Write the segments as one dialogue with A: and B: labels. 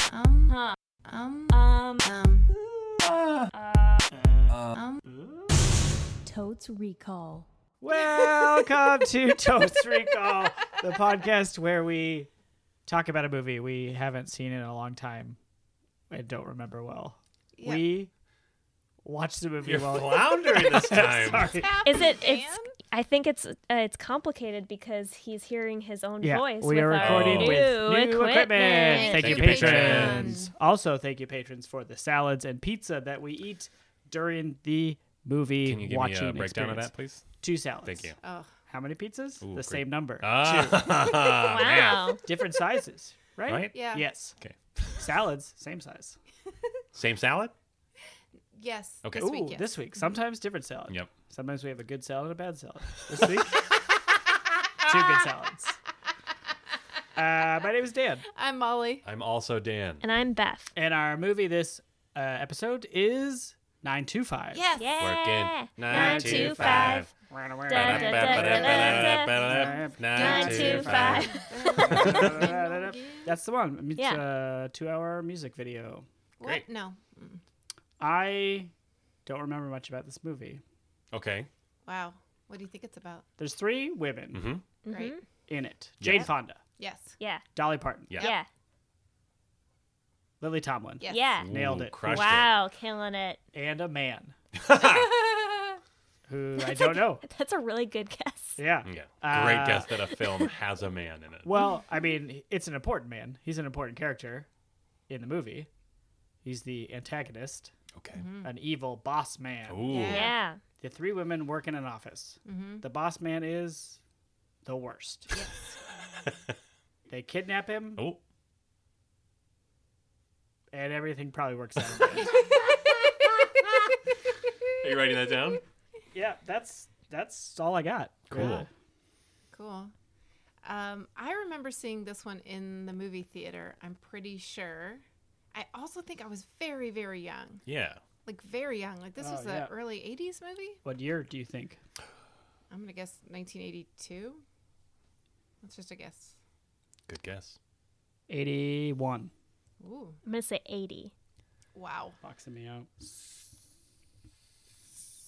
A: Huh. Um. Um. Um.
B: Totes Recall.
C: Welcome to Toast Recall, the podcast where we talk about a movie we haven't seen in a long time and don't remember well.
A: Yeah.
C: We watch the movie
D: You're
C: well.
D: floundering this time.
C: Sorry.
E: Is it?
A: Dan?
E: It's. I think it's uh, it's complicated because he's hearing his own
C: Yeah,
E: voice.
C: we
E: with
C: are
E: our
C: recording
E: new
C: with new equipment. Thank, you, patrons.
A: patrons.
C: Also, thank you, patrons, for the salads and pizza that we eat during the movie
D: Can you give
C: watching
D: me a breakdown of
C: experience.
D: that, please?
C: Two salads.
D: Thank you.
A: Oh.
C: How many pizzas?
D: Ooh,
C: the
D: great. Uh.
C: same number.
D: Ah, math,
E: Wow.
C: Different sizes, right?
D: Right?
A: Yeah.
C: Yes.
D: Okay.
C: Salads, same size.
D: Same salad?
A: Yes.
D: Okay.
A: This
C: Ooh,
A: week. yes.
C: this week. Sometimes different salad.
D: Yep.
C: Sometimes we have a good salad and a bad salad. This week, two good salads. Uh, my name is Dan,
A: I'm Molly.
D: I'm also Dan.
E: And I'm Beth.
C: and our movie this uh, episode is 925.
A: Yes.
E: Yeah.
D: Working. Nine, two, five.
E: Da, da, da, da, da, da. Nine, two, five.
C: That's the one. It's
E: Yeah.
C: a two hour music video.
A: What?
D: Great.
A: No. Mm.
C: I don't remember much about this movie.
D: Okay.
A: Wow. What do you think it's about?
C: There's three women
D: Mhm.
A: Right.
E: Mm-hmm.
C: in it Jane Fonda,
A: Yes.
E: Yeah.
C: Dolly Parton,
D: Yeah.
E: Yeah.
C: Lily Tomlin,
A: Yes.
E: Yeah.
D: Ooh,
C: Nailed it.
D: Crushed
E: Wow, killing it.
C: and a man
D: Ah.
C: who I don't know.
E: That's a really good guess.
C: Yeah.
D: it. Yeah.
C: Uh,
D: Great guess that a film has a man in it.
C: Well, I mean, it's an important man. He's an important character in the movie. He's the antagonist,
D: Okay.
C: an evil boss man.
D: Ooh.
A: Yeah.
E: Mm-hmm. Yeah.
C: The three women work in an office.
A: Mm-hmm.
C: The boss man is the worst. they kidnap him,
D: Oh.
C: and everything probably works out. in the end.
D: Are you writing that down?
C: yeah, that's that's all I got.
D: Cool.
C: Yeah.
A: Cool. Um, I remember seeing this one in the movie theater. I'm pretty sure. I also think I was very, very young.
D: Yeah.
A: Like very young. Like this
C: Oh,
A: was an
C: yeah.
A: early '80s movie.
C: What year do you think?
A: I'm gonna guess 1982. That's just a guess.
D: Good guess.
C: Eighty-one.
A: Ooh.
E: I'm gonna say eighty.
A: Wow.
C: Boxing me out.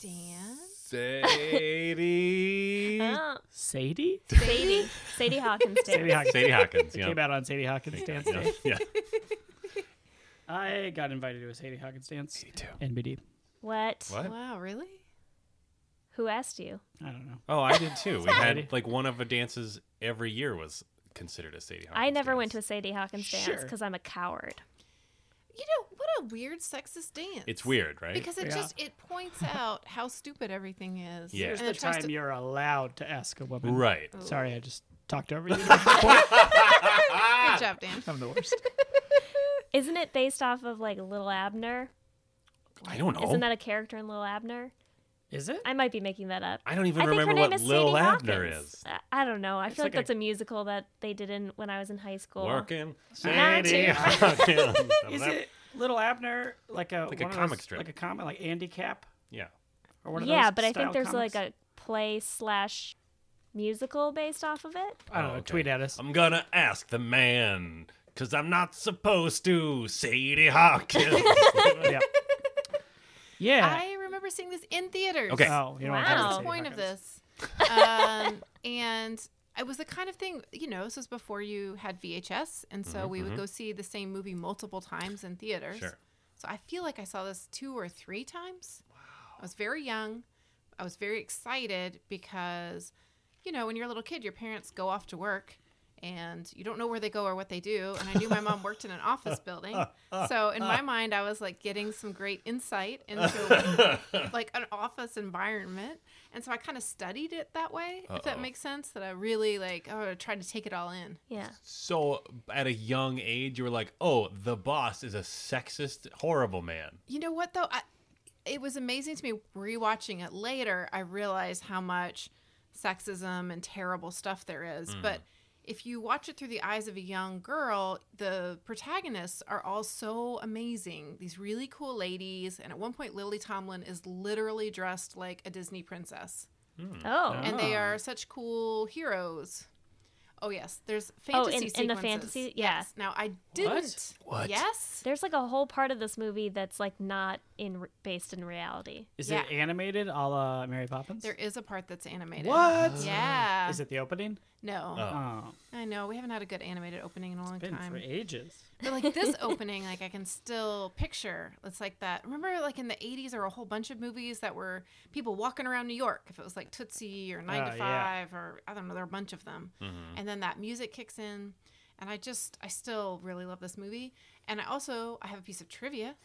A: Dan.
D: Sadie.
E: Oh,
C: Sadie.
E: Sadie. Sadie Hawkins. did.
C: Sadie Hawkins.
D: Sadie Hawkins. Yeah.
C: Came out on Sadie Hawkins
D: Yeah.
C: dance day.
D: Yeah.
C: I got invited to a Sadie Hawkins dance.
D: Me too.
C: NBD.
E: What?
D: What?
A: Wow. Really?
E: Who asked you?
C: I don't know.
D: Oh, I did too. We
C: Sadie.
D: had like one of the dances every year was considered a Sadie Hawkins.
E: I never
D: dance.
E: went to a Sadie Hawkins dance
C: Sure.
E: because I'm a coward.
A: You know what a weird sexist dance.
D: It's weird, right?
A: because it
C: Yeah.
A: just it points out how stupid everything is.
D: Yeah.
C: Here's
A: And
C: the
A: it tries
C: time
A: to-
C: you're allowed to ask a woman.
D: right.
C: Sorry, I just talked over you.
D: Ah!
A: Good job, Dan.
C: I'm the worst.
E: Isn't it based off of like Little Abner?
D: I don't know.
E: Isn't that a character in Little Abner?
C: Is it?
E: I might be making that up.
D: I don't even
E: I think
D: remember
E: her name
D: what
E: is
D: Lil
E: Sadie
D: Abner
E: Hawkins.
D: is.
E: Uh, I don't know. I feel like,
C: like a-
E: that's a musical that they did in when I was in high school.
D: Working.
E: Not
D: Sadie
E: too-
D: Hawkins.
C: Is it Little Abner like a
D: Like a
C: one of
D: comic
C: those-
D: strip.
C: Like a comic, like Andy Cap
D: Yeah.
C: or one of those.
E: yeah, but I think
C: style
E: there's
C: comics?
E: like a play slash musical based off of it.
C: I don't
D: Oh,
C: know.
D: okay.
C: Tweet at us.
D: I'm gonna ask the man, cause I'm not supposed to. Sadie Hawkins.
C: yeah. Yeah.
A: I remember seeing this in theaters.
D: Okay.
C: Oh, you know
E: Wow.
C: what
A: That was
E: Oh.
A: the point of this. Um, and it was the kind of thing, you know, this was before you had VHS. And so we would go see the same movie multiple times in theaters.
D: Mm-hmm, Sure.
A: So I feel like I saw this two or three times. Wow. I was very young. I was very excited because, you know, when you're a little kid, your parents go off to work and you don't know where they go or what they do. And I knew my mom worked in an office building. So in my mind, I was like getting some great insight into like an office environment. And so I kind of studied it that way, if that
D: Uh-oh.
A: makes sense, that I really like, oh, I tried to take it all in.
E: Yeah.
D: so at a young age, you were like, "Oh, the boss is a sexist, horrible man."
A: You know what though? I, it was amazing to me rewatching it later. I realized how much sexism and terrible stuff there is.
D: Mm.
A: But if you watch it through the eyes of a young girl, the protagonists are all so amazing. These really cool ladies, and at one point, Lily Tomlin is literally dressed
D: Hmm.
A: like a Disney princess,
E: Oh.
D: Ah.
A: and they are such cool heroes. Oh yes, there's
E: Oh,
A: fantasy
E: in- in the
A: sequences.
E: fantasy- yeah.
A: yes. Now I didn't.
D: What?
A: Yes.
E: There's like a whole part of this movie that's like not in re- based in reality.
C: Is
A: Yeah.
C: it animated a la Mary Poppins?
A: There is a part that's animated.
C: What?
A: Yeah.
C: Ah. Is it the opening?
A: No.
D: Oh.
C: Oh,
A: I know we haven't had a good animated opening in a long
C: been
A: time.
C: for ages.
A: But like this opening, like I can still picture. It's like that. Remember, like in the '80s, there were a whole bunch of movies that were people walking around New York. If it was like Tootsie or Nine
C: Oh,
A: to
C: yeah. Mm.
A: Five, or I don't know, there are a bunch of them.
D: Mm-hmm.
A: And then that music kicks in, and I just, I still really love this movie. And I also, I have a piece of trivia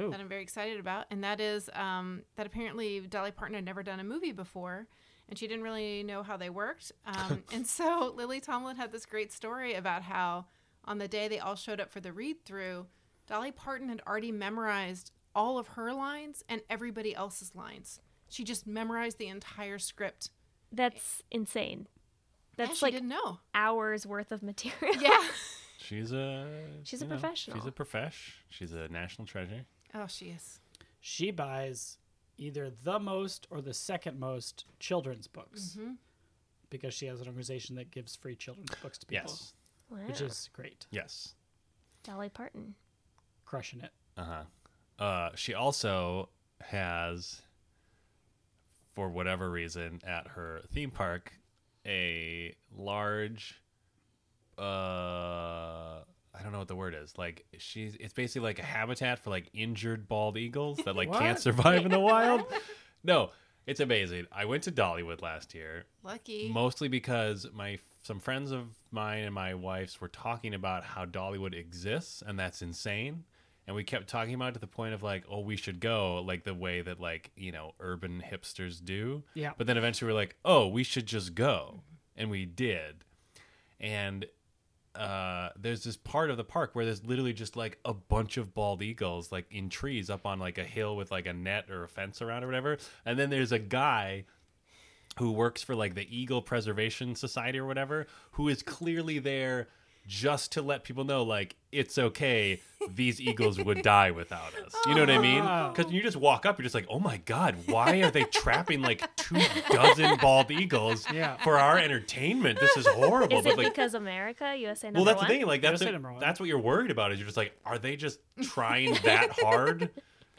C: Ooh.
A: that I'm very excited about, and that is um, that apparently Dolly Parton had never done a movie before, and she didn't really know how they worked. Um, and so Lily Tomlin had this great story about how on the day they all showed up for the read through, Dolly Parton had already memorized all of her lines and everybody else's lines. She just memorized the entire script.
E: That's insane.
A: Yeah,
E: That's
A: she
E: like
A: didn't know.
E: hours worth of material.
A: Yeah.
D: She's a
E: She's a
D: you know, She's
E: professional.
D: a profesh. She's a national treasure.
A: oh, she is.
C: She buys either the most or the second most children's books because she has an organization that gives free children's books to people,
D: Yes.
E: Wow.
C: which is great.
D: Yes.
E: Dolly Parton.
C: Crushing it.
D: Uh-huh. Uh She also has, for whatever reason, at her theme park, a large. Uh, I don't know what the word is. Like she's, it's basically like a habitat for like injured bald eagles that like can't
C: What?
D: survive in the wild. No, it's amazing. I went to Dollywood last year
A: Lucky.
D: mostly because my some friends of mine and my wife's were talking about how Dollywood exists and that's insane and we kept talking about it to the point of like oh we should go like the way that like you know urban hipsters do
C: Yeah.
D: but then eventually we're like oh we should just go and we did and uh, there's this part of the park where there's literally just like a bunch of bald eagles like in trees up on like a hill with like a net or a fence around or whatever and then there's a guy who works for like the Eagle Preservation Society or whatever, who is clearly there just to let people know like it's okay these eagles would die without us you know what i mean because you just walk up you're just like oh my god why are they trapping like two dozen bald eagles
C: Yeah.
D: for our entertainment this is horrible
E: Is
D: but
E: it
D: like
E: because America, USA number
D: well that's
E: one?
D: the thing like that's
C: USA
D: the,
C: number one.
D: that's what you're worried about is you're just like are they just trying that hard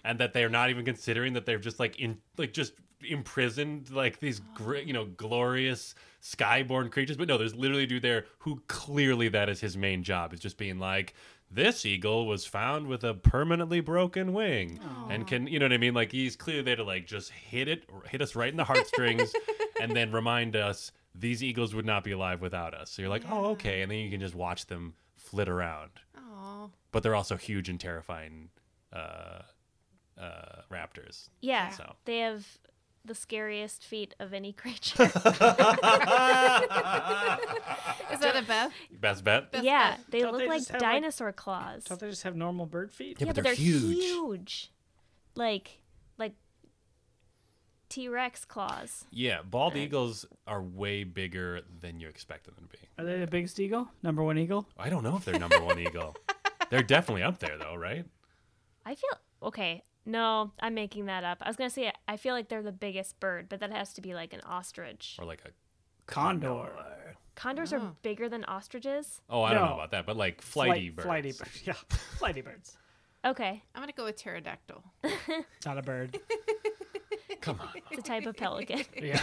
D: and that they're not even considering that they're just like in like just imprisoned like these
E: Oh.
D: gr- you know glorious skyborn creatures but no there's literally a dude there who clearly that is his main job is just being like this eagle was found with a permanently broken wing and can you know what i mean like he's clearly there to like just hit it hit us right in the heartstrings and then remind us these eagles would not be alive without us so you're like oh okay and then you can just watch them flit around
A: Oh.
D: but they're also huge and terrifying uh uh raptors
E: Yeah.
D: So.
E: They have the scariest feet of any creature.
A: Is that a Beth?
D: best bet
A: Best
E: yeah.
A: bet.
E: They
C: Don't
E: look
C: they just have,
E: like
C: like-
E: dinosaur claws.
C: Don't they just have normal bird feet?
E: yeah, but they're, huge. Like like T Rex claws.
D: yeah bald eagles are way bigger than you expect them to be
C: Are they the biggest eagle? Number one eagle?
D: i don't know if they're number one eagle they're definitely up there though right
E: I feel okay. No, I'm making that up. I was gonna say I feel like they're the biggest bird, but that has to be like an ostrich.
D: or like a
C: Condor.
E: Condors are bigger than ostriches.
D: oh i don't
C: No.
D: know about that but like flighty
C: Flight-
D: birds
C: Flighty birds. Yeah. Flighty birds.
E: Okay,
A: I'm gonna go with pterodactyl.
C: It's not a bird.
D: come on
E: it's a type of pelican,
C: Yeah.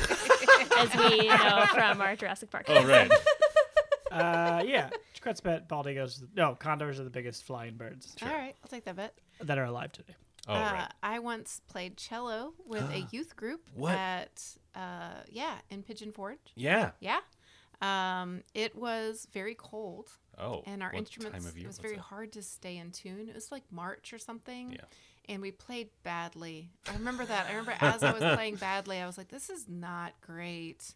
E: as we know from our Jurassic Park.
D: oh right
C: uh, yeah. Kretz bet bald eagles. No, condors are the biggest flying birds
A: All right, I'll take that bet.
C: that are alive today.
D: oh
A: uh,
D: right
A: I once played cello with a youth group
D: What?
A: at uh, yeah in Pigeon Forge.
D: yeah
A: Yeah, um, it was very cold,
D: oh
A: and our
D: what
A: instruments
D: time of
A: it
D: year
A: was very
D: it?
A: hard to stay in tune. It was like March or something.
D: Yeah.
A: And we played badly. I remember that. I remember as I was playing badly, I was like, "This is not great."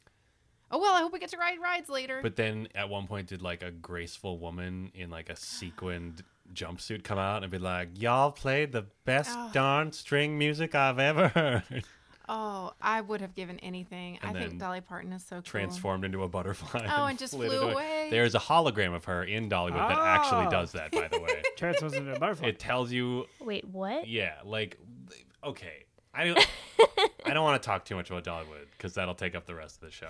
A: Oh well, I hope we get to ride rides later.
D: But then at one point, did like a graceful woman in like a sequined jumpsuit come out and be like, "Y'all played the best
A: Ah.
D: darn string music I've ever heard."
A: oh, I would have given anything. I
D: And
A: think
D: then
A: Dolly Parton is so cool.
D: Transformed into a butterfly.
A: Oh, and just
D: flitted
A: flew away.
D: There's a hologram of her in Dollywood that
C: Oh.
D: actually does that, by the way.
C: Terrence wasn't a butterfly.
D: it tells you,
E: Wait, what?
D: yeah, like, okay. I I don't want to talk too much about Dollywood because that'll take up the rest of the show.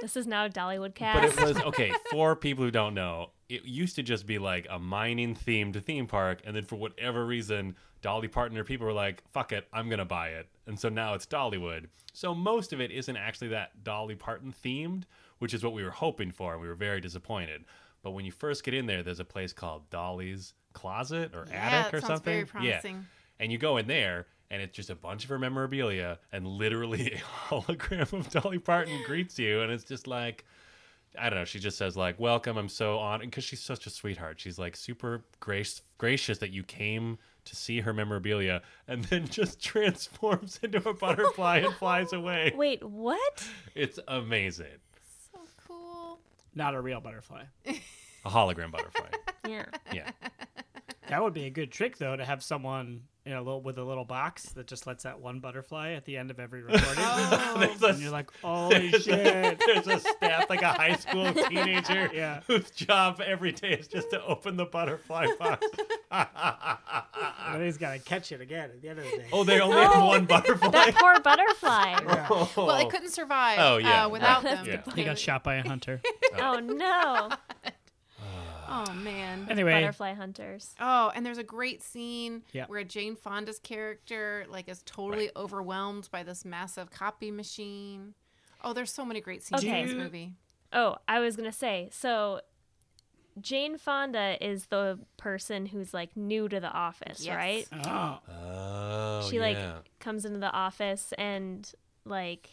E: This is now Dollywood
D: But
E: cast.
D: it was okay for people who don't know. It used to just be like a mining themed theme park, and then for whatever reason, Dolly Parton or people were like, "Fuck it, I'm gonna buy it," and so now it's Dollywood. So most of it isn't actually that Dolly Parton themed, which is what we were hoping for, and we were very disappointed. But when you first get in there, there's a place called Dolly's Closet or
A: yeah,
D: Attic
A: that
D: or
A: sounds
D: something.
A: very
D: Yeah,
A: promising.
D: and you go in there, and it's just a bunch of her memorabilia, and literally a hologram of Dolly Parton greets you, and it's just like, I don't know. She just says like, "Welcome, I'm so honored," because she's such a sweetheart. She's like super grace gracious that you came to see her memorabilia, and then just transforms into a butterfly and flies away.
E: Wait, what?
D: It's amazing.
A: So cool.
C: Not a real butterfly.
D: A hologram butterfly.
E: Yeah.
D: Yeah.
C: That would be a good trick, though, to have someone in a little with a little box that just lets out one butterfly at the end of every recording.
A: Oh,
D: There's a
C: and you're like, holy shit.
D: There's a staff, like a high school teenager,
C: Yeah.
D: whose job every day is just to open the butterfly box.
C: But he's got to catch it again at the end of the day.
D: Oh, they only have
E: Oh.
D: one butterfly.
E: That poor butterfly.
C: Yeah.
D: Oh.
A: well, it couldn't survive.
D: Oh, yeah,
A: uh, without
D: right,
A: them.
D: yeah.
C: He got shot by a hunter.
E: Oh no.
A: Oh man.
C: Anyway,
E: Butterfly hunters.
A: Oh, and there's a great scene
C: Yeah.
A: where Jane Fonda's character like is totally overwhelmed by this massive copy machine. Oh, there's so many great scenes
E: Okay.
A: in this
C: Do you-
A: movie.
E: Oh, I was gonna say, so Jane Fonda is the person who's like new to the office,
A: Yes.
E: right?
C: oh,
D: Oh,
E: she like
D: yeah.
E: comes into the office and like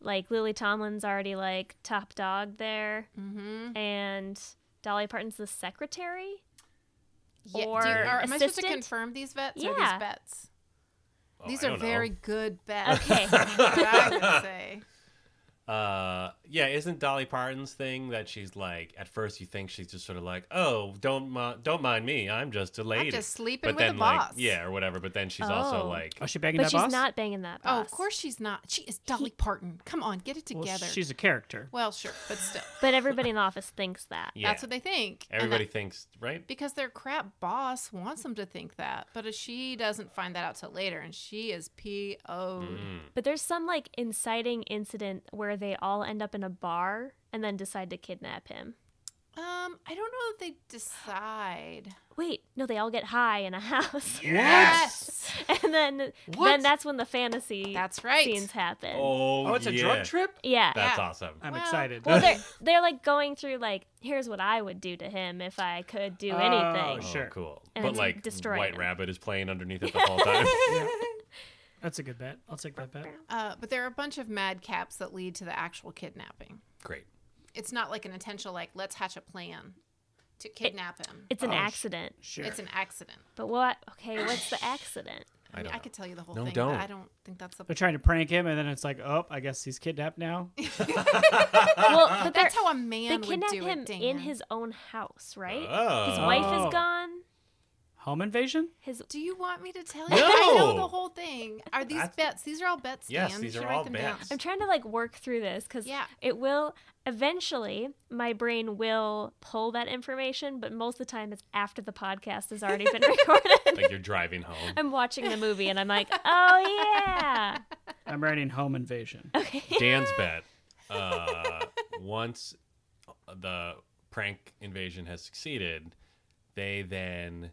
E: like Lily Tomlin's already like top dog there
A: Mm-hmm.
E: and Dolly Parton's the secretary.
A: Yeah.
E: Or
A: do you, are, am I supposed to
E: assistant?
A: confirm these vets? Or
E: Yeah.
A: these bets?
D: Oh,
A: these
D: I
A: are
D: don't know.
A: very good bets.
E: Okay.
A: I would say.
D: Uh, yeah, isn't Dolly Parton's thing that she's like at first you think she's just sort of like, oh, don't mi- don't mind me, I'm just a lady,
A: just sleeping
D: but
A: with
D: then
A: the
D: like
A: boss.
D: yeah or whatever, but then she's also
E: Oh.
D: like,
C: oh, she banging
E: But
C: that
E: she's
C: boss?
E: not banging that boss.
A: Oh, of course she's not. She is Dolly Parton. Come on, get it
C: Well,
A: together.
C: she's a character.
A: Well, sure, but still,
E: But everybody in the office thinks that.
D: yeah,
A: that's what they think. And
D: everybody
A: that-
D: thinks right.
A: because their crap boss wants them to think that, but she doesn't find that out till later, and she is PO'd.
D: Mm.
E: But there's some like inciting incident where they all end up in a bar and then decide to kidnap him.
A: Um, I don't know if they decide.
E: Wait, no, they all get high in a house.
A: Yes,
E: and then
A: What?
E: then that's when the fantasy
A: that's right.
E: scenes happen.
D: Oh,
C: Oh, it's a
D: yeah.
C: drug trip?
E: Yeah.
D: That's
A: Yeah.
D: awesome.
C: I'm
A: Well-
C: excited.
E: Well, they're they're like going through like here's what I would do to him if I could do
D: Oh,
E: anything.
C: sure.
D: cool.
E: And
D: but
E: it's
D: like
E: destroying
D: White
E: them.
D: Rabbit is playing underneath it the whole time.
C: That's a good bet. I'll take that bet.
A: Uh, but there are a bunch of madcaps that lead to the actual kidnapping.
D: Great.
A: It's not like an intentional, like let's hatch a plan to kidnap him.
E: It's an
C: Oh, sh-
E: accident.
C: Sure.
A: It's an accident.
E: But what? Okay, what's the accident?
A: I, mean,
D: don't
A: I
D: know.
A: could tell you the whole
D: No,
A: thing,
D: don't.
A: but I don't think that's the.
C: They're trying to prank him, and then it's like, oh, I guess he's kidnapped now.
E: well, but they're-
A: That's how a
E: they
A: man would
E: kidnap
A: do
E: him
A: it. Dan.
E: in his own house, right? His
D: Oh.
E: wife
C: Oh.
E: is gone.
C: Home invasion?
E: His
A: Do you want me to tell you?
D: No!
A: I know the whole thing. Are these
D: That's-
A: bets? These are all bets.
D: Yes,
A: Dan.
D: these
A: You
D: are
A: should write
D: all
A: them down.
D: bets.
E: I'm trying to like work through this because
A: Yeah.
E: it will eventually my brain will pull that information, but most of the time it's after the podcast has already been recorded.
D: like you're driving home.
E: I'm watching the movie and I'm like, oh yeah.
C: I'm writing home invasion.
D: Dan's bet. Uh, once the prank invasion has succeeded, they then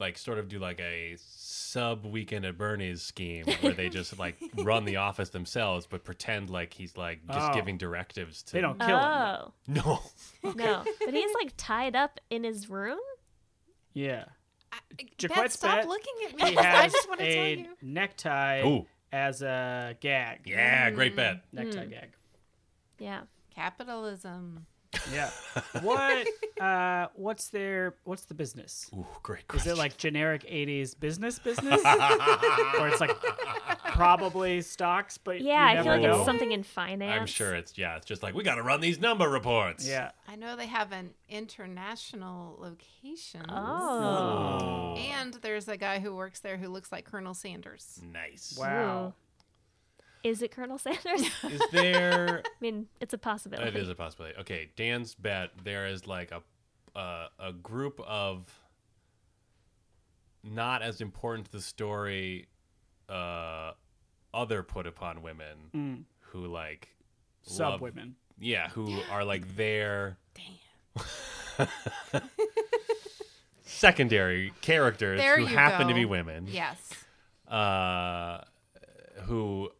D: like sort of do like a sub weekend at Bernie's scheme where they just like run the office themselves, but pretend like he's like just
C: Oh.
D: giving directives to.
C: They don't kill him.
E: Oh
D: No.
E: no, but he's like tied up in his room.
C: Yeah.
A: Bet,
C: Jaquette's
A: eh, stop
C: bet,
A: looking at
C: He
A: me. I
C: has
A: just want to tell
C: a
A: you.
C: necktie
D: Ooh.
C: as a gag.
D: Yeah.
E: Mm.
D: Great bet.
E: Hmm.
C: Necktie gag.
E: Yeah,
A: Capitalism.
C: Yeah. What uh what's their what's the business?
D: Ooh. Great.
C: Is
D: Question.
C: it like generic 80s business business? or it's like probably stocks, but
E: yeah.
C: you
E: I
C: never
E: feel like
C: know.
E: it's something in finance.
D: I'm sure it's yeah. It's just like we got to run these number reports.
C: Yeah.
A: I know they have an international location.
E: Oh,
D: Oh.
A: And there's a guy who works there who looks like Colonel Sanders.
D: Nice.
C: Wow.
E: is it Colonel Sanders? I
D: Is there
E: mean, it's a possibility.
D: It is a possibility. Okay, Dan's bet there is like a uh, a group of not as important to the story uh, uh, other put upon women
C: Mm.
D: who like
C: Sub
D: love-
C: women.
D: yeah, who are like their
A: Damn.
D: secondary characters
A: There
D: who
A: you
D: happen to
A: go.
D: be women.
A: Yes.
D: uh, who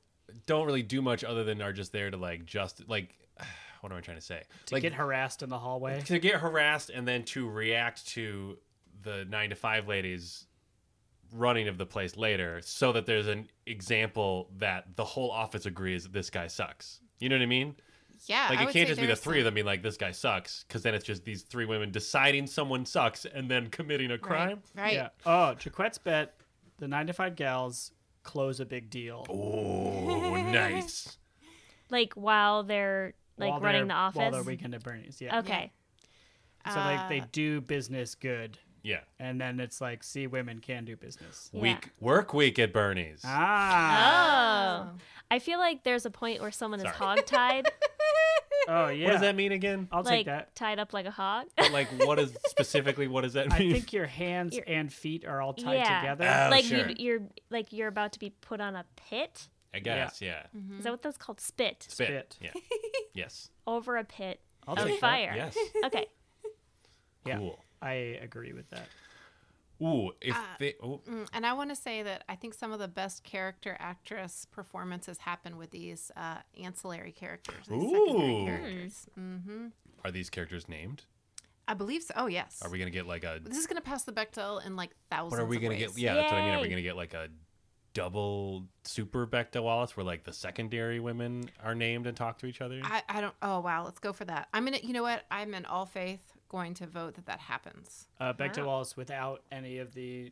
D: don't really do much other than are just there to like just like what am I trying to say?
C: To
D: like
C: get harassed in the hallway.
D: to get harassed and then to react to the nine to five ladies running of the place later, so that there's an example that the whole office agrees that this guy sucks. You know what I mean?
A: Yeah.
D: Like
A: I
D: it
A: would
D: can't
A: say
D: just be the
A: there's
D: three of them being like this guy sucks, because then it's just these three women deciding someone sucks and then committing a
A: some-
D: crime.
A: Right. right.
C: Yeah. Oh, Jaquette's bet the nine to five gals close a big deal.
D: Oh, nice.
E: Like while they're like
C: while they're-
E: running the office.
C: While they're weekend at Bernie's. Yeah.
E: Okay. Ah.
C: So they, they do business good.
D: Yeah.
C: And then it's like, see, women can do business.
E: Yeah.
D: Week work week at Bernie's.
C: Ah.
E: Oh. I feel like there's a point where someone is
D: Sorry.
E: hog tied,
C: Oh, yeah.
D: What does that mean again?
C: I'll
E: like
C: take that.
E: tied up like a hog.
D: But, like, what is specifically what does that
C: I
D: mean?
C: think your hands
E: Your-
C: and feet are all tied
E: Yeah.
C: together.
D: Oh,
E: like
D: sure.
E: you, you're like you're about to be put on a pit.
D: I guess, yeah.
A: Mm-hmm.
E: Is that what that's called? Spit
D: Spit.
C: Spit.
D: Yeah. yes.
E: over a pit
C: I'll
E: of
C: take that.
E: fire.
D: Yes.
E: Okay.
C: Yeah.
D: Cool.
C: I agree with that.
D: Ooh, if
A: Uh,
D: they oh,
A: Mm, And I want to say that I think some of the best character actress performances happen with these uh, ancillary characters. These
D: Ooh.
A: secondary characters. hmm
D: are these characters named?
A: I believe so. Oh, yes.
D: Are we gonna get like a
A: This is going to pass the Bechtel in like thousands
D: what are we
A: of
D: gonna
A: ways.
D: get? Yeah, that's what I mean. Are we
E: Yay.
D: gonna get like a double super Bechdel Wallace where like the secondary women are named and talk to each other?
A: I, I don't. Oh, wow. Let's go for that. I'm going to, you know what? I'm in all faith going to vote that that happens.
C: Uh, Bechdel
E: Wow.
C: Wallace without any of the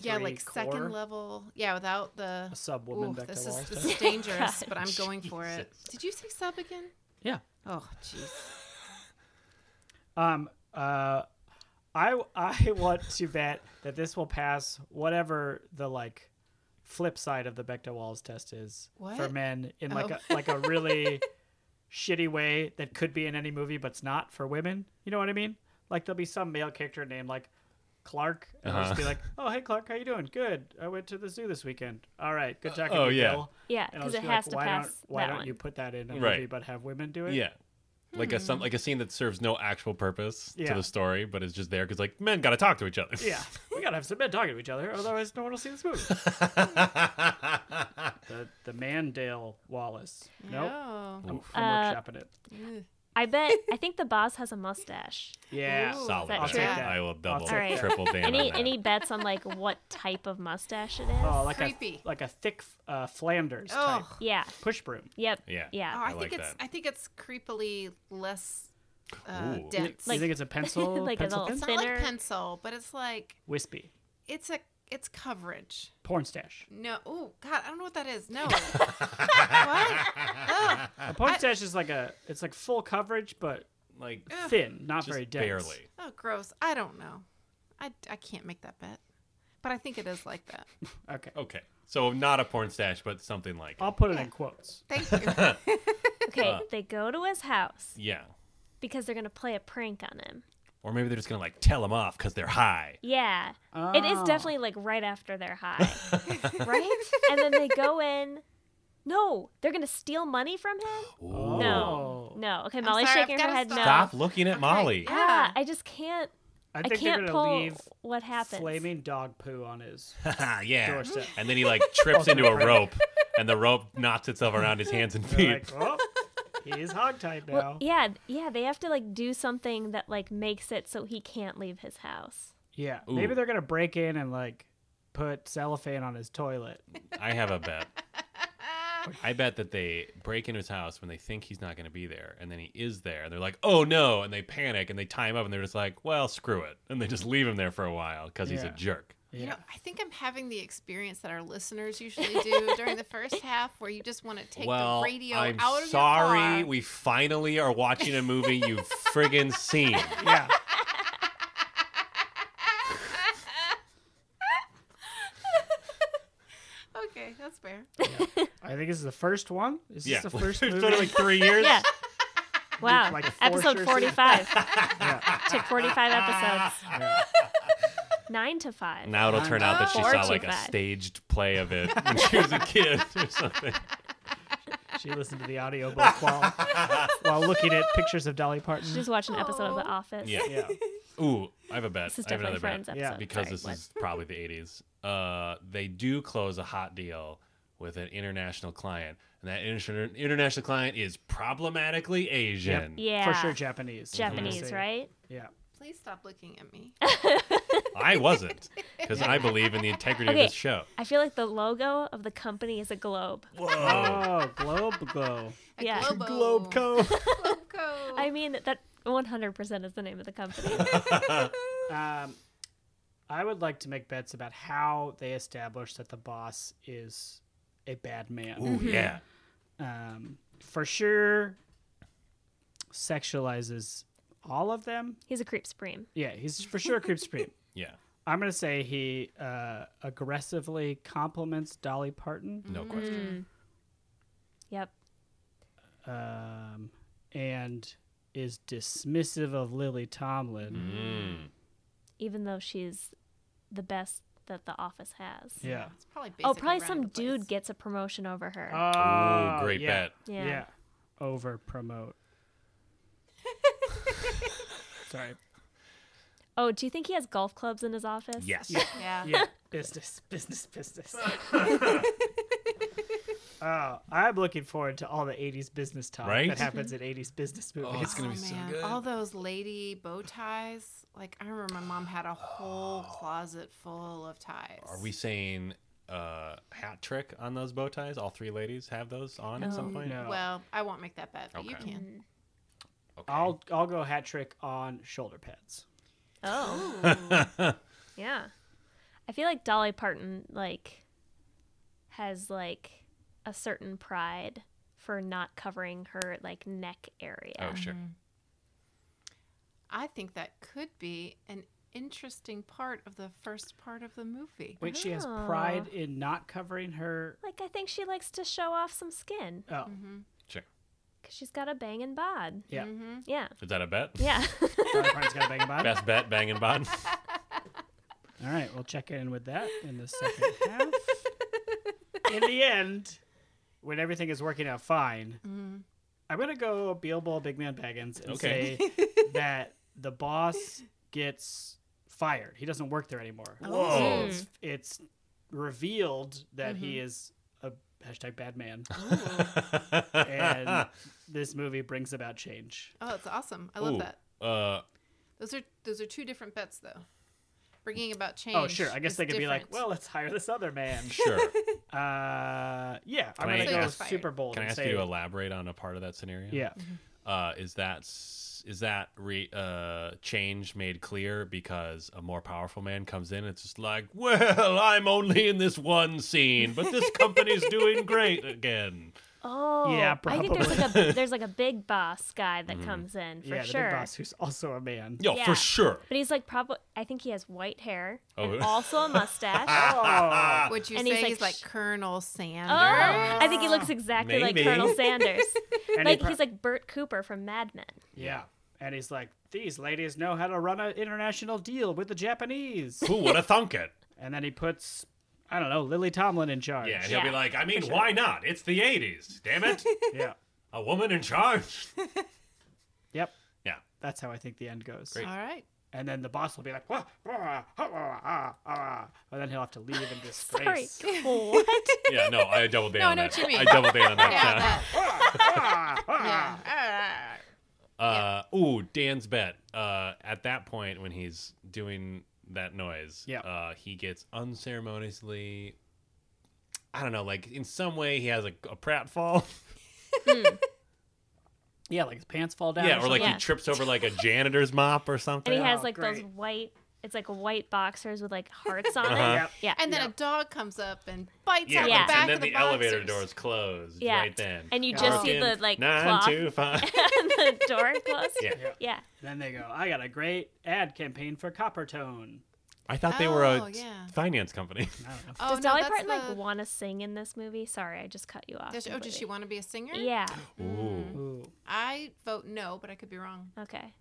A: yeah,
C: three
A: like
C: core,
A: second level. Yeah, without the.
C: a sub woman
A: Ooh,
C: Bechdel
A: this is
C: Wallace.
A: this
C: does.
A: is dangerous, but I'm
D: God,
A: going for it.
D: Jesus.
A: Did you say sub again?
C: Yeah.
A: Oh, jeez.
C: Um. Uh. I I want to bet that this will pass whatever the like flip side of the Bechdel Wallace test is for
A: What?
C: men in like
A: Oh.
C: a like a really shitty way that could be in any movie but's not for women. You know what I mean? Like there'll be some male character named like Clark, and they'll just be
D: Uh-huh.
C: like, "Oh, hey Clark, how you doing? Good. I went to the zoo this weekend. All right, good talking
D: oh,
C: to you,
D: yeah.
C: Bill."
E: Yeah,
C: And I'll
E: because
C: just
E: it
C: be
E: has
C: like,
E: to
C: why
E: pass
C: Don't, why
E: that
C: don't
E: one.
C: you put that in a
D: Right.
C: movie but have women do it?
D: yeah. Like a some like a scene that serves no actual purpose
C: Hmm. Yeah.
D: to the story, but is just there because like men gotta talk to each other.
C: Yeah, we gotta have some men talking to each other, otherwise no one will see this movie. the the Mandale Wallace. Nope.
A: No.
C: I'm,
D: Oof.
C: I'm
E: Uh,
C: workshopping it.
A: Ugh.
E: I bet. I think the boss has a mustache.
C: Yeah.
A: Ooh.
D: Solid.
E: I'll
D: bet.
E: take
C: that.
D: I will double,
C: take
E: that.
D: triple down. on
E: Any
D: that.
E: any bets on like what type of mustache it is?
C: Oh, like
A: Creepy.
C: a like a thick uh, Flanders type
A: Oh.
E: yeah.
C: push broom.
E: Yep.
D: Yeah.
A: Oh,
E: Yeah.
D: I
A: I, think
D: like
A: it's
D: that.
A: I think it's creepily less uh,
D: Ooh.
A: dense.
C: you
E: Like-
C: think it's a pencil?
E: like a
C: pencil
E: little
C: pin?
A: it's not like
E: thinner.
A: pencil, but it's like
C: Wispy.
A: it's a it's coverage.
C: Porn stash.
A: No, oh God, I don't know what that is. No, what? Ugh.
D: Ah.
C: A porn stash is like a it's like full coverage but
D: like
C: thin, not
D: just
C: very dense.
D: barely.
A: Oh, gross. I don't know. I I can't make that bet, but I think it is like that.
C: Okay.
D: Okay, so not a porn stash, but something like it.
C: I'll put it
A: Yeah.
C: in quotes.
A: Thank you. Oh,
E: Okay. they go to his house
D: yeah,
E: because they're gonna play a prank on him.
D: or maybe they're just gonna like tell them off because they're high.
E: Yeah. It is
C: Oh.
E: definitely like right after they're high. right? And then they go in. No, they're going to steal money from him?
D: Ooh.
E: No.
C: Oh.
E: No. Okay, Molly's
A: sorry,
E: shaking
A: I've
E: her
A: gotta
E: head no.
D: Stop looking at Molly.
A: Okay.
E: Yeah, I just can't.
C: I
E: I,
C: think
E: can't
C: they're
E: pull
C: gonna leave
E: what happens.
C: flaming dog poo on his
D: yeah.
C: Doorstep.
D: And then he like trips into
C: Ultimate
D: a rope, and the rope knots itself around his hands and
C: They're
D: feet.
C: like, oh, he's hog type now.
E: Well, yeah, yeah, they have to like do something that like makes it so he can't leave his house.
C: Yeah.
D: Ooh.
C: Maybe they're gonna break in and like put cellophane on his toilet.
D: I have a bet. I bet that they break into his house when they think he's not going to be there, and then he is there, and they're like, "Oh no!" and they panic and they tie him up, and they're just like, "Well, screw it," and they just leave him there for a while because he's a
C: Yeah.
D: jerk.
A: You know, I think I'm having the experience that our listeners usually do during the first half, where you just want to take
D: well,
A: the radio
D: I'm
A: out of
D: sorry.
A: your car.
D: We finally are watching a movie you've friggin' seen.
C: Yeah.
A: okay, that's fair.
C: I think this is the first one. Is
D: yeah,
C: this the first
D: it's
C: movie?
D: been like three years.
E: Yeah. Wow.
C: Like four
E: Episode
C: shirts.
E: 45.
D: Ah.
C: Yeah.
E: Took 45 episodes. Nine to five.
D: Now it'll turn out that she
E: Four
D: saw
E: to
D: like a
E: five.
D: staged play of it when she was a kid or something.
C: She listened to the audiobook while while looking at pictures of Dolly Parton.
E: Just watch an episode of The Office.
D: Yeah.
C: yeah.
D: Ooh, I have a bet.
E: This is
D: I have
E: definitely
D: another
E: Friends
D: bet.
E: episode.
C: Yeah,
D: Because
E: Oh, Sorry,
D: this
E: what?
D: is probably the 80s. Uh, they do close a hot deal with an international client, and that inter- international client is problematically Asian.
E: Yeah.
C: For sure Japanese.
E: Japanese,
C: Say-
E: right?
C: Yeah.
A: Please stop looking at me.
D: I wasn't, because I believe in the integrity
E: Okay.
D: of this show.
E: I feel like the logo of the company is a globe.
D: Whoa.
C: Oh, Globe Glow.
A: A
E: Yeah.
A: Globo.
C: Co.
A: Globeco.
E: I mean, that 100% is the name of the company. Mm-hmm.
C: Um, I would like to make bets about how they establish that the boss is a bad man.
D: Ooh, yeah.
C: Um, for sure, sexualizes all of them.
E: He's a creep supreme.
C: Yeah, he's for sure a creep supreme.
D: Yeah.
C: I'm gonna say he uh, aggressively compliments Dolly Parton,
D: No
E: Mm.
D: question.
E: Yep.
C: um, and is dismissive of Lily Tomlin.
D: Mm.
E: Even though she's the best that The Office has.
C: Yeah.
A: It's probably
E: Oh,
A: basically
E: probably
A: around
E: some
A: the place.
E: dude gets a promotion over her.
D: Ooh,
C: Oh,
D: great
C: yeah.
D: bet.
E: yeah.
C: Yeah. Over promote. Sorry.
E: Oh, do you think he has golf clubs in his office?
D: Yes.
A: Yeah.
C: Yeah. business, business, business. oh, I'm looking forward to all the 80s business talk
D: Right?
C: that happens in 80s business movies.
D: it's gonna
A: Oh,
D: be so
A: man.
D: good.
A: All those lady bow ties. Like I remember my mom had a whole closet full of ties.
D: Are we saying uh, hat trick on those bow ties? All three ladies have those on at some
E: Oh, No.
D: point?
C: No.
A: Well, I won't make that bet, but you
D: Okay.
A: can.
D: Okay.
C: I'll I'll go hat trick on shoulder pads.
E: Oh,
A: Ooh.
E: yeah. I feel like Dolly Parton like has like a certain pride for not covering her like neck area.
D: Oh, sure.
E: Mm-hmm.
A: I think that could be an interesting part of the first part of the movie.
C: Wait, she has pride in not covering her.
E: Like I think she likes to show off some skin
C: Oh,
A: Mm-hmm.
D: Sure.
E: cuz she's got a banging bod.
C: yeah.
E: Yeah.
D: Is that a bet?
E: Yeah.
C: Dolly Parton's got a bang about it.
D: Best bet, bang and bond.
C: All right, we'll check in with that in the second half. In the end, when everything is working out fine,
A: Mm-hmm.
C: I'm gonna go Beelball Big Man Baggins and
D: Okay.
C: say that the boss gets fired. He doesn't work there anymore.
D: Oh. Whoa.
C: It's, it's revealed that he is a hashtag bad man, and this movie brings about change.
A: Oh, that's awesome! I love
D: Ooh,
A: that.
D: Uh,
A: Those are those are two different bets, though. Bringing about change.
C: Oh, sure. I guess
A: is
C: they could be like,
A: different.
C: well, let's hire this other man.
D: sure.
C: Uh, yeah, I'm
D: I
C: gonna go
D: ask-
C: super bold
D: Can I
C: and
D: ask
C: say,
D: you to elaborate on a part of that scenario?
C: yeah,
E: Mm-hmm.
D: Uh, is that s- is that re, uh, change made clear because a more powerful man comes in? And it's just like, well, I'm only in this one scene, but this company's doing great again.
E: Oh.
C: Yeah, Mm-hmm.
E: I think there's like a there's like a big boss guy that comes in for
C: yeah, the
E: sure.
C: big boss who's also a man.
D: Yo,
E: Yeah.
D: for sure.
E: But he's like probably I think he has white hair
D: Oh.
E: and also a mustache.
D: Uh,
C: Oh,
A: Would you
E: And
A: say
E: he's
A: he's
E: like,
A: like,
E: "Shh."
A: Colonel
E: Oh,
A: Sanders?
E: I think he looks exactly like
D: Maybe.
E: Colonel Sanders.
C: and he
E: like
C: pro-
E: he's like Bert Cooper from Mad Men.
C: yeah, and he's like, these ladies know how to run an international deal with the Japanese.
D: Who would have thunk it?
C: and then he puts, I don't know, Lily Tomlin in charge.
D: Yeah, and he'll be
E: Yeah,
D: like, I mean, why not? It's the 80s. Damn it.
C: yeah,
D: a woman in charge.
C: yep.
D: Yeah.
C: That's how I think the end goes.
D: Great.
A: All right.
C: And then the boss will be like, wah, wah, ah, ah, ah, ah," and then he'll have to leave in
E: Sorry.
C: disgrace.
E: What?
D: Yeah, no, I double down
A: No, I
D: on
A: know
D: that.
A: what you mean.
D: I double down on that.
A: Yeah.
D: yeah.
A: that-
C: Ah, ah.
A: yeah.
D: Uh, Ooh, Dan's bet. Uh, at that point, when he's doing that noise,
C: Yeah.
D: uh, he gets unceremoniously. I don't know, like in some way he has a, a pratfall.
C: Yeah, like his pants fall down.
D: yeah, or like
C: something.
E: Yeah.
D: he trips over like a janitor's mop or something.
E: And he has
C: Oh,
E: like those
C: great.
E: white it's like white boxers with like hearts on
D: Uh-huh.
E: it.
C: Yep.
E: Yeah.
A: And then a dog comes up and bites
D: yeah,
A: on
E: Yeah.
A: the back
D: and then
A: of the,
D: elevator
A: boxers.
D: doors closed
E: Yeah.
D: right then.
E: And you
C: Yeah.
E: just see the
D: Broken.
E: like
D: Nine,
E: cloth
D: two, five.
E: and the door closed.
D: Yeah.
C: Yeah.
E: Yeah.
C: Then they go, I got a great ad campaign for Coppertone.
D: I thought they were a
A: Oh, yeah.
D: finance company.
C: I don't know.
A: Oh,
E: Does
A: no,
E: Dolly
A: that's
E: Parton
A: the-
E: like want to sing in this movie? Sorry, I just cut you off.
A: Does, oh, does she
E: completely. Mm.
A: want to be a singer?
E: Yeah.
D: Ooh.
C: Ooh.
A: I vote no, but I could be wrong.
E: Okay.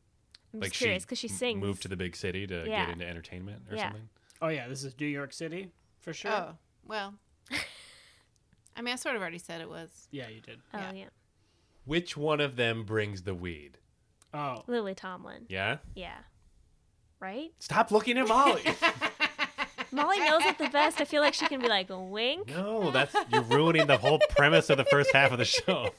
E: I'm
D: like
E: just curious because she,
D: m-
E: sings.
D: moved to the big city to get
E: Yeah.
D: into entertainment or
E: Yeah.
D: something.
C: Oh yeah, this is New York City for sure.
A: Oh, well. I mean, I sort of already said it was.
C: Yeah, you did.
E: oh
A: yeah.
E: yeah.
D: Which one of them brings the weed?
C: Oh,
E: Lily Tomlin.
D: Yeah.
E: Yeah. Right?
D: Stop looking at Molly.
E: Molly knows it the best. I feel like she can be like wink.
D: no, that's you're ruining the whole premise of the first half of the show.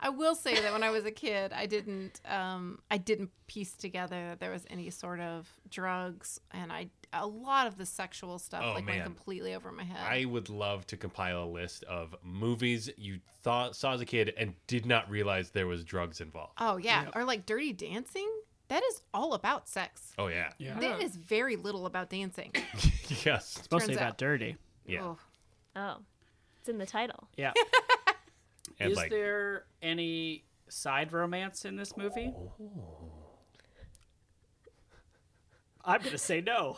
A: I will say that when I was a kid, I didn't, um, I didn't piece together that there was any sort of drugs, and I a lot of the sexual stuff
D: Oh,
A: like
D: man.
A: went completely over my head.
D: I would love to compile a list of movies you thought saw as a kid and did not realize there was drugs involved.
C: Uh,
A: oh yeah,
C: Yep.
A: or like Dirty Dancing. That is all about sex.
D: Oh yeah.
C: yeah.
A: There is very little about dancing.
D: yes.
C: It's mostly
A: Turns
C: about
A: out.
C: dirty.
D: Yeah.
A: Oh.
E: Oh. It's in the title.
C: Yeah.
D: And
C: is
D: like
C: there any side romance in this movie?
D: Oh.
C: I'm gonna say no.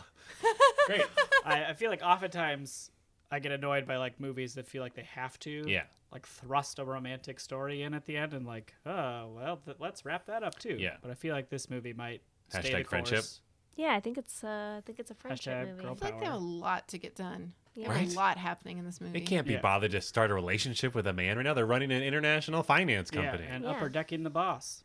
D: great.
C: I, I feel like oftentimes I get annoyed by like movies that feel like they have to,
D: Yeah.
C: like thrust a romantic story in at the end and like, oh well, th- let's wrap that up too.
D: Yeah.
C: But I feel like this movie might stay
D: Hashtag
C: the
D: friendship.
C: course.
E: Yeah, I think it's uh, I think it's a friendship
C: Hashtag
E: movie.
C: girl
A: I feel like they have a lot to get done. There's
E: Yeah.
D: Right?
A: a lot happening in this movie.
D: They can't be
C: Yeah.
D: bothered to start a relationship with a man right now. They're running an international finance company.
C: Yeah, and
E: Yeah.
C: upper decking the boss.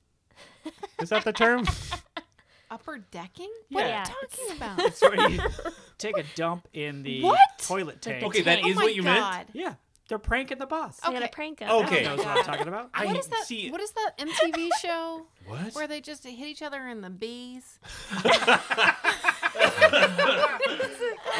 D: Is that the term?
A: Upper decking? What are
E: Yeah.
A: you talking about?
C: It's where you take a dump in the
A: What?
C: toilet tank.
D: Okay, that
A: oh
D: is
A: my
D: what you
A: God.
D: meant.
C: Yeah, they're pranking the boss.
E: They got
A: Okay.
E: a prank up.
D: Okay.
C: Knows what I'm talking about?
D: I
A: What is that?
D: see.
A: What is that MTV show
D: What?
A: where they just hit each other in the bees?
C: I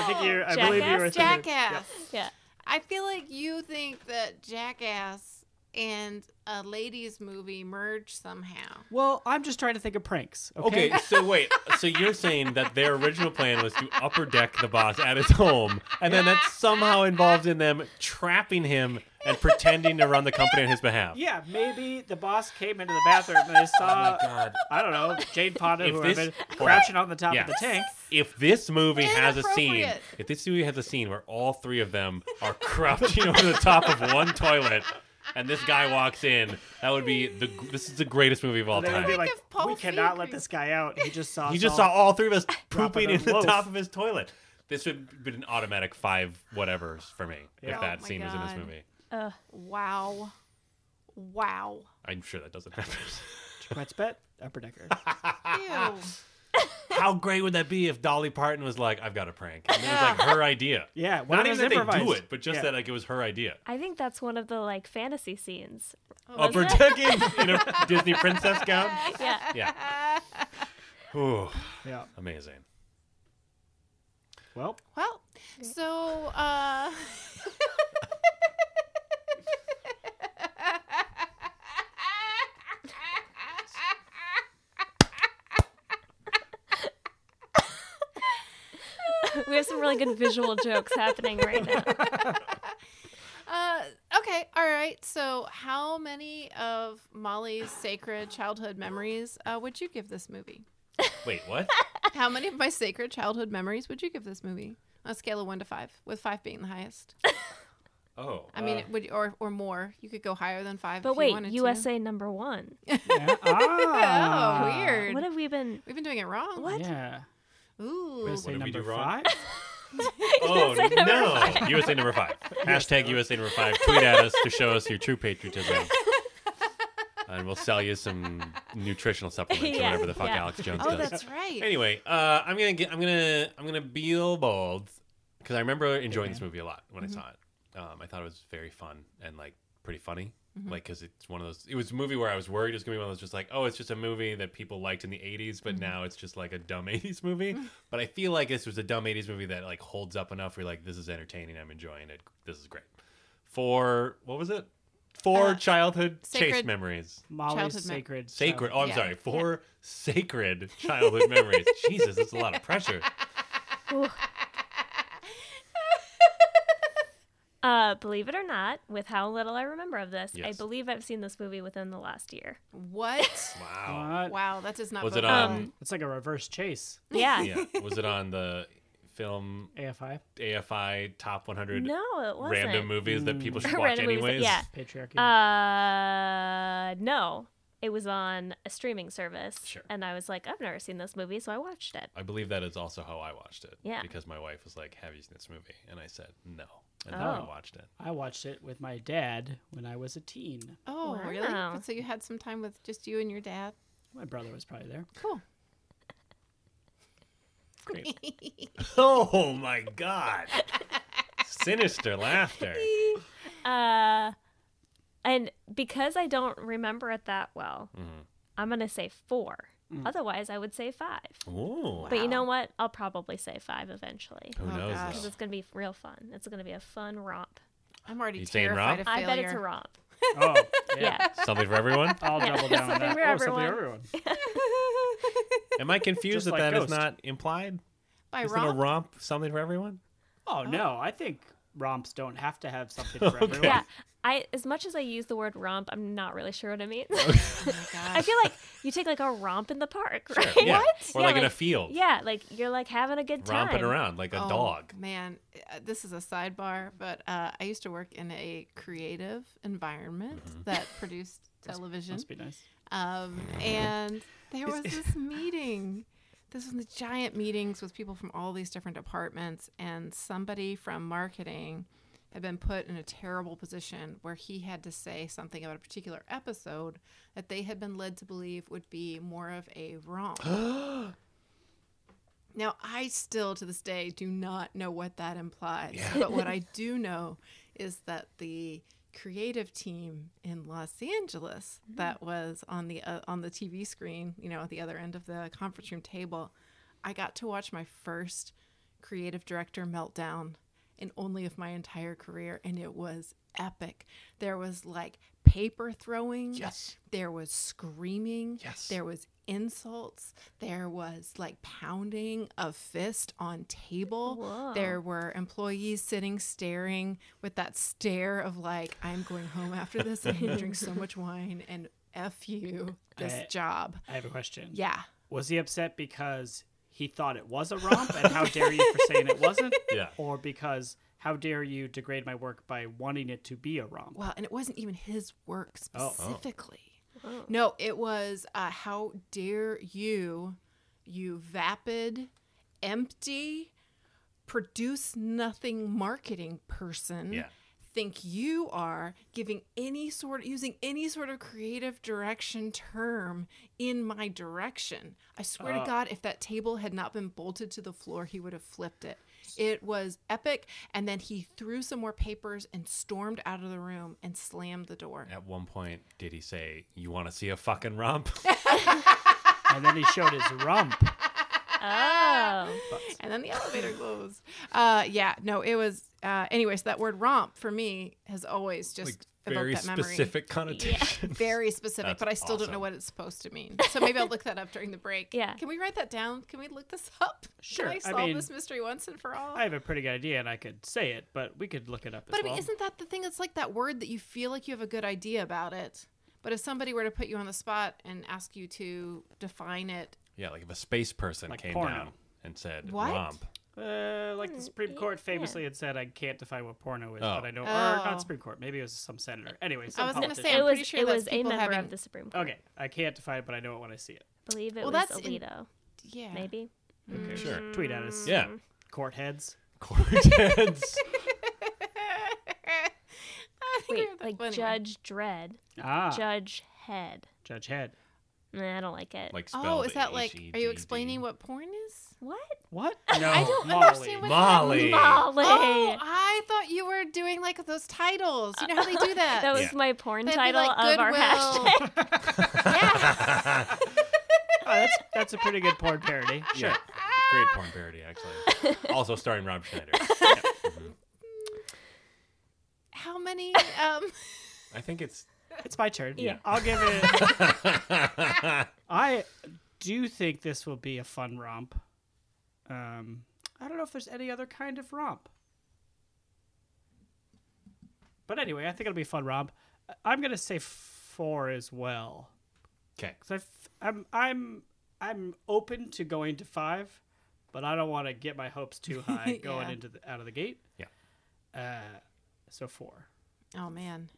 C: think you. I
E: Jackass?
C: believe you were thinking.
A: Jackass.
E: Yeah.
A: I feel like you think that Jackass and a ladies' movie merge somehow.
C: Well, I'm just trying to think of pranks. Okay.
D: Okay, so wait. So you're saying that their original plan was to upper deck the boss at his home, and then that somehow involved in them trapping him and pretending to run the company on his behalf.
C: Yeah, maybe the boss came into the bathroom and they
D: Oh
C: saw
D: my god.
C: I don't know, Jane Fonda,
D: If
C: who
D: this-
C: had been
D: Hold on.
C: crouching on the top
D: Yeah.
C: of the tank.
D: If this movie has a scene,
A: Inappropriate.
D: if this movie has a scene where all three of them are crouching over the top of one toilet, and this guy walks in, that would be the. This is the greatest movie of all
C: They would
D: time.
C: be like,
A: of Paul
C: we cannot
A: Feig.
C: let this guy out. He just saw.
D: He just
C: us
D: saw
C: all.
D: all three of us pooping
C: Dropping a
D: in the
C: loaf.
D: top of his toilet. This would have been an automatic five whatever's for me
C: Yeah.
D: if
A: Oh
D: that
A: my
D: scene was in this
A: God.
D: movie.
E: Uh,
A: Wow. Wow.
D: I'm sure that doesn't happen.
C: Tourette's bet, upper decker.
A: Ew. Oh,
D: How great would that be if Dolly Parton was like, "I've got a prank," and it was like her idea.
C: Yeah, one
D: Not
C: of
D: even
C: them's
D: that they do
C: improvised.
D: it, but just
C: Yeah.
D: that like it was her idea.
E: I think that's one of the like fantasy scenes.
A: Oh,
D: Upper
E: Wasn't
D: decking in a Disney princess gown.
E: Yeah.
D: Yeah. Ooh,
C: Yeah.
D: amazing.
C: Well,
A: Well, so uh
E: we have some really good visual jokes happening right now.
A: uh okay, all right. So how many of Molly's sacred childhood memories uh, would you give this movie?
D: Wait, what?
A: How many of my sacred childhood memories would you give this movie? On a scale of 1 to 5, with 5 being the highest.
D: Oh,
A: I mean,
D: uh,
A: it would or or more. You could go higher than 5
E: But
A: if you
E: wait,
A: wanted to.
E: USA number one.
C: yeah.
A: Oh,
C: ah,
A: weird.
E: What have we been?
A: We've been doing it wrong.
E: What?
C: Yeah.
A: Ooh.
C: We're gonna say
D: did we
C: number
D: do wrong?
C: five.
D: oh no, USA number five. Hashtag USA number five. Tweet at us to show us your true patriotism, and we'll sell you some nutritional supplements or
E: Yeah,
D: whatever the fuck
E: yeah.
D: Alex Jones
A: Oh,
D: does.
A: that's right.
D: Anyway, uh, I'm gonna get, I'm gonna I'm gonna be a little bold because I remember enjoying this movie a lot
A: Mm-hmm.
D: when I saw it. Um, I thought it was very fun and like pretty funny,
A: Mm-hmm.
D: like because it's one of those. It was a movie where I was worried it was gonna be one of those just like oh it's just a movie that people liked in the '80s,
A: Mm-hmm.
D: but now it's just like a dumb '80s movie.
A: Mm.
D: but I feel like this was a dumb '80s movie that like holds up enough where you're like this is entertaining, I'm enjoying it, this is great. For what was it? Four
A: Uh,
D: childhood chase
A: sacred-
D: memories.
C: Molly's
A: Childhood me-
C: sacred.
D: Sacred. Oh, I'm
A: Yeah.
D: sorry. Four sacred childhood memories. Jesus, that's a lot of pressure.
E: Uh, believe it or not, with how little I remember of this, I
D: Yes.
E: believe I've seen this movie within the last year.
A: What?
D: Wow.
C: What?
A: wow, that does not.
D: Was
A: bode
D: it
A: well.
D: um, on?
C: It's like a reverse chase.
E: Yeah.
D: yeah. Was it on the film
C: AFI.
D: AFI Top 100
E: No, it wasn't.
D: random movies that people should watch
E: Random movies,
D: anyways?
E: yeah.
C: Patriarchy.
E: Uh, no. it was on a streaming service,
D: Sure.
E: and I was like, I've never seen this movie, so I watched it.
D: I believe that is also how I watched it.
E: Yeah.
D: Because my wife was like, "Have you seen this movie?" And I said, "No." And then I
C: Oh.
D: watched it.
C: I watched it with my dad when I was a teen.
A: Oh, really?
E: Wow.
A: But So you had some time with just you and your dad?
C: My brother was probably there.
A: Cool.
C: Great.
D: Oh my god! Sinister laughter.
E: Uh, and because I don't remember it that well,
D: Mm-hmm.
E: I'm gonna say four. Otherwise, I would say five.
D: Ooh.
E: But you know
A: Wow.
E: what? I'll probably say five eventually.
D: Who
A: Oh,
D: knows?
A: gosh.
D: though?
E: Because it's gonna be real fun. It's gonna be a fun romp.
A: I'm already
D: You saying
A: terrified
D: romp?
A: of
E: I
A: failure.
E: bet it's a romp.
C: Oh, yeah.
E: Yeah.
D: Something for everyone.
C: I'll double down on
E: Something
C: that.
E: for
C: oh, something
E: everyone.
C: for everyone.
D: Am I confused
C: Just
D: that
C: like
D: that is
C: Ghost.
D: not implied?
A: By
D: Isn't a
A: romp?
D: romp something for everyone?
C: Oh, no, I think romps don't have to have something for everyone.
E: Yeah. I as much as I use the word romp, I'm not really sure what it means.
A: Oh my gosh.
E: I feel like you take like a romp in the park, right?
D: Yeah. Or
E: Yeah,
D: like in a field,
E: Yeah, like you're like having a good time.
D: romping around like a
A: Oh,
D: dog.
A: Man, uh, this is a sidebar, but uh, I used to work in a creative environment
D: Mm-hmm.
A: that produced television.
C: Must be nice.
A: Um, and there was this meeting. This was the giant meetings with people from all these different departments, and somebody from marketing had been put in a terrible position where he had to say something about a particular episode that they had been led to believe would be more of a romp. Now, I still to this day do not know what that implies. But what I do know is that the creative team in Los Angeles that was on the uh, on the TV screen, you know, at the other end of the conference room table, I got to watch my first creative director meltdown and only of my entire career and it was epic. There was like paper throwing.
D: Yes.
A: There was screaming.
D: Yes.
A: There was insults. There was like pounding of fist on table.
E: Whoa.
A: There were employees sitting staring with that stare of like, I'm going home after this. I'm going to drink so much wine and F you this
C: I-
A: job.
C: I have a question.
A: Yeah.
C: Was he upset because he thought it was a romp and how dare you for saying it wasn't?
D: Yeah.
C: Or because how dare you degrade my work by wanting it to be a romp?
A: Well, and it wasn't even his work
C: Oh. Oh.
A: specifically. No, it was uh, how dare you, you vapid, empty, produce nothing marketing person.
D: Yeah.
A: Think you are giving any sort using any sort of creative direction term in my direction. I swear to
D: Uh.
C: Oh.
A: God, if that table had not been bolted to the floor, he would have flipped it. It was epic. And then he threw some more papers and stormed out of the room and slammed the door.
D: At one point, did he say, "You want to see a fucking romp?"
C: And then he showed his rump.
E: Oh.
A: and then the elevator closed. Uh, yeah, no, it was. Uh, anyway, so that word romp for me has always just
D: like
A: evoked
D: very
A: that memory.
D: specific connotation.
A: Very specific,
D: That's
A: but I still don't know
D: awesome.
A: what it's supposed to mean. So maybe I'll look that up during the break.
E: Yeah.
A: Can we write that down? Can we look this up?
C: Sure,
A: Can I
C: I
A: solve
C: mean-
A: this mystery once and for all?
C: I have a pretty good idea and I could say it, but we could look it up as
A: But I mean,
C: well.
A: isn't that the thing? It's like that word that you feel like you have a good idea about it, but if somebody were to put you on the spot and ask you to define it,
D: Yeah, like if a space person
C: Like
D: came
C: porno.
D: down and said
A: What?
D: romp.
C: Uh, like
A: Hmm,
C: the Supreme
E: y-
C: Court famously had said, I can't define what porno is,
D: Oh.
C: but I know, or
A: Oh.
C: not Supreme Court, maybe it was some senator. Anyway, some
A: was gonna
C: politician.
A: say, I'm
E: it was
A: pretty sure
E: it
A: that's
E: was a
A: people
E: member
A: having-
E: of the Supreme Court.
C: Okay, I can't define it, but I know it when I see it.
E: I believe it
A: Well,
E: was
A: that's in-
E: Alito,
A: yeah, Mm.
E: maybe. Mm.
C: Okay.
D: Sure.
C: Tweet at us.
D: Yeah,
C: Court heads.
D: Cortez.
A: I think I
E: Wait,
A: heard that
E: like
A: one anyway.
E: Judge Dredd,
C: Ah,
E: Judge Head.
C: Judge Head.
E: Nah, I don't like it.
D: like
A: Oh,
D: spelled E
A: is that like? Are you
D: H-E-D-D.
A: explaining what porn is?
E: what?
C: What? No,
A: I don't
C: Molly.
A: understand what
D: Molly?
E: Molly.
A: Oh, I thought you were doing like those titles. You know how they do that.
E: That was
D: Yeah.
E: my porn
A: They'd be
E: title
A: like,
E: of our
A: Goodwill.
E: hashtag.
A: yeah.
C: Oh, that's that's a pretty good porn parody. Sure.
D: Yeah, great porn parody actually. also starring Rob Schneider.
A: How many? Um,
D: I think it's
C: It's my turn.
E: Yeah.
C: I'll give it. I do think this will be a fun romp. Um, I don't know if there's any other kind of romp. But anyway, I think it'll be a fun romp. I- I'm gonna say four as well.
D: okay.
C: So I f- I'm I'm I'm open to going to five, but I don't want to get my hopes too high going
A: Yeah.
C: into the, out of the gate.
D: Yeah.
C: Uh, so four.
A: oh man.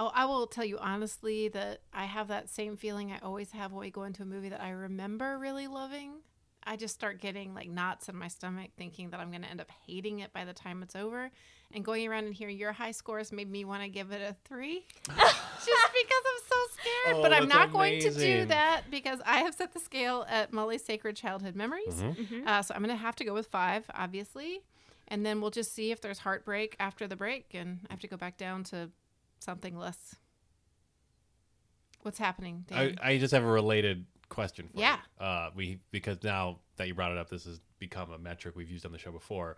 A: Oh, I will tell you honestly that I have that same feeling I always have when we go into a movie that I remember really loving. I just start getting like knots in my stomach thinking that I'm going to end up hating it by the time it's over. And going around and hearing your high scores made me want to give it a three just because I'm so scared.
D: Oh,
A: but I'm
D: that's
A: not going to do
D: amazing.
A: that because I have set the scale at Molly's Sacred Childhood Memories.
D: Mhm.
E: Mhm.
A: Uh, so I'm going to have to go with five, obviously. And then we'll just see if there's heartbreak after the break. And I have to go back down to something less. What's happening,
D: I,
A: Dan?
D: I just have a related question for
A: Yeah.
D: you. Uh, we because now that you brought it up, this has become a metric we've used on the show before.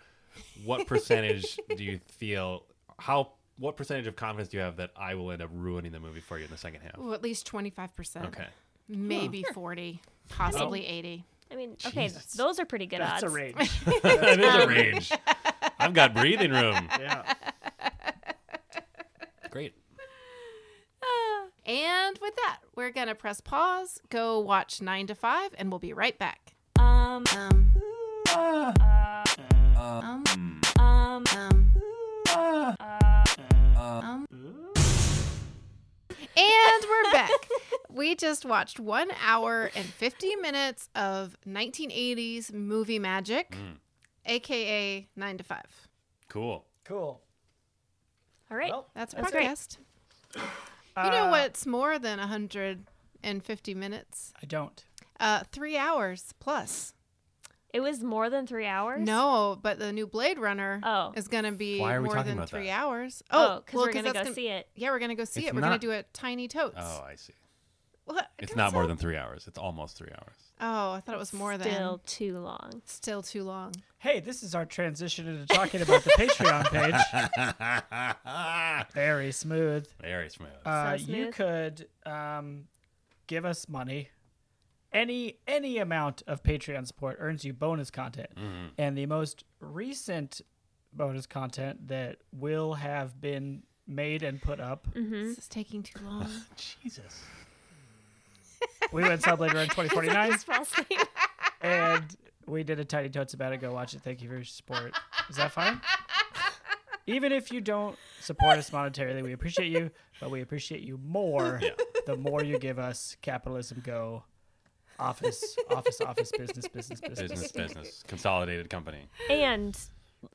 D: What percentage do you feel? How? What percentage of confidence do you have that I will end up ruining the movie for you in the second half?
A: Ooh, at least 25%.
D: Okay.
A: Maybe 40, possibly 80.
E: I mean, okay,
D: Jesus.
E: those are pretty good
C: That's a
E: odds.
C: range.
D: that is a range. I've got breathing room.
C: yeah.
D: Great.
A: And with that, we're going to press pause, go watch 9 to 5, and we'll be right back.
E: Um,
A: Um,
E: um,
A: um, um. And we're back. We just watched one hour and 50 minutes of 1980s movie magic, aka 9 to 5.
D: Cool.
B: Cool.
E: all right.
B: Well,
A: That's a
E: That's great.
A: podcast. You know what's more than 150 minutes?
C: I don't.
A: Uh, three hours plus.
E: It was more than three hours?
A: No, but the new Blade Runner
E: Oh.
A: is going to be
D: Why are we
A: more
D: talking
A: than
D: about
A: three
D: that?
A: hours.
E: Oh, because
A: well,
E: we're going to
A: that's
E: go
A: gonna-
E: see it.
A: Yeah, we're going to go see
D: It's
A: it. We're going
D: not-
A: to do a tiny totes.
D: Oh, I see.
A: What?
D: It's
A: Guys,
D: not more
A: I-
D: than three hours. It's almost three hours.
A: Oh, I thought it was more than.
E: Still too long.
A: Still too long.
C: Hey, this is our transition into talking about the Patreon page. Very smooth.
D: Very smooth.
C: Uh,
E: So
C: you
E: smooth.
C: could um, give us money. Any any amount of Patreon support earns you bonus content, and the most recent bonus content that will have been made and put up.
E: Hmm?
A: This is taking too long.
C: Jesus. we went Sublater in 2049,
E: Fall asleep. Ah!
C: and we did a Tiny Totes about it. Go watch it. Thank you for your support. Is that fine? Even if you don't support us monetarily, we appreciate you, but we appreciate you more
D: Yeah.
C: the more you give us. Capitalism go. Office, office, office, business, business, business.
D: business, business, consolidated company.
E: and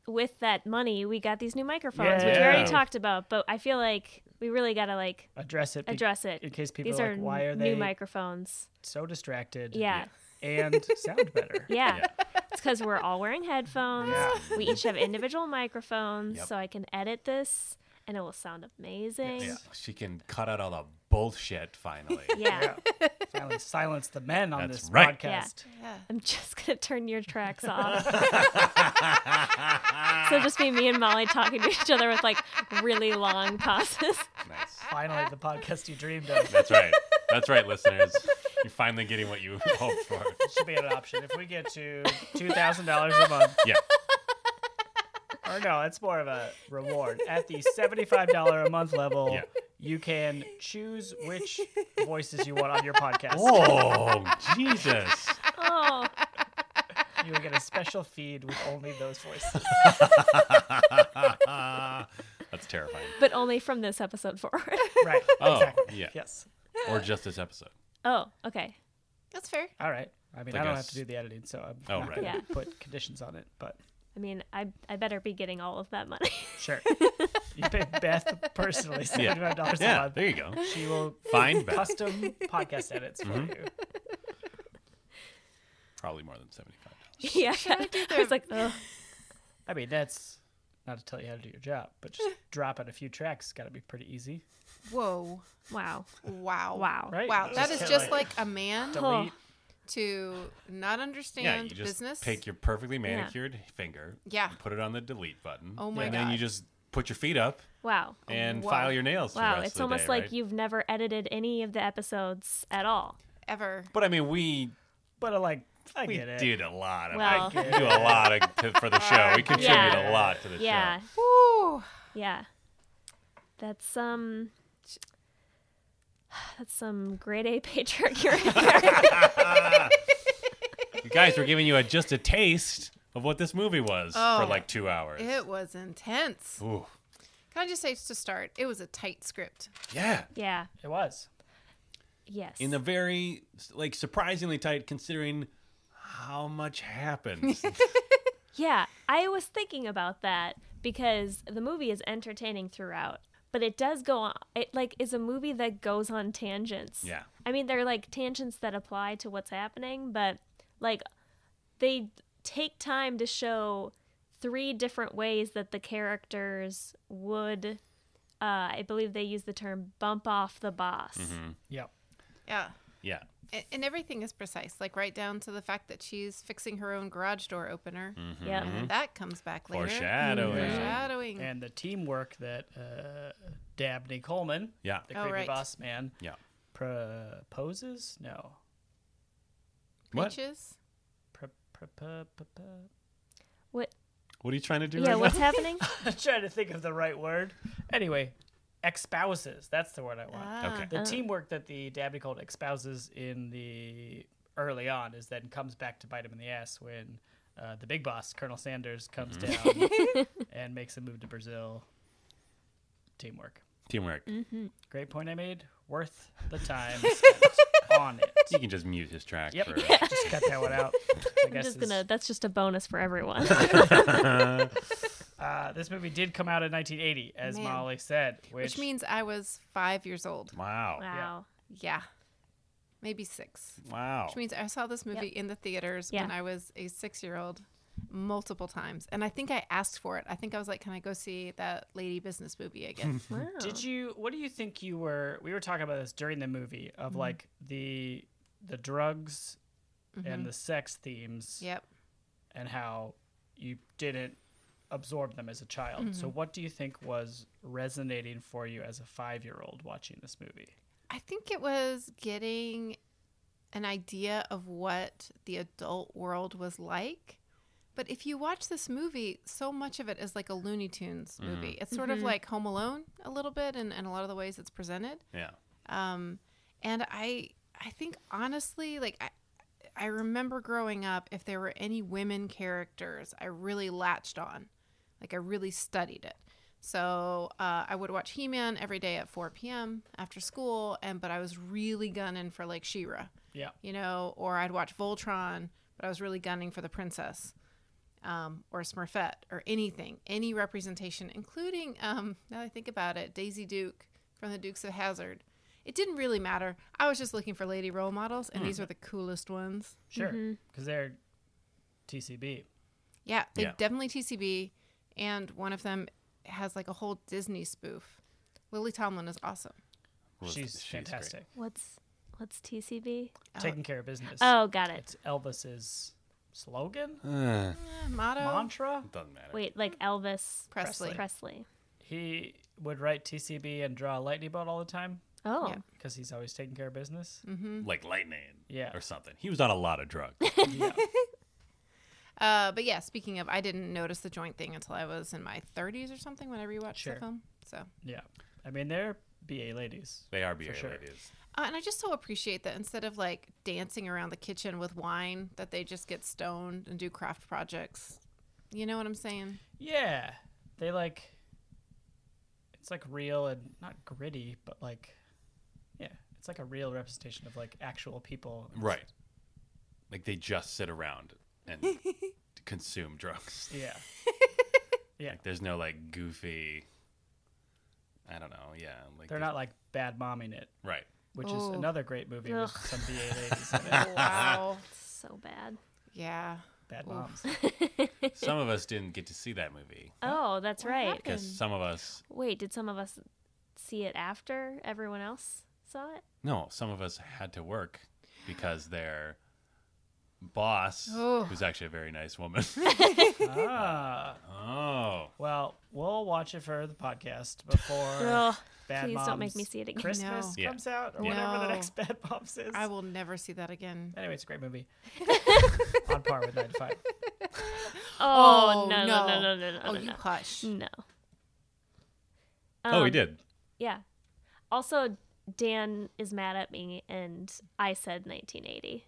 E: with that money, we got these new microphones, which we
D: Yeah.
E: already talked about, but I feel like we really got to like
C: Address it. be-
E: address it.
C: in case people
E: These
C: are
E: are
C: like, why are
E: n-
C: they
E: new microphones.
C: so distracted?
E: Yeah.
C: And sound better.
E: Yeah. It's because we're all wearing headphones.
C: Yeah.
E: We each have individual microphones,
D: Yep.
E: so I can edit this and it will sound amazing.
D: Yeah. She can cut out all the bullshit finally.
E: Yeah.
C: Yeah. Finally, silence the men on
D: That's
C: this
D: right.
E: Yeah.
C: podcast.
A: Yeah.
E: I'm just going to turn your tracks off. so just be me and Molly talking to each other with like really long pauses.
D: nice.
C: Finally, the podcast you dreamed of.
D: That's right. That's right, listeners. You're finally getting what you hoped for.
C: should be an option. If we get to two thousand dollars a month,
D: Yeah.
C: or no, it's more of a reward. At the seventy-five dollar a month level,
D: Yeah.
C: you can choose which voices you want on your podcast.
D: Oh, Jesus.
E: Oh,
C: You will get a special feed with only those voices.
D: That's terrifying.
E: but only from this episode forward.
C: Right.
D: Oh,
C: Exactly.
D: yeah.
C: Yes.
D: Or just this episode.
E: Oh, okay.
A: That's fair.
C: All right. I mean,
D: I
C: I, don't
D: guess-
C: have to do the editing, so I'm
D: Oh,
C: not
D: right.
C: gonna
E: Yeah.
C: put conditions on it. But
E: I mean, I I better be getting all of that money.
C: sure, you pay Beth personally seventy-five dollars a
D: Yeah,
C: month.
D: there you go. Mm-hmm.
C: She will
D: Fine, but
C: custom podcast edits for you.
D: probably more than 75
E: yeah. I, was like, oh,
C: I mean, that's not to tell you how to do your job, but just dropping a few tracks got to be pretty easy.
A: Whoa.
E: wow,
A: Wow.
E: wow.
C: Right?
A: Wow.
C: Just
A: That is
C: kinda
A: just like a man
C: Delete.
A: to not
D: Yeah, you
A: understand
D: just
A: business.
D: take your perfectly manicured finger,
A: Yeah.
D: and put it on the delete button.
A: Oh my
D: and then you
A: God.
D: just put your feet up
E: Wow.
D: and
A: Whoa.
D: file your nails. for the
E: Wow.
D: rest of
E: It's
D: the
E: almost
D: day,
E: like
D: right?
E: you've never edited any of the episodes at all.
A: Ever.
D: But I mean, we
C: But uh, like, I
D: we
C: get it.
D: did a lot of.
E: Well,
D: We do a lot of, to, for the show. We contribute
E: Yeah.
D: a lot to the
E: yeah.
A: Woo.
E: Yeah. That's um that's some grade A patriarchy right there.
D: show. You guys, we're giving you a, just a taste of what this movie was
A: Oh.
D: for like two hours.
A: It was intense.
D: Ooh,
A: Can I just say to start, it was a tight script.
D: Yeah.
E: Yeah.
C: It was.
E: Yes.
D: In a very like surprisingly tight considering how much happens.
E: Yeah, I was thinking about that because the movie is entertaining throughout, but it does go on. It like is a movie that goes on tangents.
D: yeah.
E: I mean, they're like tangents that apply to what's happening, but like they take time to show three different ways that the characters would. Uh, I believe they use the term "bump off the boss."
A: Mm-hmm.
C: Yep.
A: Yeah.
D: Yeah.
A: And, and everything is precise, like right down to the fact that she's fixing her own garage door opener.
E: Yep.
A: And then that comes back later.
D: Mm-hmm. Foreshadowing.
E: Mm-hmm.
A: Foreshadowing.
C: And the teamwork that uh, Dabney Coleman,
D: Yeah.
C: the
A: Oh,
C: creepy
A: right.
C: boss man,
D: Yeah.
C: proposes? No.
D: What?
A: Preaches.
C: Pro- pro- pro- pro- pro-
E: What?
D: What are you trying to do
E: Yeah,
D: right
E: what's
D: now?
E: happening?
C: I'm trying to think of the right word. Anyway, espouses. That's the word I want.
A: Ah.
D: Okay.
C: The teamwork that the Dabney Coleman espouses in the early on is then comes back to bite him in the ass when uh, the big boss, Colonel Sanders, comes down and makes a move to Brazil. Teamwork.
D: Teamwork.
E: Mm-hmm.
C: Great point I made. Worth the time spent on it.
D: You can just mute his track
C: Yep.
D: for
C: Just cut that one out. I
E: I'm
C: guess
E: just
C: is-
E: gonna. That's just a bonus for everyone.
C: uh, this movie did come out in 1980, as
A: Man.
C: Molly said, which,
A: Which means I was five years old.
D: Wow.
E: wow.
A: Yeah. Maybe six.
D: Wow.
A: Which means I saw this movie in the theaters when
E: Yeah.
A: I was a six year old multiple times. And I think I asked for it. I think I was like, can I go see that lady business movie again?
E: Wow.
C: Did you? What do you think you were? We were talking about this during the movie of like the the drugs and the sex themes,
A: Mm-hmm. yep.
C: and how you didn't absorb them as a child. So, what do you think was resonating for you as a five year old watching this movie?
A: I think it was getting an idea of what the adult world was like. But if you watch this movie, so much of it is like a Looney Tunes movie. It's sort of like Home Alone a little bit, and, and a lot of the ways it's presented.
D: Yeah.
A: um, and I I think honestly, like I, I remember growing up, if there were any women characters, I really latched on, like I really studied it. So uh, I would watch He Man every day at 4 p.m. after school, and but I was really gunning for like She-Ra,
C: Yeah,
A: you know, or I'd watch Voltron, but I was really gunning for the princess. Um, or Smurfette, or anything, any representation, including um, now that I think about it, Daisy Duke from the Dukes of Hazard. It didn't really matter. I was just looking for lady role models, and these were the coolest ones.
C: sure, because they're TCB.
A: Yeah, they
D: Yeah.
A: definitely TCB, and one of them has like a whole Disney spoof. Lily Tomlin is awesome.
D: Well,
C: she's,
D: great.
C: fantastic,
E: What's What's TCB?
C: taking care of business.
E: Oh, got it.
C: It's Elvis's slogan,
D: Ugh,
A: Eh, motto
C: mantra.
D: doesn't matter.
E: Wait, like Elvis
A: Presley.
E: Presley.
C: He would write TCB and draw a lightning bolt all the time
E: Oh,
A: Yeah.
C: because he's always taking care of business.
A: Mm. Mm-hmm.
D: Like lightning.
C: Yeah.
D: Or something. He was on a lot of drugs.
A: Uh, but yeah, speaking of, I didn't notice the joint thing until I was in my 30s or something when I rewatched
C: Sure.
A: the film. So,
C: Yeah. I mean, they're BA ladies.
D: They are BA
C: sure.
D: ladies.
A: uh, and I just so appreciate that instead of like dancing around the kitchen with wine, that they just get stoned and do craft projects. You know what I'm saying?
C: Yeah. They like, it's like real and not gritty, but like, yeah, it's like a real representation of like actual people.
D: Right. Like they just sit around and consume drugs.
C: Yeah. yeah.
D: Like there's no like goofy I don't know, yeah. Like
C: They're
D: there's-
C: not like bad momming it,
D: right.
C: which
A: Oh.
C: is another great movie with
E: Ugh.
C: some BA ladies in it.
A: Wow.
E: so bad.
A: yeah.
E: Oh.
C: Bad moms.
D: Some of us didn't get to see that movie.
E: Oh, that's
A: What
E: right.
A: happened?
D: Because some of us
E: Wait, did some of us see it after everyone else saw it?
D: No, some of us had to work because their boss,
A: Oh.
D: who's actually a very nice woman.
C: ah.
D: oh,
C: Well, we'll watch it for the podcast before
E: Ugh,
C: Bad
E: please
C: Moms
E: don't make me see it again.
C: Christmas
A: No.
D: Yeah.
C: comes out or
D: Yeah.
C: whatever the
A: No.
C: next Bad Moms is.
A: I will never see that again.
C: Anyway, it's a great movie. On par with 9 to 5.
E: Oh,
A: Oh,
E: no, no, no,
A: no.
E: no, no, no,
A: Oh,
E: no, Mm,
A: you
E: no.
A: hush.
E: No.
D: oh, we
E: Um,
D: did.
E: Yeah. Also, Dan is mad at me, and I said 1980.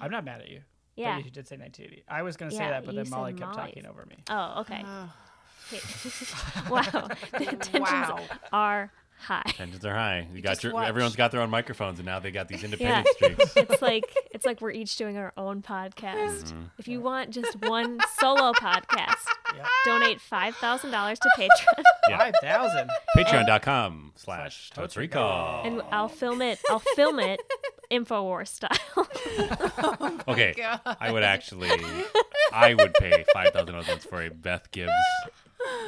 C: I'm not mad at you. but
E: Yeah.
C: you did say 1980. I was going to say
E: Yeah,
C: that, but
E: you
C: then Molly
E: said
C: kept
E: Molly's.
C: talking over me.
E: Oh, okay.
A: Oh,
E: wow, the tensions
A: Wow.
E: are high.
D: Tensions are high. You, got
A: just
D: your
A: watch.
D: everyone's got their own microphones, and now they got these
E: Yeah.
D: independent streaks.
E: It's like it's like we're each doing our own podcast.
D: Mm-hmm.
E: If you want just one solo podcast,
C: Yep.
E: donate five thousand dollars to Patreon,
D: Yeah.
C: Five thousand.
D: Patreon.com
C: Slash
D: slash Totes
C: Totes
D: Recall.
E: and I'll film it. I'll film it, Infowar style.
D: Okay,
A: God.
D: I would actually, I would pay five thousand dollars for a Beth Gibbs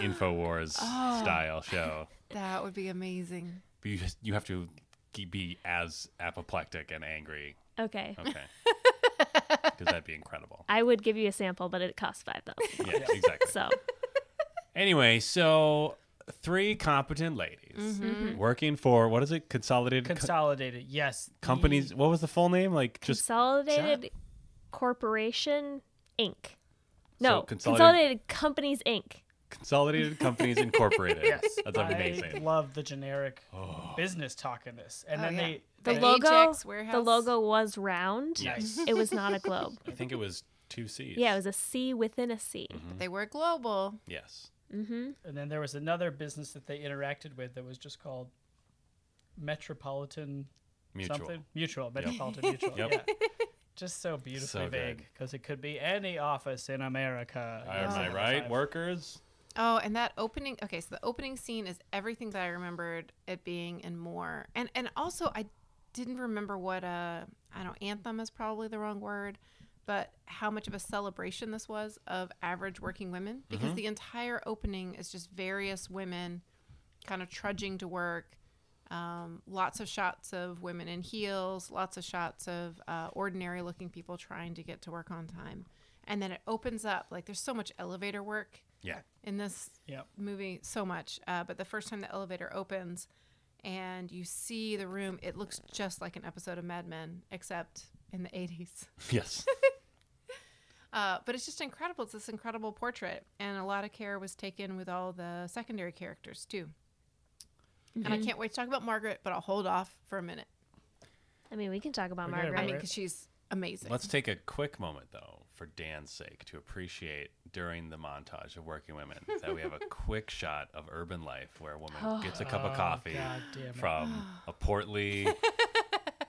D: Infowars style show.
A: That would be amazing.
D: But you just, you have to ke- be as apoplectic and angry.
E: okay,
D: Okay, because that'd be incredible.
E: I would give you a sample, but it costs five thousand.
D: Yeah, exactly.
E: So
D: Anyway, so three competent ladies working for what is it? Consolidated co-
C: Consolidated. Yes. the-
D: companies. What was the full name? Like just
E: Consolidated Corporation Inc. No,
D: So
E: consolidated...
D: Consolidated-
E: Companies Inc.
D: Consolidated Companies Incorporated.
C: Yes.
D: that's amazing. Oh.
C: I love the generic business talk in this, and
A: Oh,
C: then
A: yeah.
C: they
E: The
C: they-
E: logo,
A: Ajax
E: the
A: Warehouse.
E: logo was round.
C: Nice.
E: It was not a globe.
D: I think it was two C's. Mm-hmm.
E: yeah, it was a C within a C. Mm-hmm.
A: But they were global.
D: yes.
C: and then there was another business that they interacted with that was just called Metropolitan
D: Mutual.
C: something mutual Metropolitan Mutual.
D: Yep.
C: Yeah. Just so beautifully
D: So good.
C: vague because it could be any office in America.
D: Am I right, workers?
A: Oh, and that opening. Okay, so the opening scene is everything that I remembered it being and more. And and also I didn't remember what uh I don't anthem is probably the wrong word, but how much of a celebration this was of average working women because the entire opening is just various women kind of trudging to work. Um, lots of shots of women in heels, lots of shots of uh, ordinary looking people trying to get to work on time. And then it opens up like there's so much elevator work
D: Yeah.
A: in this
C: Yep.
A: movie so much. Uh, but the first time the elevator opens and you see the room, it looks just like an episode of Mad Men, except in the 80s.
D: Yes.
A: Uh, but it's just incredible. It's this incredible portrait. And a lot of care was taken with all the secondary characters, too. And I can't wait to talk about Margaret, but I'll hold off for a minute.
E: I mean, we can talk about
C: We gotta
A: I mean,
E: Margaret.
C: Margaret.
A: because she's amazing.
D: Let's take a quick moment, though, for Dan's sake, to appreciate during the montage of working women that we have a quick shot of urban life where a woman gets a cup of
C: Oh,
D: coffee
C: God damn it.
D: from a portly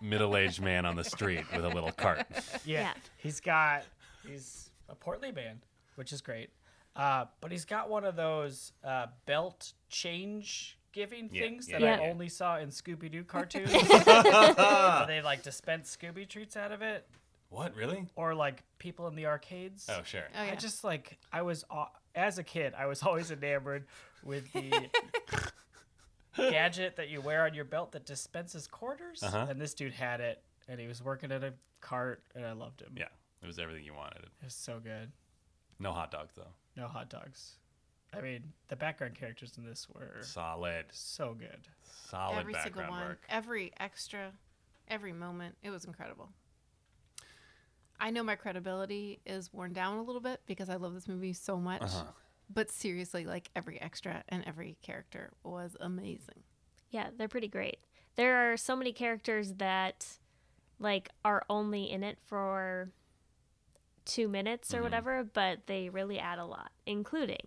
D: middle aged man on the street with a little cart.
C: Yeah.
E: Yeah.
C: He's got he's a portly man, which is great. Uh, but he's got one of those uh, belt change giving
D: Yeah,
C: things
D: yeah,
C: that I
E: yeah.
C: only saw in Scooby Doo cartoons. Where they like dispense Scooby treats out of it,
D: What, really?
C: or like people in the arcades.
D: Oh, sure.
A: oh, yeah.
C: I just like I was aw- as a kid, I was always enamored with the gadget that you wear on your belt that dispenses quarters.
D: Uh-huh.
C: And this dude had it, and he was working at a cart, and I loved him.
D: Yeah. It was everything you wanted.
C: it was so good.
D: No hot dogs, though.
C: No hot dogs. I mean, the background characters in this were
D: Solid,
C: so good.
D: solid
A: every single
D: background
A: one,
D: work.
A: every extra, every moment. It was incredible. I know my credibility is worn down a little bit because I love this movie so much. But seriously, like every extra and every character was amazing.
E: Yeah, they're pretty great. There are so many characters that like are only in it for two minutes or
C: Mm-hmm.
E: whatever, but they really add a lot, including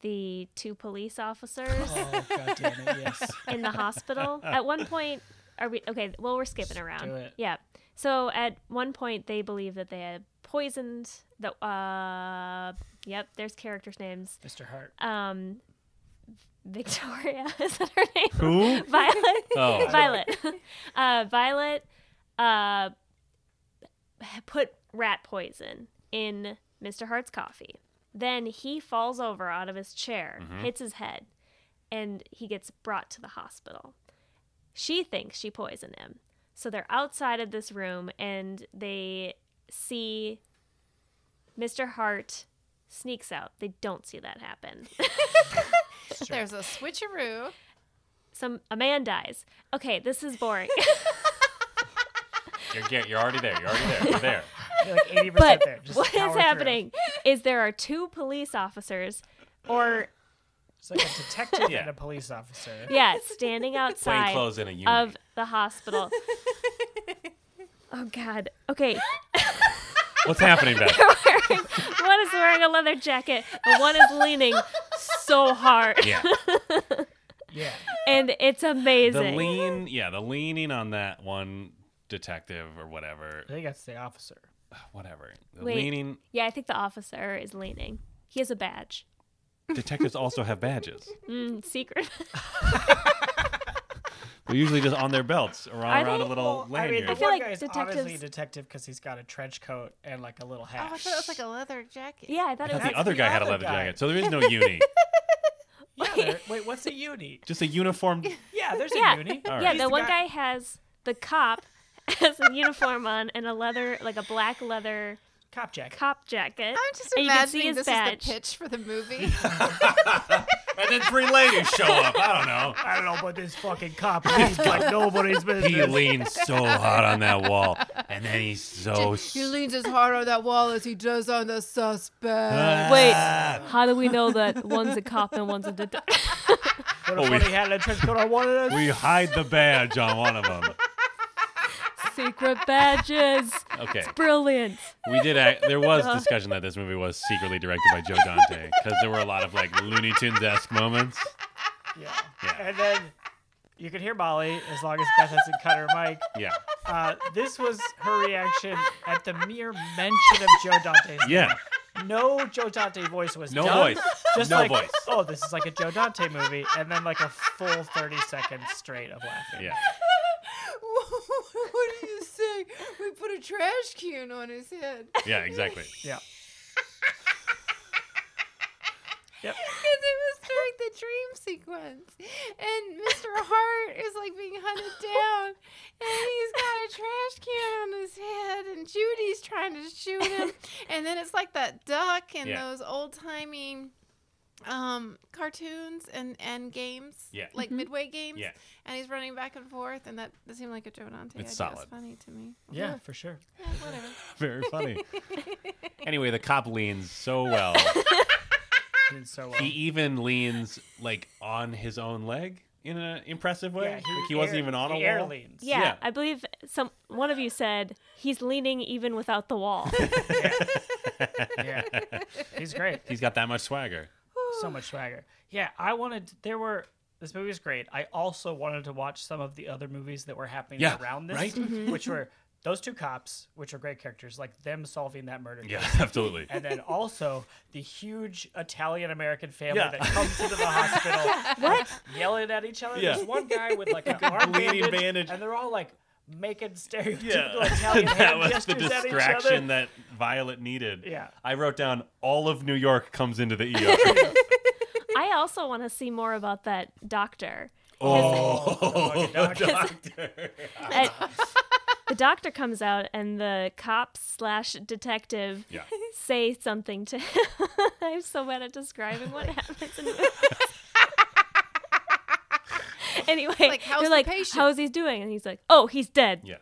E: the two police officers
C: Oh, God damn it, yes.
E: in the hospital. At one point, are we okay? Well, we're skipping around.
C: do it.
E: Yeah. So at one point, they believe that they had poisoned the. Uh, yep. There's characters' names.
C: Mr. Hart.
E: Um, Victoria is that her name?
D: Who?
E: Violet.
D: Oh.
E: Violet. Uh, Violet uh, put rat poison in Mr. Hart's coffee. Then he falls over out of his chair, hits his head, and he gets brought to the hospital. She thinks she poisoned him. So they're outside of this room and they see Mr. Hart sneaks out. They don't see that happen.
A: There's a switcheroo.
E: Some a man dies. Okay, this is boring.
D: You're, get- you're already there. You're already there. You're there.
C: You're like 80%
E: but
C: there. Just
E: what
C: power
E: is
C: through.
E: happening is there are two police officers or
C: It's like a detective
D: Yeah.
C: and a police officer.
E: yeah standing
D: Plain
E: outside
D: clothes in a unit.
E: of the hospital oh god okay
D: What's happening back? there?
E: wearing, one is wearing a leather jacket, and one is leaning so hard,
D: Yeah.
C: Yeah.
E: and it's
D: The
E: amazing.
D: lean, yeah, the leaning on that one detective or whatever,
C: I think that's the officer.
D: whatever. The
E: Wait.
D: leaning
E: yeah, I think the officer is leaning. He has a badge.
D: detectives also have badges.
E: Mm, secret.
D: They're usually just on their belts or on
E: Are
D: around
E: they?
D: a little
C: I mean,
D: lanyard.
C: the
E: I feel
C: one
E: like
C: guy's obviously a
E: detectives-
C: detective because he's got a trench coat and like a little
A: Oh,
C: hat.
A: I thought it was like a leather jacket.
E: yeah, I thought
D: I
E: it
D: thought
E: was.
D: the other
C: the
D: guy had a
C: other
D: leather
C: guy.
D: jacket, so there is no uni.
C: Yeah, there- wait, what's a uni?
D: Just a uniformed.
C: Yeah, there's
E: Yeah.
C: a uni.
D: All
E: Yeah,
D: right.
E: the one guy has the cop has a uniform on and a leather, like a black leather
C: Cop jack.
E: cop jacket.
A: I'm just
E: and you can see
A: imagining
E: his
A: this
E: badge.
A: is the pitch for the movie.
D: And then three ladies show up. I
C: I don't know, but this fucking cop is like nobody's
D: don't know. He
C: business.
D: leans so hard on that wall, and then he's so.
A: he leans as hard on that wall as he does on the suspect.
E: Wait,
D: Ah,
E: how do we know that one's a cop and one's a detective?
C: Put a
D: Oh, we-
C: funny hat and a trench coat on one of those.
D: We hide the badge on one of them.
E: Secret badges.
D: Okay.
E: Brilliant.
D: We did. Act, there was discussion that this movie was secretly directed by Joe Dante because there were a lot of like Looney Tunes esque moments.
C: Yeah.
D: Yeah.
C: And then you can hear Molly as long as Beth hasn't cut her mic.
D: Yeah.
C: Uh, this was her reaction at the mere mention of Joe Dante's
D: Yeah.
C: name. No Joe Dante voice was
D: No
C: done.
D: voice.
C: Just
D: No
C: like,
D: voice.
C: oh, this is like a Joe Dante movie, and then like a full 30 seconds straight of laughing.
D: Yeah.
A: what do you say? We put a trash can on his head.
D: Yeah. Exactly.
C: Yeah. Yep.
A: Because it was during the dream sequence. And Mr. Hart is like being hunted down. And he's got a trash can on his head. And Judy's trying to shoot him. And then it's like that duck and
D: Yeah.
A: those old timey um cartoons and and games
D: Yeah.
A: like midway games
D: Yeah.
A: and he's running back and forth and that, that seemed like a joe dante
D: It's
A: idea. It was
D: solid.
A: funny to me
C: Yeah, for sure.
A: yeah, whatever
D: Very funny. Anyway, the cop leans so well.
C: Did so well.
D: He even leans like on his own leg in an impressive way.
C: Yeah,
D: like he wasn't
C: air-
D: even on a
C: he
D: wall.
C: air leans.
E: Yeah,
D: Yeah.
E: I believe some one of you said he's leaning even without the wall.
C: Yeah. He's great.
D: He's got that much swagger.
C: so much swagger. Yeah, I wanted. There were this movie was great. I also wanted to watch some of the other movies that were happening
D: Yeah,
C: around this,
D: right?
C: which were those two cops, which are great characters, like them solving that murder.
D: Yeah,
C: case.
D: absolutely.
C: And then also the huge Italian American family
D: Yeah.
C: that comes into the hospital
E: What?
C: yelling at each other.
D: Yeah.
C: There's one guy with like an arm
D: bleeding
C: bandage,
D: bandage.
C: and they're all like making stereotypical Italian
D: that
C: hand
D: was the
C: gestures at each other.
D: distraction that Violet needed.
C: Yeah.
D: I wrote down all of New York comes into the ER.
E: I also want to see more about that doctor.
D: oh,
C: the fucking
D: doctor.
E: I- the doctor comes out and the cop slash detective
D: yeah.
E: say something to him. I'm so bad at describing what happens. In movies. anyway,
A: Like, how's
E: they're
A: the
E: like,
A: patient?
E: "How's he doing?" And he's like, "Oh, he's dead,"
D: Yeah.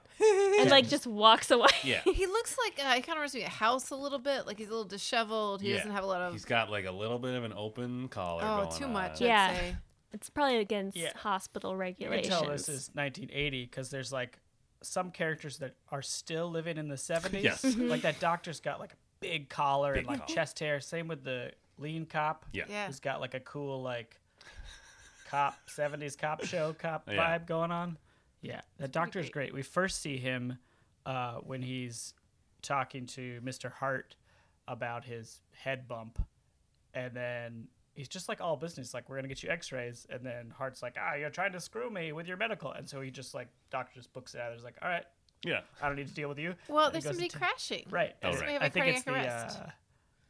E: and like just walks away.
D: Yeah.
A: he looks like uh, he kind of reminds me of house a little bit like he's a little disheveled he
D: Yeah.
A: doesn't have a lot
C: Um,
A: of
D: He's got like a little bit of an open collar.
A: Oh,
D: going
A: too
D: on.
A: much.
E: Yeah.
A: I'd say.
E: It's probably against
C: Yeah.
E: hospital
C: You can
E: regulations.
C: tell this is 1980 because there's like some characters that are still living in the 70s.
D: Yes.
C: Like that doctor's got like a big collar
D: Big
C: and like
D: collar.
C: chest hair. Same with the lean cop.
D: Yeah.
A: Yeah.
C: Who's got like a cool like cop 70s cop show cop
D: Yeah.
C: vibe going on. Yeah. The doctor's great. We first see him uh, when he's talking to Mr. Hart about his head bump and then he's just like all business like we're gonna get you x-rays and then hart's like ah you're trying to screw me with your medical and so he just like doctor just books it out he's like all right
D: Yeah.
C: i don't need to deal with you
A: Well,
C: And he
A: there's
C: goes
A: somebody
C: into-
A: crashing.
C: right
D: Oh,
C: and
D: right.
A: We have a
C: i think it's the
A: cardiac arrest.
C: uh,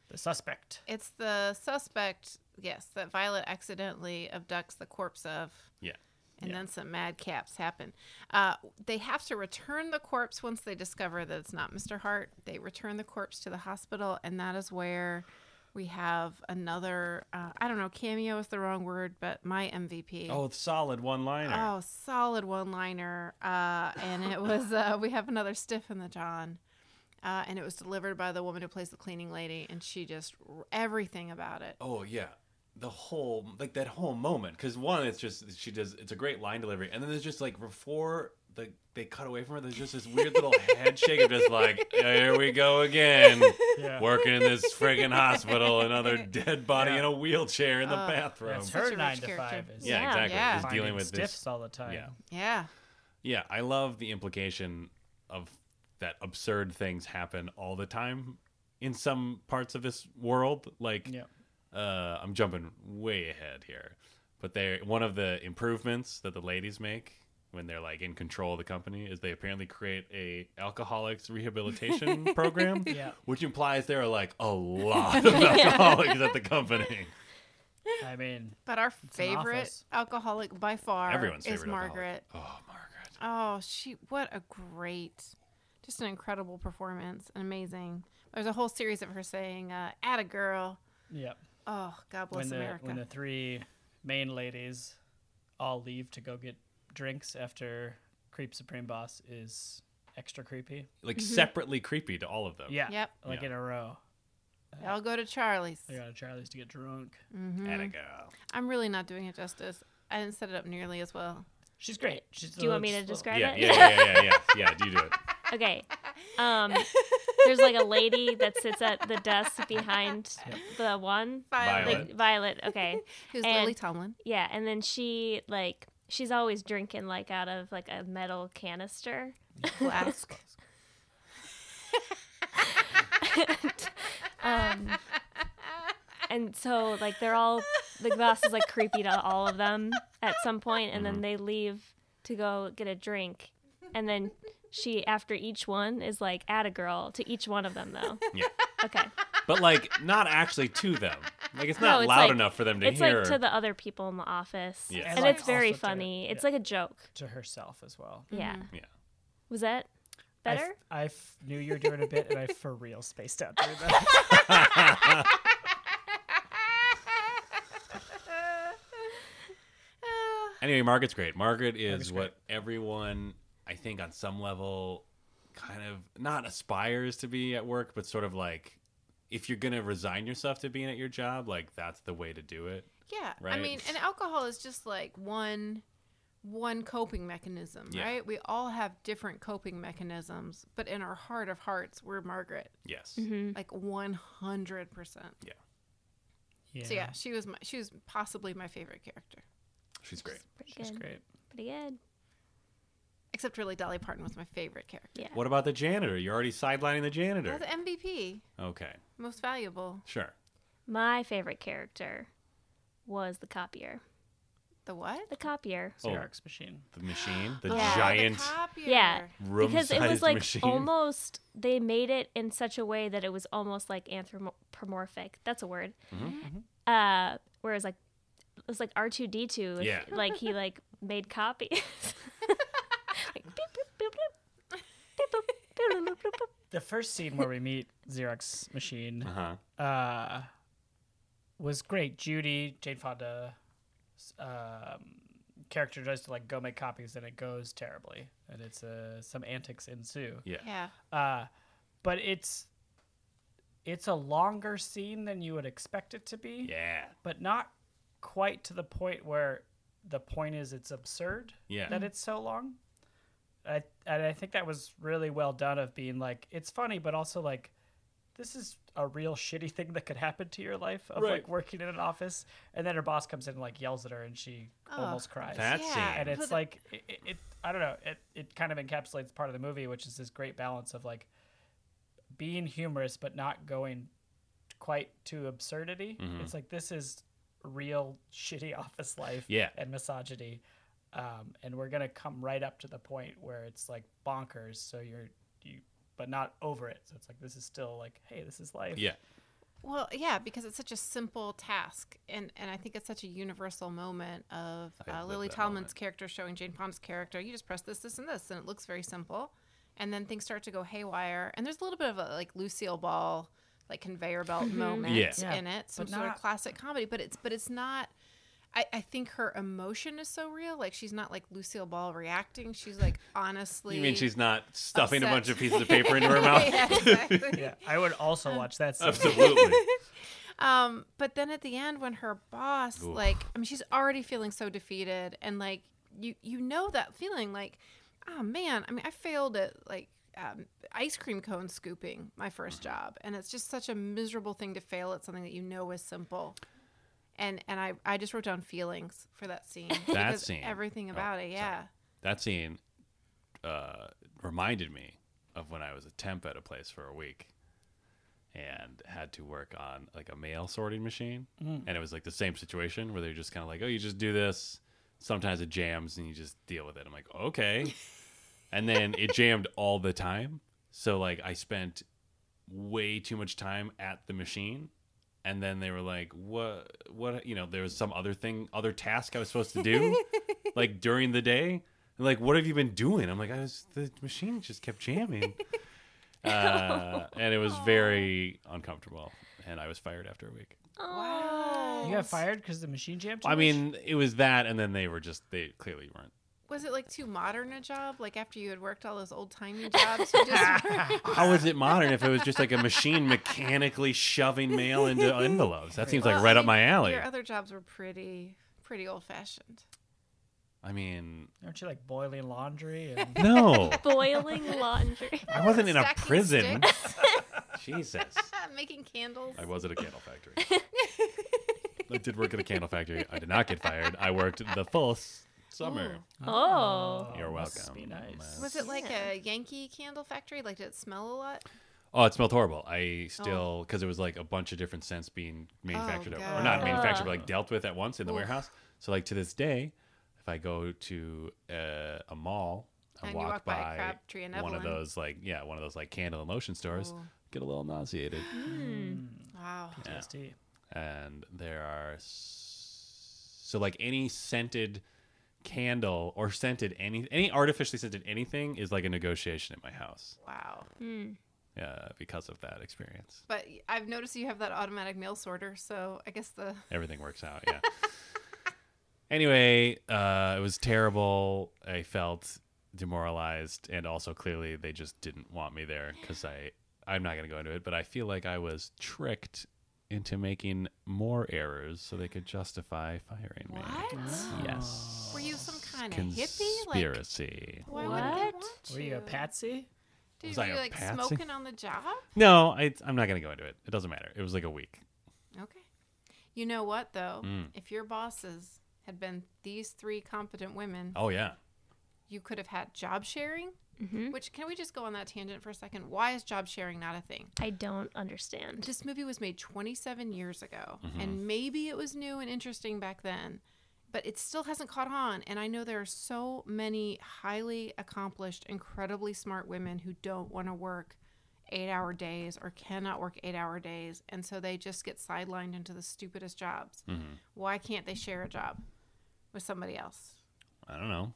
C: the suspect
A: It's the suspect, yes, that Violet accidentally abducts the corpse of,
D: Yeah.
A: and then some madcaps happen. Uh, they have to return the corpse once they discover that it's not Mr. Hart. They return the corpse to the hospital, and that is where we have another, uh, I don't know, cameo is the wrong word, but my MVP.
D: Oh, solid one liner.
A: Oh, solid one liner. Uh, and it was, uh, we have another stiff in the John. Uh, and it was delivered by the woman who plays the cleaning lady, and she just, everything about it.
D: Oh yeah, the whole like that whole moment because one, it's just she does it's a great line delivery, and then there's just like before the they cut away from her. There's just this weird little head shake of just like, here we go again,
C: Yeah.
D: working in this friggin' hospital, another dead body
C: Yeah.
D: in a wheelchair in the
A: Oh,
D: bathroom.
C: That's
A: Such a
C: her
A: rich
C: nine to
A: character.
C: five. Is
D: um, Yeah,
E: Yeah.
D: exactly.
A: Yeah.
D: Just dealing
C: finding
D: with
C: stiffs
D: this.
C: all the time.
D: Yeah.
A: Yeah.
D: Yeah, I love the implication of that absurd things happen all the time in some parts of this world. Like,
C: Yeah.
D: uh, I'm jumping way ahead here, but they one of the improvements that the ladies make when they're like in control of the company is they apparently create a alcoholics rehabilitation program,
C: Yeah.
D: which implies there are like a lot of alcoholics at the company.
C: I mean,
A: But our
C: an
A: favorite
C: office.
A: alcoholic by far
D: Everyone's
A: is
D: favorite alcoholic.
A: Margaret.
D: Oh, Margaret.
A: Oh, she what a great, just an incredible performance, amazing. There's a whole series of her saying, uh, "At a girl."
C: yeah.
A: Oh, God bless
C: when the
A: America.
C: when the three main ladies all leave to go get drinks after Creep Supreme Boss is extra creepy.
D: Like
E: Mm-hmm.
D: separately creepy to all of them.
C: Yeah.
A: Yep.
C: Like
D: Yeah.
C: in a row. uh,
A: They all go to Charlie's. Mm-hmm.
C: They go to Charlie's to get drunk.
E: Mm-hmm.
D: And a girl.
A: I'm really not doing it justice. I didn't set it up nearly as well.
C: She's great. She's
E: Do you want me to
C: describe?
E: describe
D: Yeah,
E: it?
D: yeah, yeah, yeah, yeah, yeah. Do you do it?
E: Okay. Um, there's like a lady that sits at the desk behind the one.
D: Violet.
E: Like Violet. Okay.
A: Who's
E: And-
A: Lily Tomlin?
E: Yeah, and then she like she's always drinking like out of like a metal canister.
A: Flask.
E: Um, and so like they're all the boss is like creepy to all of them at some point, and then they leave to go get a drink, and then she after each one is like at a girl to each one of them though.
D: Yeah.
E: Okay,
D: But like not actually to them. Like it's
E: No,
D: not
E: it's
D: loud
E: like-
D: enough for them to
E: it's
D: hear.
E: like to the other people in the office,
D: Yeah.
E: and
C: And, like,
E: it's very
C: also to-
E: funny. It's
C: yeah.
E: like a joke.
C: to herself as well.
E: Yeah.
A: mm.
D: Yeah.
E: Was that
C: I f-
E: better?
C: I f- knew you were doing a bit, and I for real spaced out through that.
A: Uh,
D: Anyway, Margaret's great. Margaret
C: Margaret's
D: is what everyone, I think, on some level, kind of not aspires to be at work, but sort of like, if you're gonna resign yourself to being at your job, like that's the way to do it.
A: Yeah, I
D: Right.
A: mean, and alcohol is just like one one coping mechanism,
D: Yeah.
A: right? We all have different coping mechanisms, but in our heart of hearts, we're Margaret,
D: Yes.
E: Mm-hmm.
A: like one hundred percent. So yeah, she was my, she was possibly my favorite character,
D: She's great.
E: Pretty
C: She's
E: good.
C: great.
E: Pretty good.
A: except really Dolly Parton was my favorite character.
E: Yeah.
D: What about the janitor? You're already sidelining the janitor.
A: That's MVP,
D: Okay.
A: most valuable.
D: Sure.
E: My favorite character was the copier.
A: The what?
E: The copier.
D: Oh.
C: Xerox machine.
D: The machine, the
A: Oh,
D: giant
A: The copier.
E: Yeah.
D: room
E: because it was like
D: machine.
E: almost they made it in such a way that it was almost like anthropomorphic. That's a word.
D: Mm-hmm.
E: Uh where it was like it was like R two D two.
D: Yeah.
E: Like he like made copies. like beep, boop, boop, boop. Beep, boop, boop, boop, boop, boop.
C: The first scene where we meet Xerox machine
D: Uh-huh.
C: uh, was great. Judy Jane Fonda um, character tries to like go make copies, and it goes terribly, and it's uh, some antics ensue.
D: Yeah.
A: Yeah.
C: Uh, but it's it's a longer scene than you would expect it to be.
D: Yeah.
C: but not quite to the point where the point is it's absurd
D: Yeah.
C: that it's so long. I and I think that was really well done of being like it's funny, but also like this is a real shitty thing that could happen to your life of
D: Right.
C: like working in an office, and then her boss comes in and like yells at her, and she
A: Oh.
C: almost cries.
D: That
A: Yeah.
D: scene.
C: and
A: it-
C: it's
A: But-
C: like it, it, it. I don't know. It it kind of encapsulates part of the movie, which is this great balance of like being humorous but not going quite to absurdity. It's like this is real shitty office life
D: Yeah.
C: and misogyny. Um, and we're gonna come right up to the point where it's like bonkers. So you're you, but not over it. So it's like this is still like, hey, this is life.
D: yeah.
A: Well, yeah, because it's such a simple task, and and I think it's such a universal moment of
D: I
A: uh,
D: love
A: Lily
D: that
A: Tomlin's
D: moment.
A: character showing Jane Pom's character. You just press this, this, and this, and it looks very simple, and then things start to go haywire. And there's a little bit of a like Lucille Ball like conveyor belt moment
D: Yeah.
C: Mm-hmm. Yeah,
A: in it, some
C: but
A: sort
C: not-
A: of classic comedy. But it's but it's not. I, I think her emotion is so real. Like she's not like Lucille Ball reacting. She's like honestly.
D: You mean she's not stuffing a
A: upset.
D: bunch of pieces of paper into her mouth?
A: Yeah, exactly.
C: Yeah, I would also watch that. Scene.
D: Absolutely.
A: Um, but then at the end, when her boss,
D: Oof.
A: like, I mean, she's already feeling so defeated, and like, you you know that feeling, like, oh man, I mean, I failed at like um, ice cream cone scooping my
D: Mm-hmm.
A: first job, and it's just such a miserable thing to fail at something that you know is simple. And and I I just wrote down feelings for that scene. because
D: scene.
A: everything
D: Oh,
A: about it, yeah.
D: That scene uh, reminded me of when I was a temp at a place for a week and had to work on like a mail sorting machine. And it was like the same situation where they're just kind of like, oh, you just do this. Sometimes it jams and you just deal with it. I'm like, okay. and then it jammed all the time. So like I spent way too much time at the machine. And then they were like, what, what, you know, there was some other thing, other task I was supposed to do like during the day. And, Like, what have you been doing? I'm like, I was the machine just kept jamming, uh, and it was very uncomfortable. And I was fired after a week.
E: Aw.
C: You got fired because the machine jammed. too
D: I
C: much?
D: mean, it was that, and then they were just they clearly weren't.
A: Was it like too modern a job? Like after you had worked all those old timey jobs, you just were-
D: How is it modern if it was just like a machine mechanically shoving mail into envelopes? That seems like
A: Well,
D: right
A: I
D: up
A: mean,
D: my alley.
A: Your other jobs were pretty pretty old fashioned.
D: I mean,
C: aren't you like boiling laundry? And...
D: no,
E: Boiling laundry.
D: I wasn't in a
A: Stacking
D: prison.
A: sticks,
D: Jesus,
A: making candles.
D: I was at a candle factory. I did work at a candle factory. I did not get fired. I worked the full s- summer.
A: Ooh.
E: Oh.
D: You're
C: must
D: welcome.
C: Be nice.
A: Was it like a Yankee candle factory? Like, did it smell a lot?
D: Oh, it smelled horrible. I still because it was like a bunch of different scents being manufactured at, or
A: Oh.
D: not
A: God.
D: manufactured, but
E: Ugh.
D: like dealt with at once in the
A: Oof.
D: warehouse. So like to this day, if I go to uh, a mall and,
A: And you
D: walk,
A: walk by Crabtree and
D: one of
A: Evelyn. Oh.
D: those like yeah one of those like candle and lotion stores,
A: Ooh.
D: get a little nauseated.
C: Hmm.
E: Hmm.
A: Hmm. Wow.
C: PTSD.
D: and there are s- so like any scented candle or scented any any artificially scented anything is like a negotiation at my house
A: Wow.
E: Hmm.
D: uh, because of that experience.
A: But I've noticed you have that automatic mail sorter, so I guess the
D: everything works out. Yeah. anyway, uh, it was terrible. I felt demoralized, and also clearly they just didn't want me there because I I'm not going to go into it, but I feel like I was tricked into making more errors so they could justify firing
A: what?
D: me. Yes.
C: Oh.
A: Were you some kind of hippie? Like,
D: Conspiracy.
A: why would they
E: What?
A: want you?
C: Were you a patsy?
A: Dude,
D: Was
A: were
D: I
A: you
D: a
A: like
D: patsy?
A: smoking on the job?
D: No, I, I'm not going to go into it. It doesn't matter. It was like a week.
A: Okay. You know what though?
D: Hmm.
A: If your bosses had been these three competent women,
D: Oh yeah.
A: you could have had job sharing.
E: Mm-hmm.
A: Which can we just go on that tangent for a second? Why is job sharing not a thing?
E: I don't understand.
A: This movie was made 27 years ago, and maybe it was new and interesting back then, but it still hasn't caught on. And I know there are so many highly accomplished, incredibly smart women who don't want to work eight hour days or cannot work eight hour days. And so they just get sidelined into the stupidest jobs.
D: Mm-hmm.
A: Why can't they share a job with somebody else?
D: I don't know.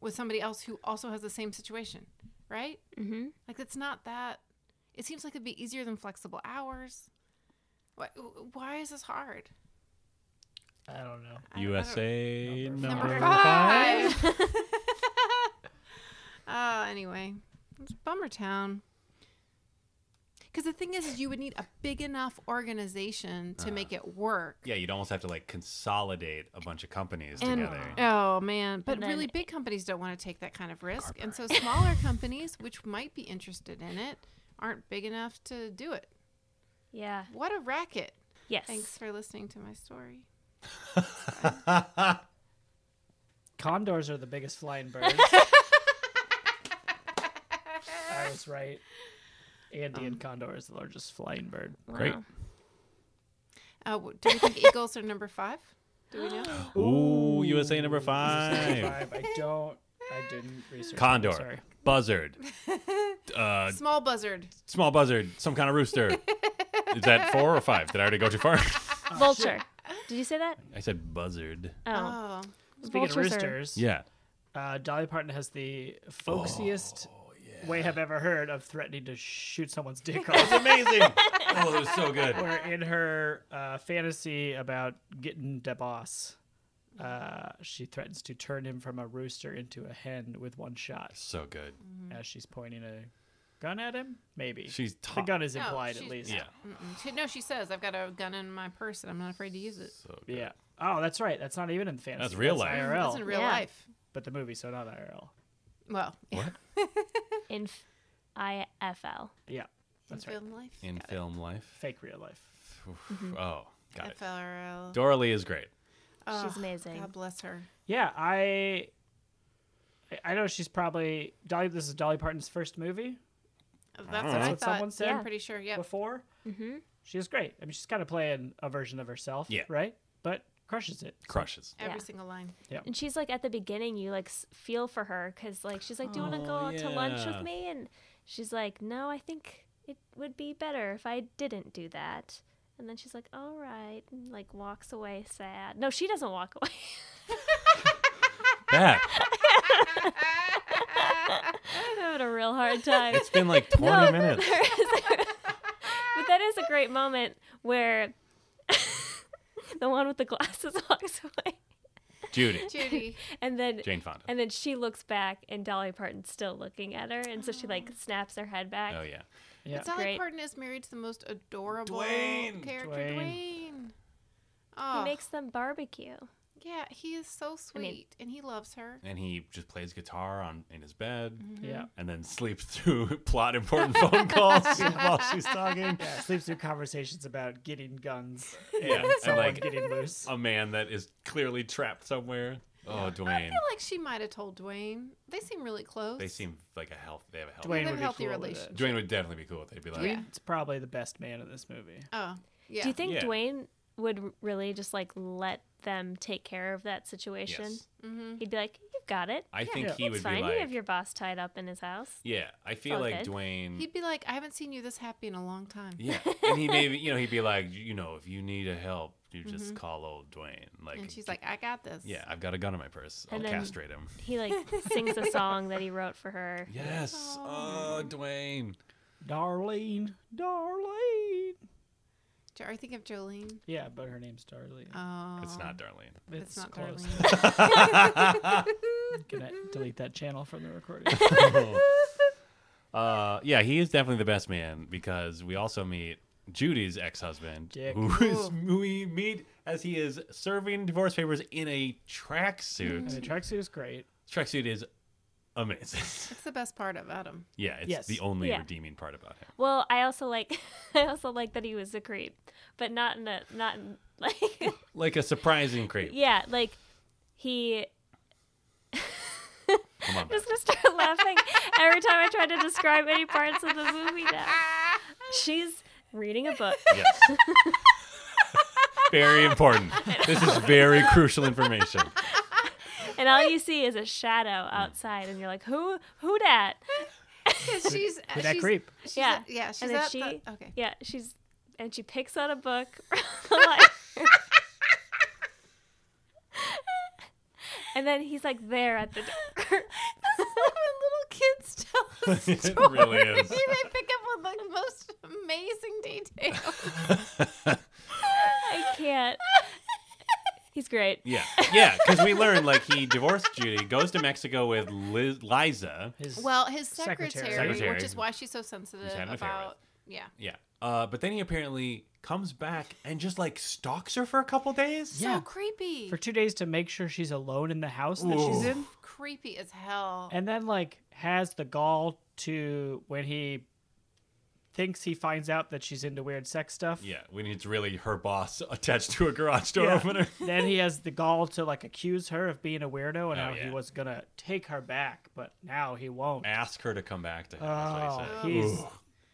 A: With somebody else who also has the same situation, right?
E: Mm-hmm.
A: Like it's not that. It seems like it'd be easier than flexible hours. Why, why is this hard?
C: I don't know.
A: I- I don't-
D: USA
C: Number
D: number,
A: Number
D: five.
A: five. uh, anyway, it's Bummer Town. Because the thing is, is, you would need a big enough organization to make it work.
D: Yeah, you'd almost have to like consolidate a bunch of companies
A: And
D: together.
A: oh man, but
E: And then-
A: really big companies don't want to take that kind of risk, and so smaller companies, which might be interested in it, aren't big enough to do it.
E: Yeah.
A: What a racket!
E: Yes.
A: Thanks for listening to my story.
C: Condors are the biggest flying birds. I was right. Andean
D: Um,
C: condor is the largest flying bird.
D: Great.
E: Wow.
A: Uh, w- do we think eagles are number five? Do we know?
D: Ooh, USA number
C: Number
D: five.
C: five. I don't. I didn't research. that, I'm
D: Condor,
C: Sorry.
D: buzzard, uh,
A: Small buzzard.
D: small buzzard, some kind of rooster. Is that four or five? Did I already go too far?
E: Vulture. Did you say that?
D: I said buzzard.
E: Oh.
A: Oh,
C: Speaking of
E: Vultures are-
C: roosters,
D: Yeah.
C: uh, Dolly Parton has the folksiest
D: Oh,
C: way I've ever heard of threatening to shoot someone's dick off.
D: Amazing. oh, it was so good.
C: where in her uh, fantasy about getting the boss, uh, she threatens to turn him from a rooster into a hen with one shot
D: So good.
C: as she's pointing a gun at him. Maybe
D: She's
C: the
D: top.
C: gun is
A: No,
C: implied at
A: Oh, she's-
C: least.
D: Yeah.
A: Mm-mm. She, no, she says I've got a gun in my purse and I'm not afraid to use it.
D: So good.
C: Yeah. Oh, that's right. That's not even in fantasy.
D: That's real life.
C: IRL,
A: That's in real
E: Yeah.
A: life.
C: but the movie, so not IRL.
A: Well, yeah.
D: What?
E: in f- IFL.
C: Yeah, that's
A: in
C: right.
A: film life.
D: in
A: Got it.
D: film life.
C: Fake real life.
D: Oof. Oh, got it.
A: FLRL.
D: Doralee is great.
A: Oh,
E: She's amazing.
A: God bless her.
C: Yeah, I. I- I know she's probably Dolly. This is Dolly Parton's first movie
A: That's what
D: That's
A: I
C: what
A: thought.
C: someone said?
A: I'm
E: Yeah.
A: pretty sure. Yep.
C: before.
E: Mhm.
C: She's great. I mean, she's kind of playing a version of herself,
D: Yeah.
C: right? But crushes it.
D: Crushes.
A: Every
E: Yeah.
A: single line.
E: And she's like at the beginning, you like s- feel for her because like she's like, "Do you want to go
D: Oh,
E: out to lunch
D: yeah.
E: with me?" And she's like, "No, I think it would be better if I didn't do that." And then she's like, "All right," and like walks away sad. No, she doesn't walk away.
D: That.
E: I'm having a real hard time.
D: It's been like 20
E: No,
D: minutes.
E: there is- but that is a great moment where the one with the glasses walks away,
D: Judy.
A: Judy.
E: and then
D: Jane Fonda.
E: and then she looks back, and Dolly Parton's still looking at her, and so she like snaps her head back.
D: Oh, yeah.
C: Yeah.
A: Dolly
E: Great.
A: Parton is married to the most adorable
D: Dwayne.
A: character, Dwayne.
C: Dwayne.
A: Oh,
E: He makes them barbecue.
A: yeah, he is so sweet,
E: I mean-
A: and he loves her.
D: And he just plays guitar on in his bed
A: Mm-hmm.
C: Yeah.
D: and then sleeps through plot important phone calls while she's talking.
C: Yeah, sleeps through conversations about getting guns.
D: Yeah,
C: and
D: and
C: someone
D: like
C: getting loose.
D: a man that is clearly trapped somewhere. Oh,
A: I
D: Dwayne.
A: feel like she might have told Dwayne. They seem really close.
D: They seem like a health. They have a health.
A: They
C: Dwayne
A: have
C: would
A: a
C: be
A: healthy
C: cool with
A: relationship.
D: Dwayne would definitely be cool if they'd be like,
A: Yeah.
C: It's probably the best man in this movie.
A: Oh, yeah.
E: Do you think
D: Yeah.
E: Dwayne would r- really just like let them take care of that situation?
D: Yes.
A: Mm-hmm.
E: He'd be like, "You've got it.
D: I think
C: Yeah.
D: he
E: it's
D: would be
E: fine. you
D: like,
E: have your boss tied up in his house."
D: yeah. I feel
E: all
D: like
E: good.
D: Dwayne.
A: He'd be like, I haven't seen you this happy in a long time.
D: Mm. yeah, and he maybe you know he'd be like, you know, if you need a help, you just
E: Mm-hmm.
D: call old Dwayne. Like,
A: And she's like, I got this.
D: yeah, I've got a gun in my purse. I'll
E: And then-
D: castrate him.
E: He like sings a song that he wrote for her.
D: Yes.
A: Oh.
D: Oh, Dwayne.
C: Darlene, Darlene.
A: Jo- Or think of Jolene.
C: Yeah, but her name's Darlene.
A: Oh,
D: It's not Darlene.
A: It's, not
C: close.
A: Darlene.
C: Gonna delete that channel from the recording.
D: Uh, yeah, he is definitely the best man because we also meet Judy's ex-husband,
C: Dick.
D: who is
A: Ooh.
D: who we meet as he is serving divorce papers in a
C: and
D: tracksuit.
E: Mm-hmm.
C: the tracksuit is great.
D: Tracksuit is amazing.
A: That's the best part about him.
D: yeah, it's
C: Yes.
D: the only
E: Yeah.
D: redeeming part about him.
E: Well, I also like I also like that he was a creep, but not in a not in, like
D: Like a surprising creep.
E: yeah, like he
D: Come on,
E: I'm just
D: Beth.
E: gonna start laughing every time I try to describe any parts of the movie now. She's reading a book.
D: yes. very important. This is very crucial information.
E: And all you see is a shadow outside and you're like, Who who dat?
A: Because she's,
C: Who
A: Uh, she's
C: that creep?
A: She's
E: Yeah.
A: at- yeah. She's
E: and then
A: at
E: she
A: the, okay.
E: Yeah, she's and she picks out a book like- And then he's like there at the door.
A: little kids tell us.
D: it really is.
A: they pick up on the most amazing detail.
E: I can't. He's great.
D: Yeah, yeah, because we learned like he divorced Judy, goes to Mexico with Liz- Liza.
C: His
A: Well, his secretary,
C: Secretary.
D: Secretary.
A: which is why she's so sensitive
D: He's had an affair with.
A: about. Yeah.
D: Yeah, uh, but then he apparently comes back and just like stalks her for a couple days.
C: Yeah.
A: So creepy.
C: for two days to make sure she's alone in the house that she's
D: Ooh.
C: in,
A: creepy as hell.
C: and then like has the gall to when he thinks he finds out that she's into weird sex stuff.
D: Yeah, when it's really her boss attached to a garage door
C: Yeah.
D: opener.
C: then he has the gall to like accuse her of being a weirdo and
D: Oh,
C: how
D: yeah.
C: he was gonna take her back, but now he won't.
D: Ask her to come back to him. is what
C: Oh,
D: he said.
C: he's
D: Ooh.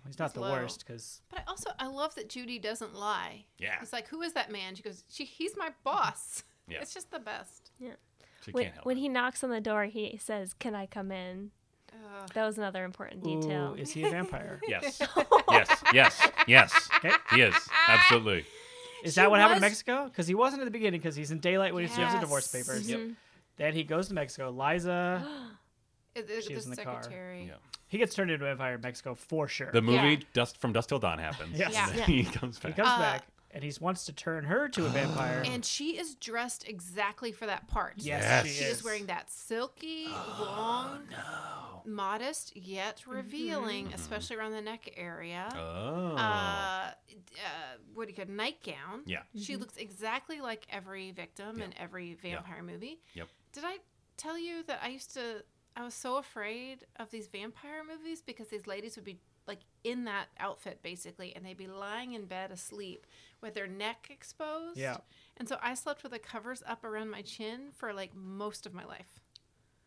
C: he's not
A: He's
C: the
A: low.
C: worst because
A: but I also I love that Judy doesn't lie.
D: Yeah.
A: He's like, who is that man? She goes, she, he's my boss.
D: Yeah.
A: It's just the best.
D: She
E: When,
D: can't help
E: when
D: it.
E: he knocks on the door, he says, "Can I come in?"
A: Ugh.
E: That was another important
C: ooh,
E: detail.
C: is he a vampire?
D: Yes, yes, yes, yes.
C: Okay.
D: He is absolutely.
C: Is
A: She
C: that what happened in
A: was-
C: Mexico? Because he wasn't at the beginning because he's in daylight when he serves the divorce
A: Yes. Mm-hmm.
C: papers.
D: Yep.
C: Then he goes to Mexico. Liza,
E: Mm-hmm.
A: It- it-
C: She was in the car.
A: secretary.
D: Yeah.
C: he gets turned into a vampire in Mexico for sure.
D: The movie
A: Yeah.
D: Dust from Dust Till Dawn happens.
C: Yes.
A: Yeah.
D: and then he comes
C: He
D: back.
C: comes
A: Uh,
C: back and he wants to turn her to a vampire.
A: And she is dressed exactly for that part.
C: yes,
D: Yes.
C: she
A: She
C: is.
A: is wearing that silky,
D: Oh,
A: long, modest yet
C: Mm-hmm.
A: revealing, especially around the neck area.
D: Mm-hmm. oh.
A: uh, d- uh, what do you call it, nightgown.
D: Yeah.
A: She looks exactly like every victim in every vampire movie.
D: Yep.
A: Did I tell you that I used to I was so afraid of these vampire movies because these ladies would be like in that outfit basically, and they'd be lying in bed asleep with their neck exposed.
C: Yeah.
A: And so I slept with the covers up around my chin for like most of my life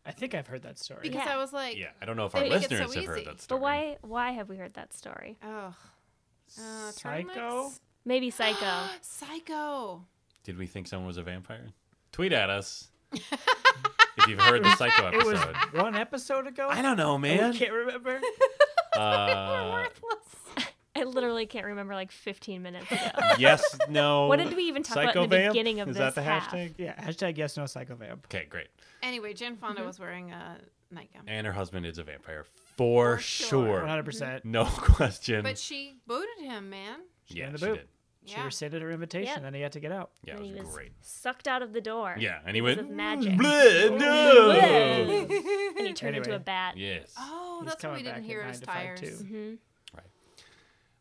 C: I think I've heard that story.
A: because
E: Yeah.
A: I was like,
D: Yeah, I don't know if
A: They
D: our
A: make it so
D: listeners have
A: easy.
D: heard that story.
E: But why why have we heard that story?
A: oh, uh, turtlenecks?
C: Psycho.
E: Maybe Psycho.
A: Psycho.
D: Did we think someone was a vampire? Tweet at us if you've heard the Psycho
C: It was
D: episode.
C: one episode ago.
D: I don't know,
C: I
D: man.
C: can't remember.
D: Uh,
A: Worthless.
E: I literally can't remember like 15 minutes ago.
D: yes, no.
E: What did we even talk about in the
D: Psychovamp?
E: beginning of
D: Oh, Is
E: this
D: that the
E: half?
D: hashtag?
C: yeah. Hashtag yes no psycho vamp.
D: Okay, great.
A: Anyway, Jen
E: Mm-hmm.
A: Fonda was wearing a nightgown.
D: And her husband is a vampire
A: For
D: for, sure.
A: sure.
C: 100. percent
A: Mm-hmm.
D: No question.
A: But she booted him, man.
D: yeah,
C: in the
D: she
C: boot.
D: did.
A: Yeah.
C: She rescinded her invitation,
E: Yep.
C: and he had to get out.
D: Yeah,
E: And
D: it was,
E: he was
D: great.
E: sucked out of the door.
D: Yeah, and he
E: Because
D: went. "Mm,
E: of magic.
D: "Bleh, no."
E: Bleh. and he turned into a
C: Anyway.
E: bat.
D: Yes.
A: Oh,
C: He's
A: that's why
C: coming
A: we
C: back
A: didn't
C: at
A: hear
C: nine
A: his
C: to five,
A: tires.
C: too.
E: hmm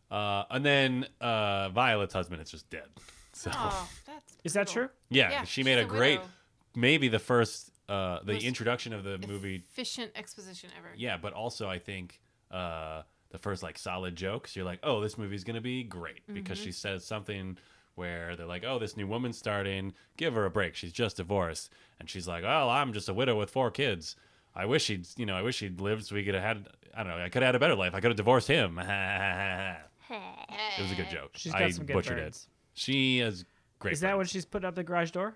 D: Uh, and then uh, Violet's husband is just dead. So
A: Oh, that's
C: Is that
A: brutal.
C: true?
D: yeah,
A: Yeah,
D: she made
A: she's
D: a
A: a
D: great,
A: widow.
D: maybe the first, uh, the
A: Most
D: introduction of the movie.
A: Efficient exposition ever.
D: Yeah, but also I think uh, the first like solid jokes. You're like, oh, this movie's gonna be great because
A: Mm-hmm.
D: she says something where they're like, oh, this new woman's starting, give her a break. She's just divorced, and she's like, oh, I'm just a widow with four kids. I wish she'd, you know, I wish she'd lived so we could have had, I don't know, I could have had a better life. I could have divorced him. it was a good joke.
C: She's got
D: I
C: some good
D: butchered
C: burns.
D: it. She is great.
C: Is that
D: burns.
C: when she's putting up the garage door?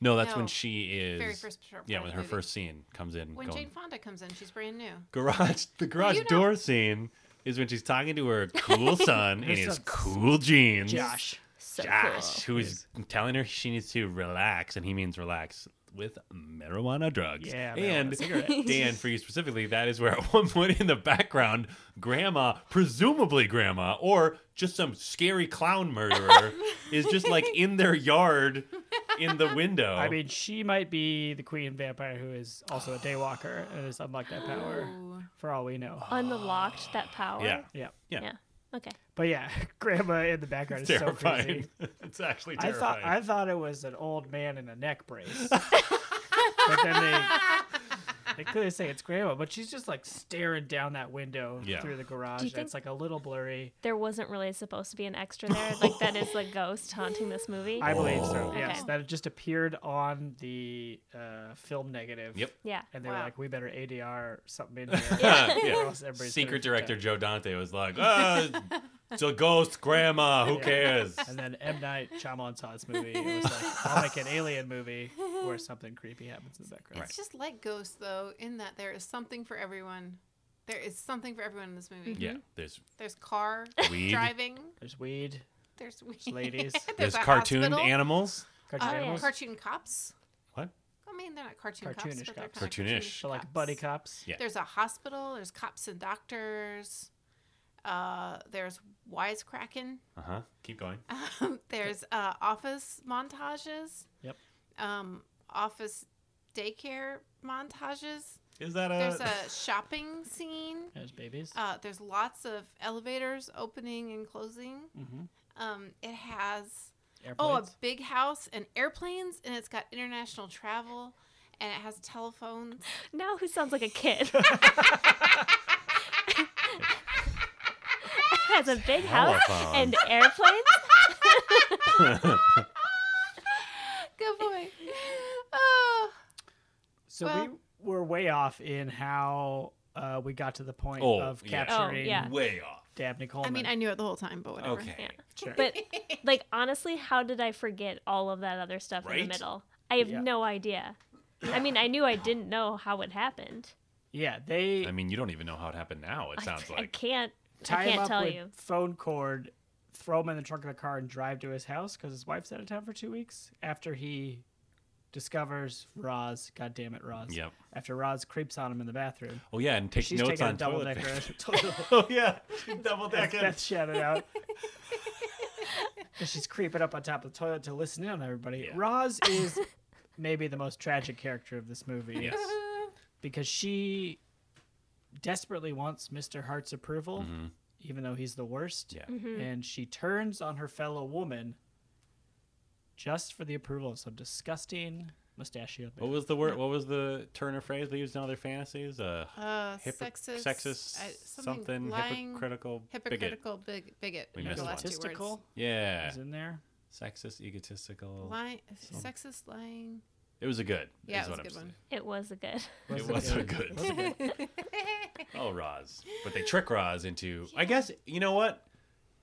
D: No, that's when
A: No.
D: she is.
A: Very first part
D: yeah,
A: of
D: when
A: the
D: her
A: movie.
D: first scene comes in.
A: When
D: going,
A: Jane Fonda comes in, she's brand new.
D: garage the garage
A: you know-
D: door scene is when she's talking to her cool son in his
C: son's-
D: cool jeans.
C: Josh.
E: So
D: Josh,
E: cool.
D: who is telling her she needs to relax, and he means relax with marijuana drugs.
C: Yeah, marijuana
D: and
C: cigarette.
D: Dan, for you specifically, that is where at one point in the background, Grandma, presumably Grandma, or just some scary clown murderer, is just like in their yard in the window.
C: I mean, she might be the queen vampire who is also a daywalker and has unlocked that power
E: Oh.
A: Ooh.
C: for all we know.
E: Unlocked that power.
D: yeah,
C: Yeah.
D: yeah,
E: Yeah. Okay.
C: But yeah, grandma in the background is so
D: terrifying.
C: crazy.
D: it's actually
C: I
D: terrifying.
C: thought I thought it was an old man in a neck brace. but then they they clearly say it's grandma, but she's just like staring down that window
D: Yeah.
C: through the garage.
E: Do you
C: and It's like a little blurry.
E: There wasn't really supposed to be an extra there. Like that is the ghost haunting this movie.
C: I believe so.
D: Oh.
C: Yes,
E: Okay.
C: that just appeared on the uh, film negative.
D: Yep.
E: yeah.
C: And they were
A: Wow.
C: like, "We better ADR something in here."
D: Yeah.
C: or else everybody's
D: Secret
C: gonna freak
D: director Joe Dante was like, ah, it's a ghost grandma. Who
C: Yeah.
D: cares?
C: out. And then M Night Shyamalan saw this movie. It was like, "I'll make an alien movie where something creepy happens in the
A: It's
C: background."
A: just like Ghost, though, in that there is something for everyone. There is something for everyone in this movie.
D: Yeah, there's
C: Mm-hmm.
A: There's car
D: Weed.
A: driving.
C: There's weed.
A: There's
C: ladies.
D: there's,
A: a
D: cartoon
A: hospital.
D: animals.
C: Cartoon
A: Uh,
C: animals.
A: Oh, Cartoon cops.
D: What?
A: I mean, they're not cartoon cops,
C: Cartoonish
A: but they're
C: cops.
A: kinda
D: Cartoonish.
C: so like buddy cops.
D: Yeah.
A: There's a hospital. There's cops and doctors. Uh, there's wisecracking.
D: Uh huh. Keep going.
A: Um, there's uh, office montages.
C: Yep.
A: Um, office daycare montages.
D: Is that
A: There's
D: a?
A: a shopping scene.
C: There's babies.
A: Uh, there's lots of elevators opening and closing.
C: Mhm.
A: Um, it has Oh, a
C: Airplanes.
A: big house and airplanes, and it's got international travel, and it has telephones.
E: Now who sounds like a kid? Has a big house
D: Telephone.
E: and airplanes.
A: Good boy. Oh,
C: so
A: well-
C: we were way off in how uh, we got to the point
D: Oh,
C: of
D: yeah.
E: Oh,
C: capturing
E: yeah.
D: Way off.
C: Dabney Coleman.
A: I mean, I knew it the whole time, but whatever.
D: Okay.
E: Yeah.
C: Sure.
E: But like honestly, how did I forget all of that other stuff in
D: Right?
E: the middle? I have
C: Yeah.
E: no idea. I mean, I knew I didn't know how it happened.
C: yeah, they
D: I mean, you don't even know how it happened now. It sounds
E: I, I
D: like.
E: can't.
C: tie
E: I
C: him
E: can't
C: up
E: tell
C: with
E: you.
C: phone cord, throw him in the trunk of the car, and drive to his house because his wife's out of town for two weeks. After he discovers Roz, God damn it, Roz.
D: Yep.
C: After Roz creeps on him in the bathroom,
D: Oh yeah, and take
C: she's
D: notes
C: taking a
D: on
C: double
D: toilet.
C: decker.
D: paper.
C: toilet
D: oh yeah, double decker.
C: Beth shouted out. And she's creeping up on top of the toilet to listen in on everybody.
D: Yeah.
C: Roz is maybe the most tragic character of this movie
D: Yes.
C: because she desperately wants Mr. Hart's approval, even though he's the worst.
D: Mm-hmm. Yeah.
E: Mm-hmm.
A: Mm.
C: And she turns on her fellow woman just for the approval of some disgusting mustachioed.
D: What was the word? What was the turn of phrase they used in other fantasies? Uh,
A: Uh,
D: hypo-
A: sexist,
D: sexist,
A: uh,
D: something,
A: lying,
D: hypocritical, bigot.
A: hypocritical, big, bigot.
D: We
A: were
D: missed
A: the
D: one.
A: last two words.
C: Egotistical
D: Yeah,
C: is in there.
D: sexist, egotistical.
A: Lying, sexist, lying.
D: It was a good.
A: Yeah,
D: is
A: it was a
D: what
A: good
D: I'm
A: one.
E: It was a good.
D: saying. It was a good.
C: was a good-
D: Oh, Roz. But they trick Roz into. I guess you know what.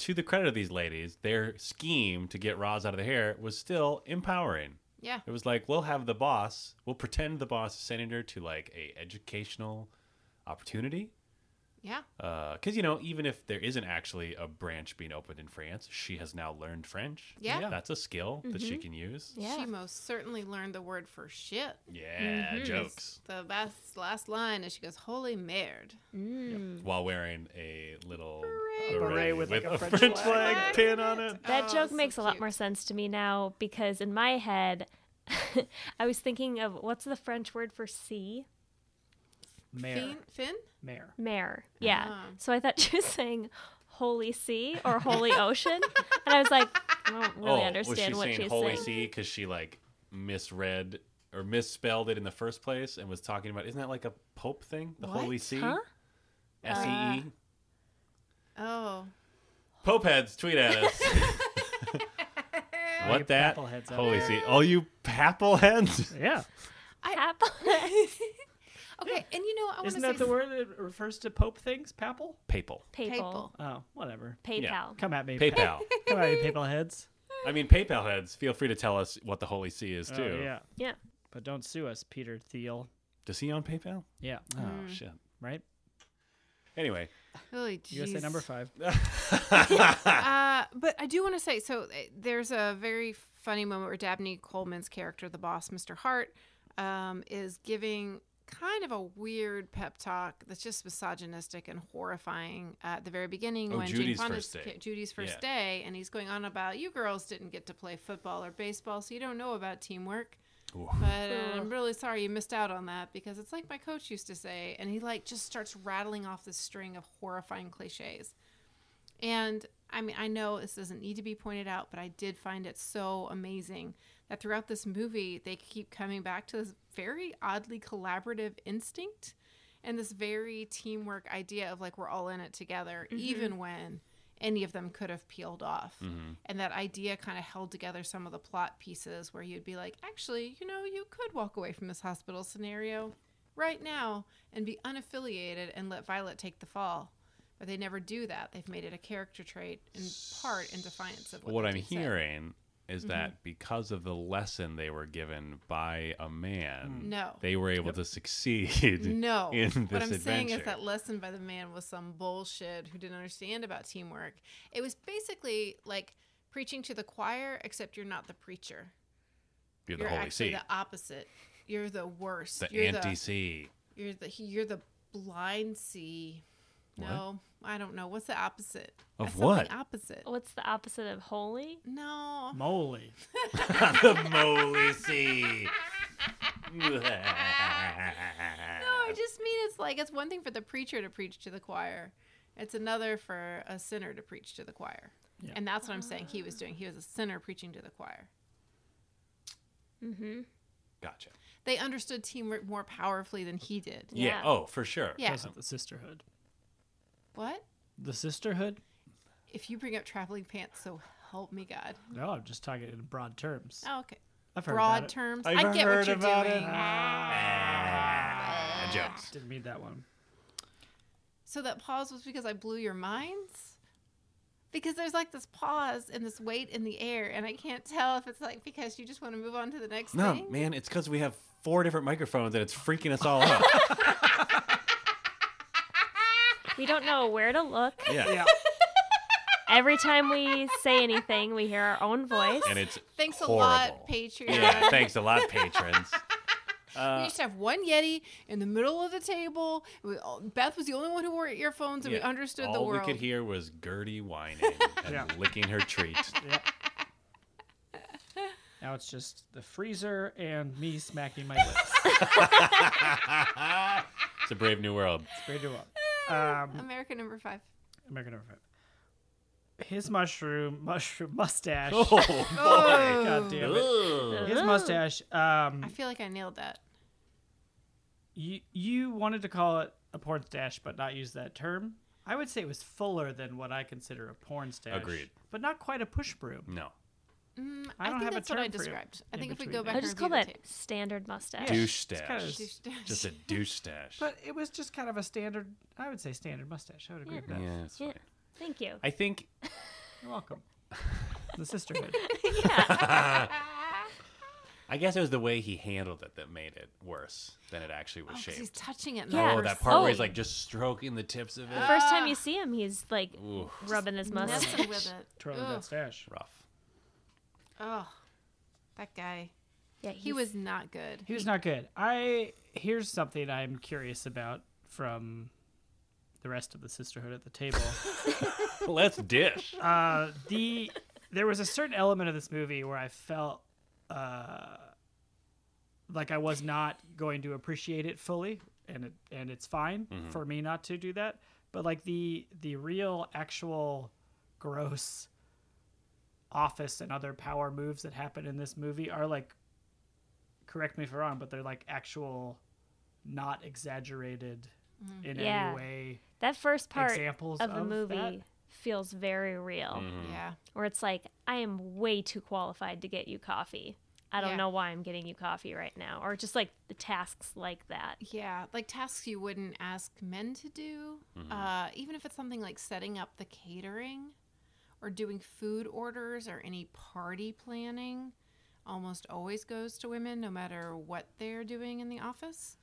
D: To the credit of these ladies, their scheme to get Roz out of the hair was still empowering.
A: Yeah.
D: It was like we'll have the boss. We'll pretend the boss is sending her to like a educational opportunity.
A: Yeah.
D: Because you know, even if there isn't actually a branch being opened in France, she has now learned French.
A: Yeah.
C: Yeah.
D: that's a skill that she can use.
E: Yeah.
A: She most certainly learned the word for shit.
D: Yeah, jokes.
A: The last last line is she goes, "Holy merde!"
C: Mm.
D: While wearing a little beret,
C: Beret with, like, a French
D: flag,
C: flag.
D: pin on it.
E: That
A: Oh,
E: joke
A: so
E: makes a lot
A: cute.
E: more sense to me now because in my head, I was thinking of what's the French word for sea?
C: Mare.
A: Finn, Finn?
C: Mare.
E: Mare. Yeah.
A: Ah.
E: So I thought she was saying holy sea or holy ocean. and I was like, I don't really
D: Oh, was
E: understand
D: she
E: what
D: saying
E: she's
D: Holy
E: saying.
D: See because she like misread or misspelled it in the first place and was talking about isn't that like a pope thing? The Holy
A: What?
D: See,
E: Huh? Uh,
D: S E E.
A: Oh,
D: Pope heads, tweet at us.
C: All you
D: what that?
C: papal heads out
D: Holy
C: there.
D: See, all you papal heads.
C: Yeah.
E: Apple.
A: okay. And you know, I want to
C: Isn't
A: say
C: that the word that refers to Pope things? Papal?
D: Papal.
E: PayPal.
A: Papal.
C: Oh, whatever.
E: PayPal.
D: Yeah.
C: Come at me.
D: PayPal.
C: Come at me, PayPal heads.
D: I mean, PayPal heads. Feel free to tell us what the Holy See is too.
C: Oh, yeah.
E: Yeah.
C: But don't sue us, Peter Thiel.
D: Does he own PayPal?
C: Yeah.
D: Oh
E: Mm.
D: shit.
C: Right?
D: Anyway,
A: Holy
C: USA
A: jeez.
C: number five.
A: Uh, but I do want to say so. uh, There's a very funny moment where Dabney Coleman's character, the boss, Mr. Hart, um, is giving kind of a weird pep talk that's just misogynistic and horrifying uh, at the very beginning
D: Oh,
A: when Jane
D: Judy's
A: Fonda's
D: first day.
A: ca- Judy's first
D: Yeah.
A: day, and he's going on about you girls didn't get to play football or baseball, so you don't know about teamwork.
D: Oof.
A: But uh, I'm really sorry you missed out on that because it's like my coach used to say, and he like just starts rattling off this string of horrifying cliches. And I mean, I know this doesn't need to be pointed out, but I did find it so amazing that throughout this movie, they keep coming back to this very oddly collaborative instinct and this very teamwork idea of like we're all in it together, even when any of them could have peeled off.
D: Mm-hmm.
A: And that idea kind of held together some of the plot pieces where you'd be like, actually, you know, you could walk away from this hospital scenario right now and be unaffiliated and let Violet take the fall. But they never do that. They've made it a character trait in part in defiance of what,
D: what
A: the
D: I'm
A: dude said.
D: hearing
A: Mm-hmm.
D: is that because of the lesson they were given by a man,
A: No.
D: they were able to succeed.
A: Mm. No.
D: in this
A: what I'm saying is
D: adventure.
A: that lesson by the man was some bullshit who didn't understand about teamwork. It was basically like preaching to the choir, except you're not the preacher.
D: You're the
A: You're
D: Holy
A: actually
D: See,
A: the opposite. You're the worst.
D: the
A: you're
D: anti See.
A: the you're the you're the blind see. No, I don't know. What's the opposite?
D: Of
A: That's something
D: what?
A: Opposite.
E: What's the opposite of holy?
A: No.
C: Moly.
D: the Holy See.
A: No, I just mean it's like it's one thing for the preacher to preach to the choir. It's another for a sinner to preach to the choir.
C: Yeah.
A: And that's what I'm saying he was doing. He was a sinner preaching to the choir. Mm-hmm.
D: gotcha.
A: They understood teamwork more powerfully than he did.
D: Yeah.
E: Yeah.
D: Oh, for sure.
A: Yeah.
C: Because of the sisterhood.
A: What?
C: The sisterhood?
A: If you bring up traveling pants, so help me God.
C: No, I'm just talking in broad terms.
A: Oh, okay.
C: I've heard about
A: Broad
C: it.
A: terms.
D: I've
A: I get
D: heard
A: what you're
D: about it.
A: doing.
D: Ah, jokes.
C: Didn't mean that one.
A: So that pause was because I blew your minds? Because there's like this pause and this weight in the air, and I can't tell if it's like because you just want to move on to the next
D: No,
A: thing.
D: man, it's because we have four different microphones and it's freaking us all out.
E: We don't know where to look.
D: yeah.
C: Yeah.
E: Every time we say anything, we hear our own voice.
D: And it's
A: Thanks
D: horrible.
A: a lot, Patreon.
D: Yeah, thanks a lot, patrons. Uh,
A: we used to have one Yeti in the middle of the table. We, all- Beth was the only one who wore earphones, and we
D: Yeah,
A: understood
D: all
A: the world.
D: we could hear was Gertie whining and
C: Yeah.
D: licking her treat.
C: Now it's just the freezer and me smacking my lips.
D: It's a brave new world.
C: Great do up. Um,
A: America number five.
C: American number five. His mushroom, mushroom mustache.
D: Oh boy!
C: God damn it.
D: Ugh.
C: His
E: Ugh.
C: mustache. Um,
A: I feel like I nailed that.
C: you, you wanted to call it a porn stash, but not use that term. I would say it was fuller than what I consider a porn stash.
D: Agreed.
C: But not quite a push broom.
D: No.
A: Mm,
C: I
A: I,
C: don't
A: think
C: have a
A: that's what I
C: term for it
A: described. I
C: in
A: think if we
C: between
A: go
C: there.
A: back
E: I
A: and
E: just
A: review
E: call
A: the
E: that
A: tape.
E: standard mustache.
C: Yeah.
D: Douche
C: it's
D: stash.
C: kind of-
A: Douche dash.
D: Just a douche stash.
C: But it was just kind of a standard, I would say standard mustache. I would agree with
D: yeah,
C: that.
D: that's
E: Yeah.
D: fine.
E: Thank you.
D: I think
C: You're welcome. the sisterhood.
A: Oh,
D: I guess it was the way he handled it that made it worse than it actually was
A: Oh, 'cause
D: shaped.
A: he's touching it. in
E: Yeah.
A: the
D: Oh,
A: first
D: that part where
E: Oh.
D: he's like just stroking the tips of it.
E: The first time you see him, he's like
A: Oh.
D: Ooh,
E: rubbing his mustache.
A: Messing with it.
C: Twirling
A: Ugh.
C: that stash.
D: rough.
A: Oh, that guy.
E: Yeah,
A: He was not good.
C: He was not good. I here's something I'm curious about from the rest of the sisterhood at the table.
D: Let's dish.
C: uh, the there was a certain element of this movie where I felt uh, like I was not going to appreciate it fully, and it and it's fine for me not to do that. But like the the real actual gross office and other power moves that happen in this movie are like correct me if I'm wrong, but they're like actual, not exaggerated
A: Mm-hmm.
C: in
E: Yeah.
C: any way.
E: that first part
C: Examples
E: of the
C: of
E: movie
C: that?
E: feels very real,
A: Oh,
D: Mm. Mm-hmm,
A: Yeah.
E: where it's like I am way too qualified to get you coffee. I don't
A: Yeah.
E: know why I'm getting you coffee right now, or just like the tasks like that.
A: Yeah, like tasks you wouldn't ask men to do,
D: mm-hmm, Mm.
A: uh, even if it's something like setting up the catering or doing food orders or any party planning, almost always goes to women, no matter what they're doing in the office.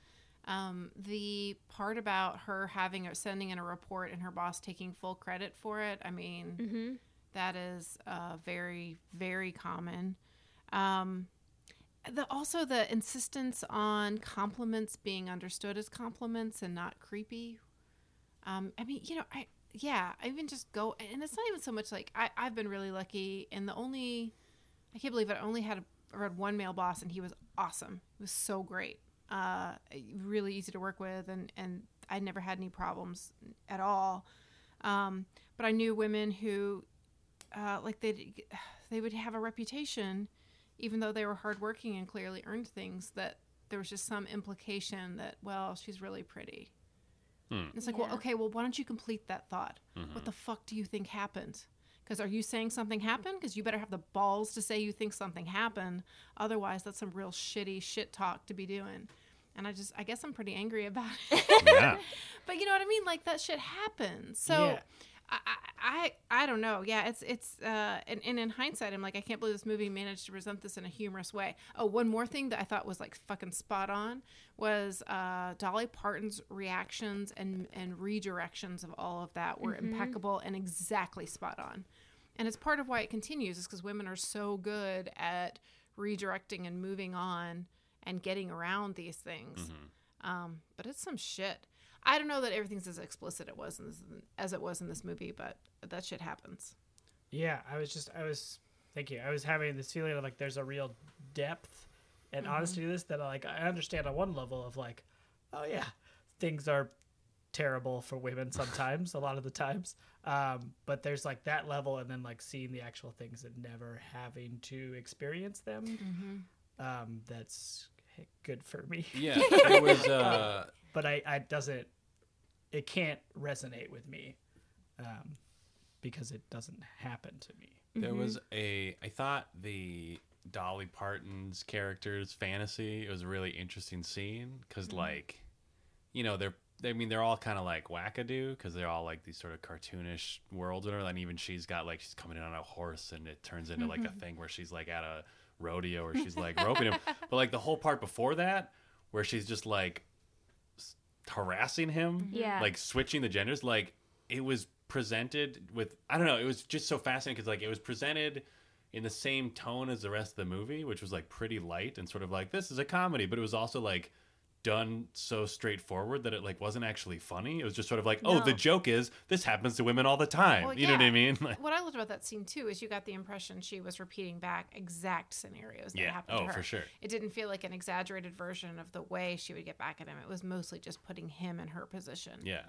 A: Um, the part about her having or sending in a report and her boss taking full credit for it, I mean,
E: Mm-hmm.
A: that is uh, very, very common. Um, the, also, the insistence on compliments being understood as compliments and not creepy. Um, I mean, you know, I yeah, I even just go, and it's not even so much like I, I've been really lucky, and the only I can't believe it, I only had a, I had one male boss, and he was awesome. He was so great, uh, really easy to work with, and and I never had any problems at all. Um, but I knew women who uh, like they they would have a reputation, even though they were hardworking and clearly earned things. That there was just some implication that well, she's really pretty.
D: Hmm.
A: It's like,
E: Yeah.
A: well, okay, well, why don't you complete that thought?
D: mm-hmm.
A: What the fuck do you think happened? Because are you saying something happened? Because you better have the balls to say you think something happened. Otherwise, that's some real shitty shit talk to be doing. And I just, I guess I'm pretty angry about it.
D: Yeah.
A: but you know what I mean? Like that shit happens. So
C: Yeah.
A: I, I, I I don't know. Yeah, it's it's uh, and, and in hindsight, I'm like, I can't believe this movie managed to present this in a humorous way. Oh, one more thing that I thought was like fucking spot on was uh, Dolly Parton's reactions and and redirections of all of that were impeccable and exactly spot on. And it's part of why it continues is because women are so good at redirecting and moving on and getting around these things. Um, but it's some shit. I don't know that everything's as explicit it was in this, as it was in this movie, but that shit happens.
C: Yeah, I was just I was thank you. I was having this feeling of like there's a real depth and honesty to this that I like I understand on one level of like, oh yeah, things are terrible for women sometimes, a lot of the times. Um, but there's like that level and then like seeing the actual things and never having to experience them.
D: Mm-hmm.
C: Um, that's good for me.
D: Yeah. It was uh
C: But I, I doesn't it can't resonate with me. Um, because it doesn't happen to me.
D: There was a. I thought the Dolly Parton's character's fantasy. It was a really interesting scene because, like, you know, they're. I mean, they're all kind of like wackadoo because they're all like these sort of cartoonish worlds and everything. And even she's got like she's coming in on a horse and it turns into like a thing where she's like at a rodeo or she's like roping him. But like the whole part before that where she's just like s- harassing him
E: Yeah.
D: like switching the genders like it was presented with i don't know it was just so fascinating because like it was presented in the same tone as the rest of the movie which was like pretty light and sort of like this is a comedy but it was also like done so straightforward that it like wasn't actually funny it was just sort of like oh
E: No.
D: the joke is this happens to women all the time
A: Well,
D: you know what i
A: yeah.
D: mean like
A: What I loved about that scene too is you got the impression she was repeating back exact scenarios that
D: Yeah.
A: happened to
D: Oh,
A: her.
D: for sure.
A: It didn't feel like an exaggerated version of the way she would get back at him. It was mostly just putting him in her position.
D: yeah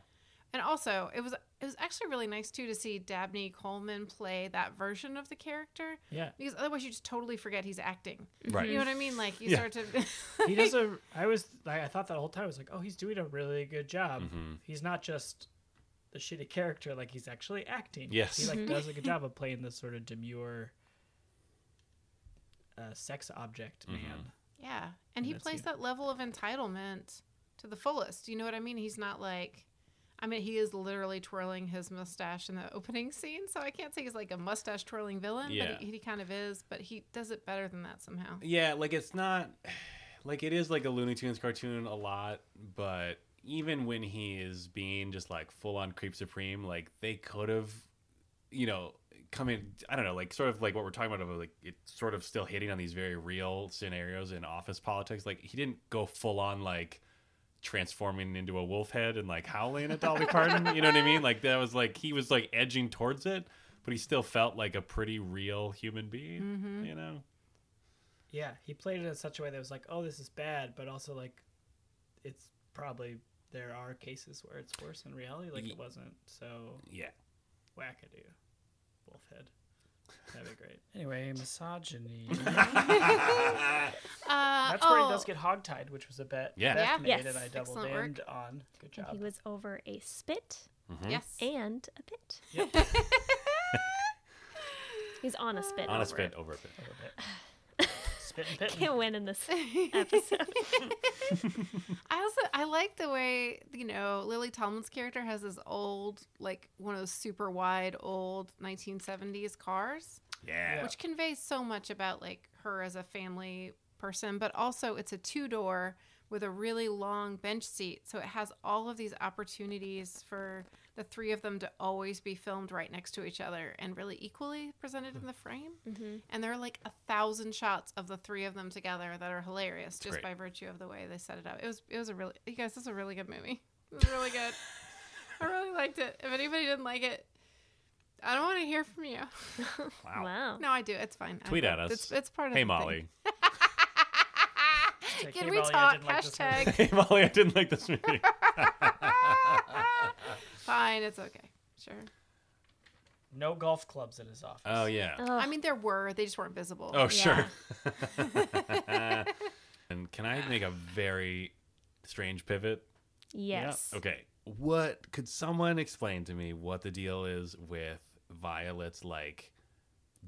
A: And also, it was it was actually really nice too to see Dabney Coleman play that version of the character
C: Yeah.
A: because otherwise you just totally forget he's acting.
D: Right.
A: You know what I mean? Like you
D: Yeah.
A: start to
C: He does a. I was. I I thought that whole time. I was like, oh, he's doing a really good job.
D: Mm-hmm.
C: He's not just the shitty character. Like he's actually acting.
D: Yes.
C: He like does a good job of playing this sort of demure, uh, sex object
D: Mm-hmm.
C: man.
A: Yeah. And he
C: that's
A: plays
C: it.
A: that level of entitlement to the fullest. You know what I mean? He's not like I mean, he is literally twirling his mustache in the opening scene, so I can't say he's like a mustache twirling villain,
D: Yeah.
A: but he, he kind of is, but he does it better than that somehow.
D: Yeah, like it's not like it is like a Looney Tunes cartoon a lot, but even when he is being just like full on creep supreme, like they could have, you know, come in. I don't know, like sort of like what we're talking about, of like it's sort of still hitting on these very real scenarios in office politics. Like he didn't go full on like transforming into a wolf head and like howling at Dolly Parton. You know what I mean? Like that was like he was like edging towards it, but he still felt like a pretty real human being.
A: Mm-hmm.
D: You know?
C: Yeah. He played it in such a way that was like, oh, this is bad, but also like, it's probably there are cases where it's worse in reality. Like
D: Ye-
C: it wasn't. So
D: Yeah.
C: wackadoo, wolfhead. That'd be great. Anyway, misogyny.
D: Mm-hmm.
A: Uh,
C: That's where
A: oh,
C: he does get hogtied, which was a bet.
D: Yeah.
C: Beth
A: Yeah.
C: made
E: Yes.
C: and I double
A: Excellent work.
C: damned on. Good
E: And
C: job.
E: he was over a spit
A: Yes.
E: and a bit. He's on a spit.
D: On a
E: over
D: spit
E: it.
D: over a bit.
C: A little bit. Spit and pitten.
E: Can't win in this episode.
A: I also I like the way you know Lily Tomlin's character has this old like one of those super wide old 1970s cars,
D: Yeah.
A: which conveys so much about like her as a family person, but also it's a two door with a really long bench seat, so it has all of these opportunities for the three of them to always be filmed right next to each other and really equally presented in the frame.
E: Mm-hmm.
A: And there are like a thousand shots of the three of them together that are hilarious just
D: great.
A: by virtue of the way they set it up. It was it was a really you guys, this is a really good movie. It was really good. I really liked it. If anybody didn't like it, I don't want to hear from you.
E: Wow.
A: No, I do. It's fine. I
D: Tweet
A: love-
D: at us.
A: It's, it's part of
D: Hey
A: the
D: Molly.
A: thing.
C: Say,
A: Can
C: "Hey,
A: we
C: Molly, I
A: talk?
C: didn't like this
A: Hashtag.
C: movie."
D: hey Molly, I didn't like this movie.
A: fine. It's okay. Sure.
C: No golf clubs in his office.
D: oh yeah.
E: Ugh.
A: I mean, there were. They just weren't visible.
D: oh sure. and can I make a very strange pivot?
E: yes.
D: Okay. What could someone explain to me what the deal is with Violet's like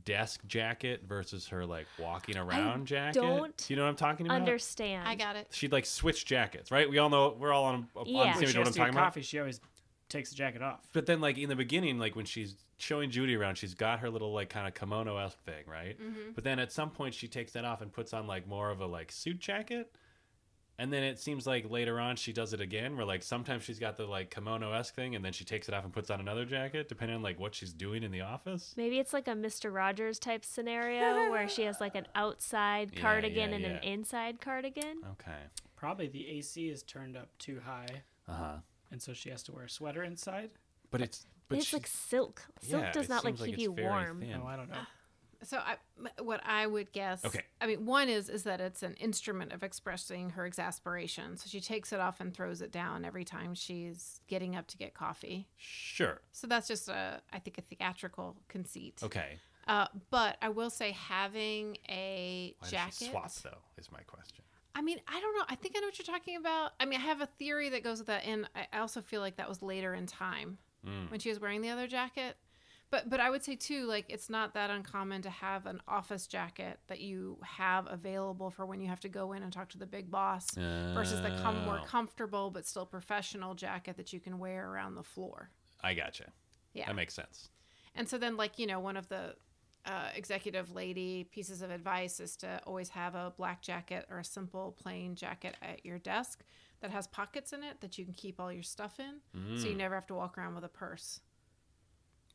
D: desk jacket versus her like walking around jacket?
E: don't
D: you know what I'm talking about?
E: Understand.
A: I got it.
D: She'd like switch jackets, right? We all know we're all on, on
E: Yeah.
D: the same
E: When
C: When
D: page
C: she has
D: what I'm
C: to get
D: talking about.
C: coffee, she always takes the jacket off.
D: But then, like in the beginning, like when she's showing Judy around, she's got her little like kind of kimono esque thing, right?
A: Mm-hmm.
D: But then at some point, she takes that off and puts on like more of a like suit jacket. And then it seems like later on she does it again, where like sometimes she's got the like kimono esque thing, and then she takes it off and puts on another jacket, depending on like what she's doing in the office.
E: Maybe it's like a Mr. Rogers type scenario where she has like an outside
D: Yeah,
E: cardigan
D: yeah,
E: and an
D: yeah.
E: inside cardigan.
D: Okay.
C: Probably the AC is turned up too high,
D: Uh huh.
C: and so she has to wear a sweater inside.
D: But it's but
E: But it's
D: she,
E: like silk. Silk
D: yeah,
E: does
D: it
E: not like
D: seems
E: keep
D: it's
E: you
D: very
E: warm.
D: thin.
C: No, Oh, I don't know.
A: So I, what I would guess.
D: Okay.
A: I mean, one is is that it's an instrument of expressing her exasperation. So she takes it off and throws it down every time she's getting up to get coffee.
D: Sure.
A: So that's just a, I think, a theatrical conceit.
D: Okay.
A: Uh, but I will say having a
D: Why
A: jacket.
D: does she swap though? Is my question.
A: I mean, I don't know. I think I know what you're talking about. I mean, I have a theory that goes with that, and I I also feel like that was later in time
D: Hmm.
A: when she was wearing the other jacket. But but I would say too, like it's not that uncommon to have an office jacket that you have available for when you have to go in and talk to the big boss, versus the com- more
D: Oh.
A: comfortable but still professional jacket that you can wear around the floor.
D: Oh, I gotcha.
A: Yeah.
D: That makes sense.
A: And so then, like, you know, one of the uh, executive lady pieces of advice is to always have a black jacket or a simple plain jacket at your desk that has pockets in it that you can keep all your stuff in. So
D: Hmm.
A: you never have to walk around with a purse.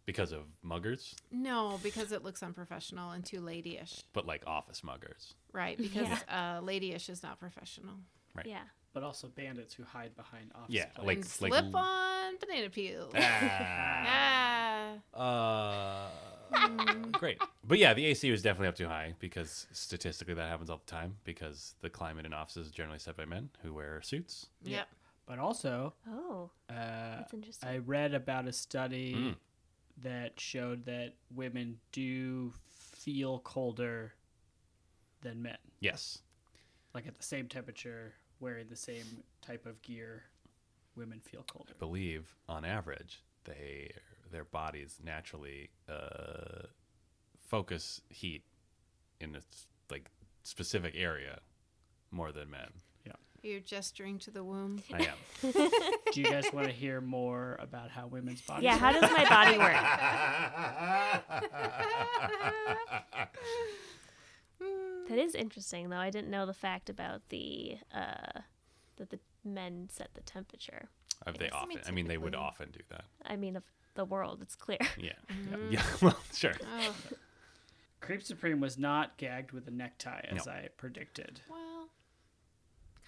D: Because of muggers,
A: No, because it looks unprofessional and too ladyish,
D: but like office muggers.
A: right? Because uh, ladyish is not professional.
D: Right.
E: Yeah.
C: But also bandits who hide behind office.
D: Yeah,
C: plants.
D: like-
A: and slip on banana peel. Ah.
D: uh, great. But yeah, the AC was definitely up too high because statistically that happens all the time because the climate in offices is generally set by men who wear suits.
A: Yep.
C: But also,
E: Oh,
C: uh,
E: that's interesting.
C: I read about a study
D: Mm.
C: that showed that women do feel colder than men,
D: Yes.
C: like at the same temperature, wearing the same type of gear. Women feel colder.
D: I believe on average they their bodies naturally uh, focus heat in a s- like specific area more than men.
A: You're gesturing to the womb.
D: I am.
C: Do you guys want to hear more about how women's bodies?
E: yeah, how
C: work?
E: does my body work?
A: Mm.
E: That is interesting, though. I didn't know the fact about the uh, that the men set the temperature.
D: Uh, they
A: guess, I
D: often.
A: mean,
D: I mean, they would
A: typically-
D: often do that.
E: I mean, of the world, it's clear.
D: Yeah.
E: Mm.
D: Yeah. Well, sure.
A: Mm. Oh,
C: Creep Supreme was not gagged with a necktie as
D: No.
C: I predicted.
A: well,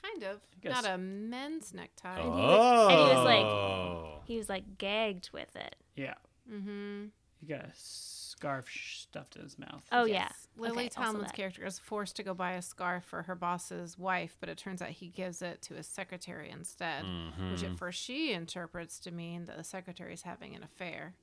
A: kind of.
C: guess-
A: Not a men's necktie.
E: he was- and he was like-
D: Oh.
E: He was like gagged with it.
C: Yeah,
A: Mm-hmm.
C: he got a scarf sh- stuffed in his mouth.
E: Oh yeah,
A: Lily
E: Okay, also
A: Tomlin's
E: that.
A: character is forced to go buy a scarf for her boss's wife, but it turns out he gives it to his secretary instead,
D: Mm-hmm.
A: which
D: Mm.
A: at first she interprets to mean that the secretary's having an affair.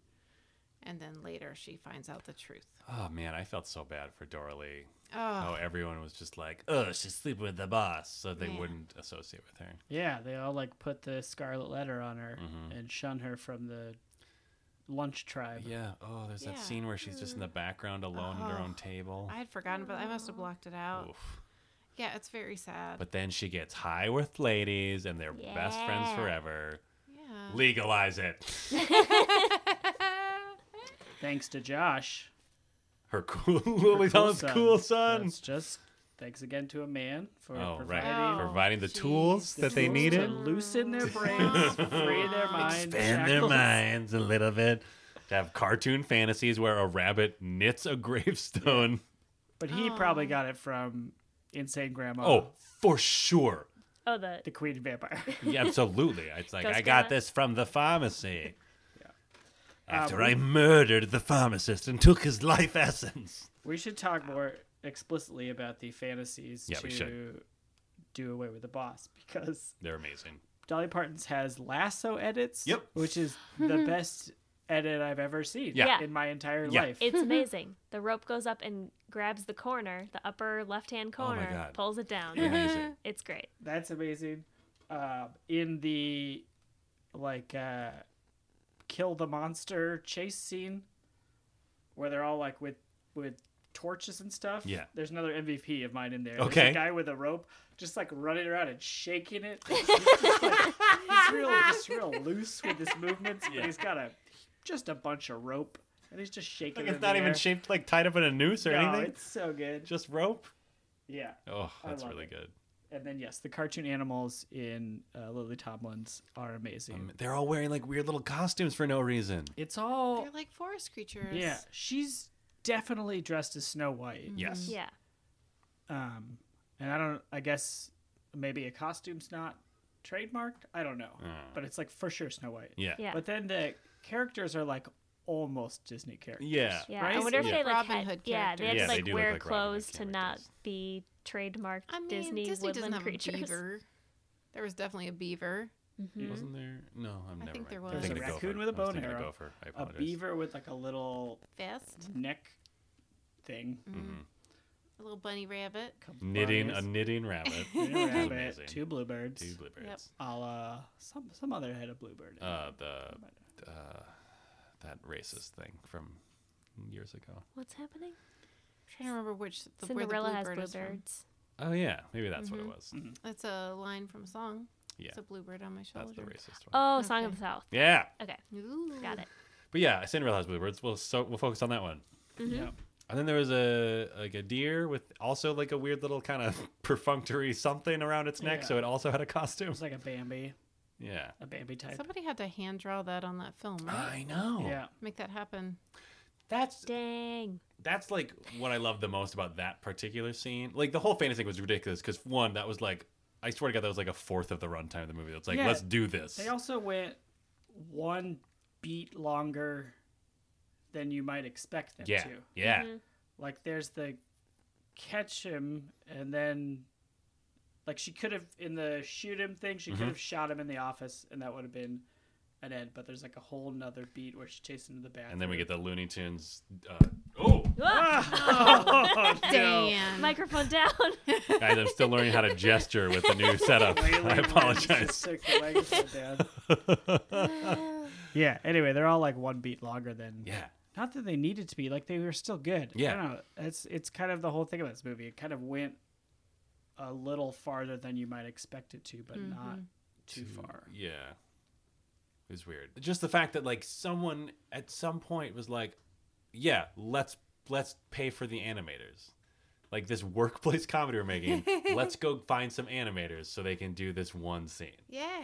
A: And then later she finds out the truth.
D: Oh man, I felt so bad for Dora Lee.
A: Oh,
D: How everyone was just like, "Oh, she's sleeping with the boss," so they
A: Man.
D: wouldn't associate with her.
C: Yeah, they all like put the scarlet letter on her and shun her from the lunch tribe.
D: Mm-hmm. Yeah. Oh, there's
A: Yeah.
D: that scene where she's just in the background alone at her own table.
A: I had forgotten, but I must have blocked it out.
D: Oof.
A: Yeah, it's very sad.
D: But then she gets high with ladies and they're best friends
E: Yeah.
D: forever.
A: yeah.
D: Legalize it.
C: Thanks to Josh.
D: Her cool Lily Tomlin's cool son.
C: That's just thanks again to a man for
D: Oh, right.
C: providing
A: Oh,
D: Providing the
A: geez.
D: tools
C: the
D: that they
C: tools to
D: needed.
C: loosen their brains, free their minds,
D: Expand their
C: shackles.
D: minds a little bit. To have cartoon fantasies where a rabbit knits a gravestone.
C: But he probably got it from insane grandma.
D: Oh, for sure.
E: Oh the
C: the queen vampire.
D: Yeah, absolutely. It's like
E: Ghost
D: I got
E: Grandma.
D: this from the pharmacy. After
C: Um,
D: I murdered the pharmacist and took his life essence.
C: we should talk more explicitly about the fantasies
D: Yeah, we
C: to
D: should.
C: do away with the boss because
D: They're amazing.
C: Dolly Parton's has lasso edits.
D: Yep.
C: Which is the best edit I've ever seen
D: Yeah.
E: Yeah.
C: in my entire
D: Yeah.
C: life.
E: it's amazing. The rope goes up and grabs the corner, the upper left-hand
D: Oh my
E: corner,
D: God.
E: pulls it down.
D: Amazing.
E: It's great.
C: That's amazing. Um, in the like uh, kill the monster chase scene where they're all like with with torches and stuff.
D: Yeah.
C: There's another MVP of mine in there. There's
D: Okay.
C: a guy with a rope just like running around and shaking it. He's just, like, he's real just real loose with his movements, but
D: Yeah.
C: he's got a just a bunch of rope and he's just shaking
D: Like
C: it.
D: it's
C: in the
D: not even
C: air.
D: shaped like tied up in a noose or
C: No,
D: anything.
C: it's so good.
D: Just rope.
C: Yeah.
D: Oh,
C: I
D: that's
C: love
D: really
C: it.
D: good.
C: And then yes, the cartoon animals in uh, Lily Tomlin's are amazing.
D: Um, They're all wearing like weird little costumes for no reason.
C: it's all
A: They're like forest creatures.
C: yeah. She's definitely dressed as Snow White.
D: Yes.
E: Yeah.
C: Um, and I don't. I guess maybe a costume's not trademarked. I don't know,
D: Mm.
C: but it's like for sure Snow White.
D: Yeah.
E: Yeah.
C: But then the characters are like almost Disney characters.
D: Yeah.
E: Yeah, I
C: Right?
E: wonder if
D: Yeah.
E: they like
A: Robin
E: had,
A: Hood
E: yeah, they had
D: characters.
E: to
D: Yeah, they
E: like
D: do look
E: wear
D: like Robin Hood
E: clothes to not
D: characters.
E: be trademarked
A: I mean, Disney,
E: Disney,
A: doesn't
E: woodland
A: have a
E: creatures. Mm-hmm.
A: beaver. There was definitely a beaver.
D: Wasn't there? No, I'm
A: Mm-hmm. I
D: never.
A: think there
D: mind.
A: was.
D: thinking
C: There's a
D: of
C: raccoon
D: gopher.
C: with a
D: I was
C: bone
D: thinking of
C: arrow,
D: gopher. I
C: A
D: apologize.
C: beaver with like a little
A: Fist.
C: neck thing.
A: A little bunny rabbit.
D: Mm-hmm. Knitting a
C: Bunnies,
D: knitting rabbit.
C: and a
D: Which is
C: rabbit,
D: amazing.
C: two bluebirds,
D: Two bluebirds.
C: a la some some other head of bluebird.
D: Uh, the uh, that racist thing from years ago.
E: What's happening?
A: I'm trying to remember which the, where the
E: Cinderella has
A: bluebird is from.
E: bluebirds.
D: Oh yeah, maybe that's what
A: Mm-hmm.
D: it was.
A: That's a line from a song.
D: Yeah,
A: It's a bluebird on my shoulder.
D: that's the racist one.
E: Oh, Song of the South.
D: Yeah,
E: Okay,
A: Ooh.
E: got it.
D: but yeah, Cinderella has bluebirds. We'll so we'll focus on that one.
C: yeah.
D: And then there was a like a deer with also like a weird little kind of perfunctory something around its neck,
C: Yeah.
D: so it also had a costume.
C: It's like a Bambi,
D: Yeah.
C: a Bambi type.
A: Somebody had to hand draw that on that film, right?
D: I know.
C: Yeah.
A: Make that happen.
D: That's
E: Dang.
D: that's like what I love the most about that particular scene. Like the whole fantasy thing was ridiculous because one, that was like I swear to God, that was like a fourth of the runtime of the movie. It's like,
C: Yeah.
D: let's do this.
C: They also went one beat longer than you might expect them
D: yeah.
C: to.
D: Yeah.
C: Like there's the catch him and then Like she could have in the shoot him thing, she
D: Mm-hmm.
C: could have shot him in the office, and that would have been an end. But there's like a whole nother beat where she chased him to the bathroom.
D: And then we get the Looney Tunes. Uh, oh,
E: Ah,
C: Ah! Oh, no.
A: Damn.
E: Mm-hmm. microphone down.
D: guys, I'm still learning how to gesture with the new setup.
C: Wailing
D: I
C: Winds
D: apologize.
C: just took the microphone down. yeah. Anyway, they're all like one beat longer than.
D: Yeah.
C: Not that they needed to be. Like they were still good.
D: Yeah.
C: I don't know. It's it's kind of the whole thing of this movie. It kind of went a little farther than you might expect it to, but not too far.
D: Yeah. It was weird. Just the fact that like someone at some point was like, "Yeah, let's let's pay for the animators." Like this workplace comedy we're making, let's go find some animators so they can do this one scene.
A: yeah.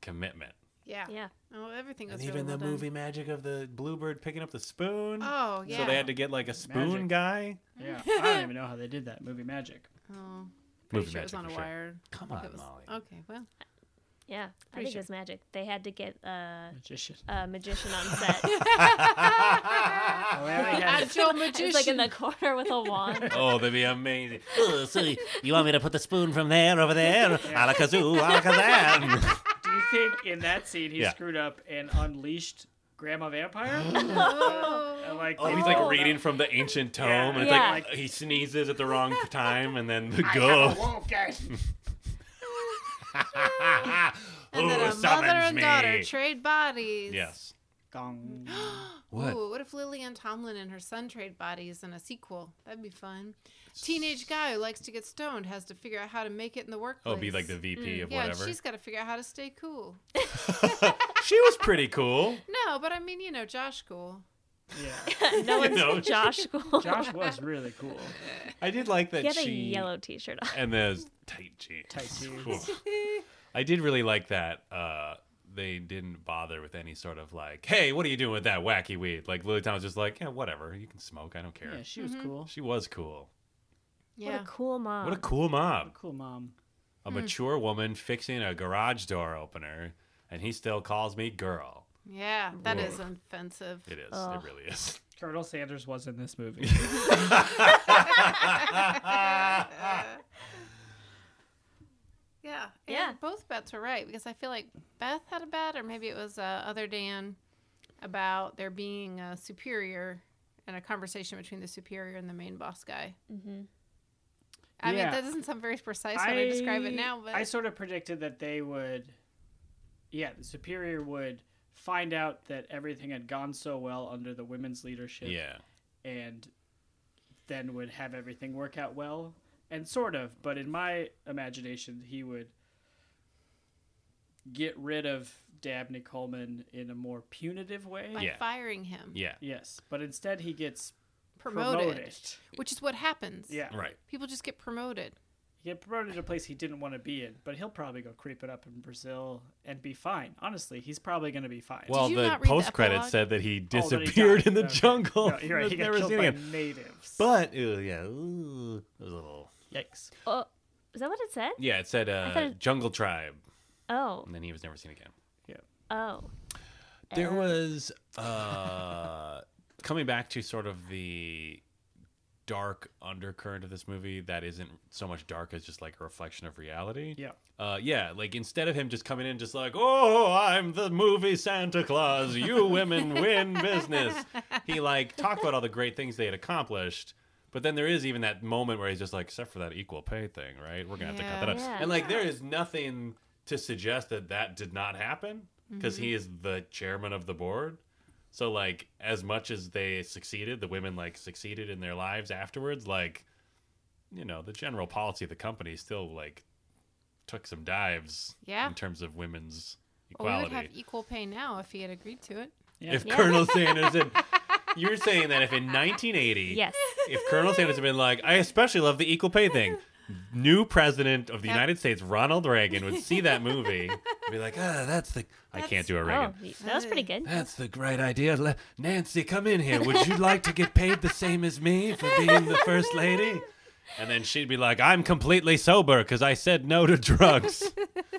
D: Commitment.
A: Yeah.
E: yeah.
A: Oh, everything was
D: And even
A: really
D: the
A: well done.
D: movie magic of the bluebird picking up the spoon.
A: Oh yeah.
D: So they had to get like a spoon
C: Magic.
D: guy.
C: Yeah. I don't even know how they did that. Movie magic.
A: oh, pretty
D: Movie
A: sure it was
D: magic
A: on a
D: for sure.
A: wire.
D: Come
A: It
D: on,
A: was-
D: Molly.
A: Okay. Well.
E: Yeah, I
A: Pretty
E: think
A: sure.
E: it was magic. They had to get uh,
C: Magician.
E: a magician on set.
C: Oh, yeah, they had it.
A: Agile
E: It's
A: magician.
E: like in the corner with a wand.
D: oh, that'd be amazing. oh, so you want me to put the spoon from there over there? Alakazoo, alakazam.
C: Do you think in that scene he
D: Yeah.
C: screwed up and unleashed Grandma Vampire?
A: oh.
C: And, like,
D: Oh,
C: they
D: he's like
E: Oh,
C: pulled
D: reading
C: up-
D: from the ancient tome,
C: Yeah.
D: and it's
E: Yeah.
D: like he sneezes at the wrong time, and then the
C: I have a
D: ghost.
C: woken.
A: And then a
D: Ooh,
A: mother and
D: summons
A: daughter
D: me.
A: trade bodies.
D: Yes.
C: Gong.
D: What?
A: Ooh, what if Lillian Tomlin and her son trade bodies in a sequel? That'd be fun. Teenage guy who likes to get stoned has to figure out how to make it in the workplace.
D: Oh, be like the VP of
A: Mm, yeah, and
D: whatever.
A: she's got to figure out how to stay cool.
D: She was pretty cool.
A: No, but I mean, you know, Josh cool.
C: Yeah.
E: no one's
D: No.
E: Josh. Gould.
C: Josh was really cool.
D: I did like that
E: He had a
D: she
E: yellow T-shirt on.
D: and those tight jeans.
C: Tight jeans.
D: Oof. I did really like that. Uh, they didn't bother with any sort of like, "Hey, what are you doing with that wacky weed?" Like Lily Tomlin's just like, "Yeah, whatever. You can smoke. I don't care."
C: Yeah, she was cool.
D: She was cool.
A: Yeah.
E: What a cool mom.
D: What a cool mom.
C: Cool mom.
D: A
A: Hmm.
D: mature woman fixing a garage door opener, and he still calls me girl.
A: Yeah, that is
D: Woof.
A: offensive.
D: It is.
E: Ugh.
D: It really is.
C: Colonel Sanders was in this movie.
A: Yeah, yeah.
E: Yeah.
A: both bets were right because I feel like Beth had a bet, or maybe it was uh, other Dan, about there being a superior and a conversation between the superior and the main boss guy.
E: hmm
A: I
C: Yeah.
A: mean, that doesn't sound very precise when I, describe it now, but
C: I sort of predicted that they would, yeah, the superior would find out that everything had gone so well under the women's leadership,
D: Yeah.
C: and then would have everything work out well, and sort of. But in my imagination, he would get rid of Dabney Coleman in a more punitive way.
A: by
D: Yeah.
A: firing him,
D: Yeah.
C: Yes, but instead he gets
A: promoted,
C: promoted.
A: which is what happens.
C: Yeah.
D: Right.
A: people just get promoted.
C: He got promoted to a place he didn't want to be in, but he'll probably go creep it up in Brazil and be fine. Honestly, he's probably going to be fine.
D: Well,
A: you
D: the
A: not read the
D: post credits
A: epilogue?
D: said that he
C: Oh, then he
D: disappeared
C: died.
D: in the
C: Okay.
D: jungle.
C: No, you're right.
D: Was
C: He got
D: never
C: killed
D: seen
C: by
D: again.
C: natives.
D: But ooh, yeah, ooh, it was a little.
C: Yikes.
E: Oh, is that what it said?
D: Yeah, it said uh,
E: I thought-
D: jungle tribe,
E: Oh,
D: and then he was never seen again.
E: oh,
D: There was uh, coming back to sort of the dark undercurrent of this movie that isn't so much dark as just like a reflection of reality.
C: Yeah.
D: Uh, yeah, like instead of him just coming in, just like, oh, I'm the movie Santa Claus, you women win business. He like talked about all the great things they had accomplished, but then there is even that moment where he's just like, except for that equal pay thing, right? We're gonna have to cut that out.
E: Yeah. Yeah.
D: And like, there is nothing to suggest that that did not happen because
E: Mm-hmm.
D: he is the chairman of the board. So like, as much as they succeeded, the women like succeeded in their lives afterwards, like. You know, the general policy of the company still like took some dives
A: Yeah.
D: in terms of women's
A: Well, we would
D: equality.
A: have equal pay now if he had agreed to it.
C: Yeah.
D: if
E: Yeah.
D: Colonel Sanders had, you're saying that if in 1980,
E: yes.
D: if Colonel Sanders had been like, I especially love the equal pay thing, new president of the
A: Yep.
D: United States, Ronald Reagan, would see that movie and be like, ah, that's the, I
A: That's-
D: can't do a
E: Oh,
D: Reagan.
E: that was pretty good.
D: That's the great idea. Le- Nancy, come in here. Would you like to get paid the same as me for being the first lady? And then she'd be like, I'm completely sober because I said no to drugs.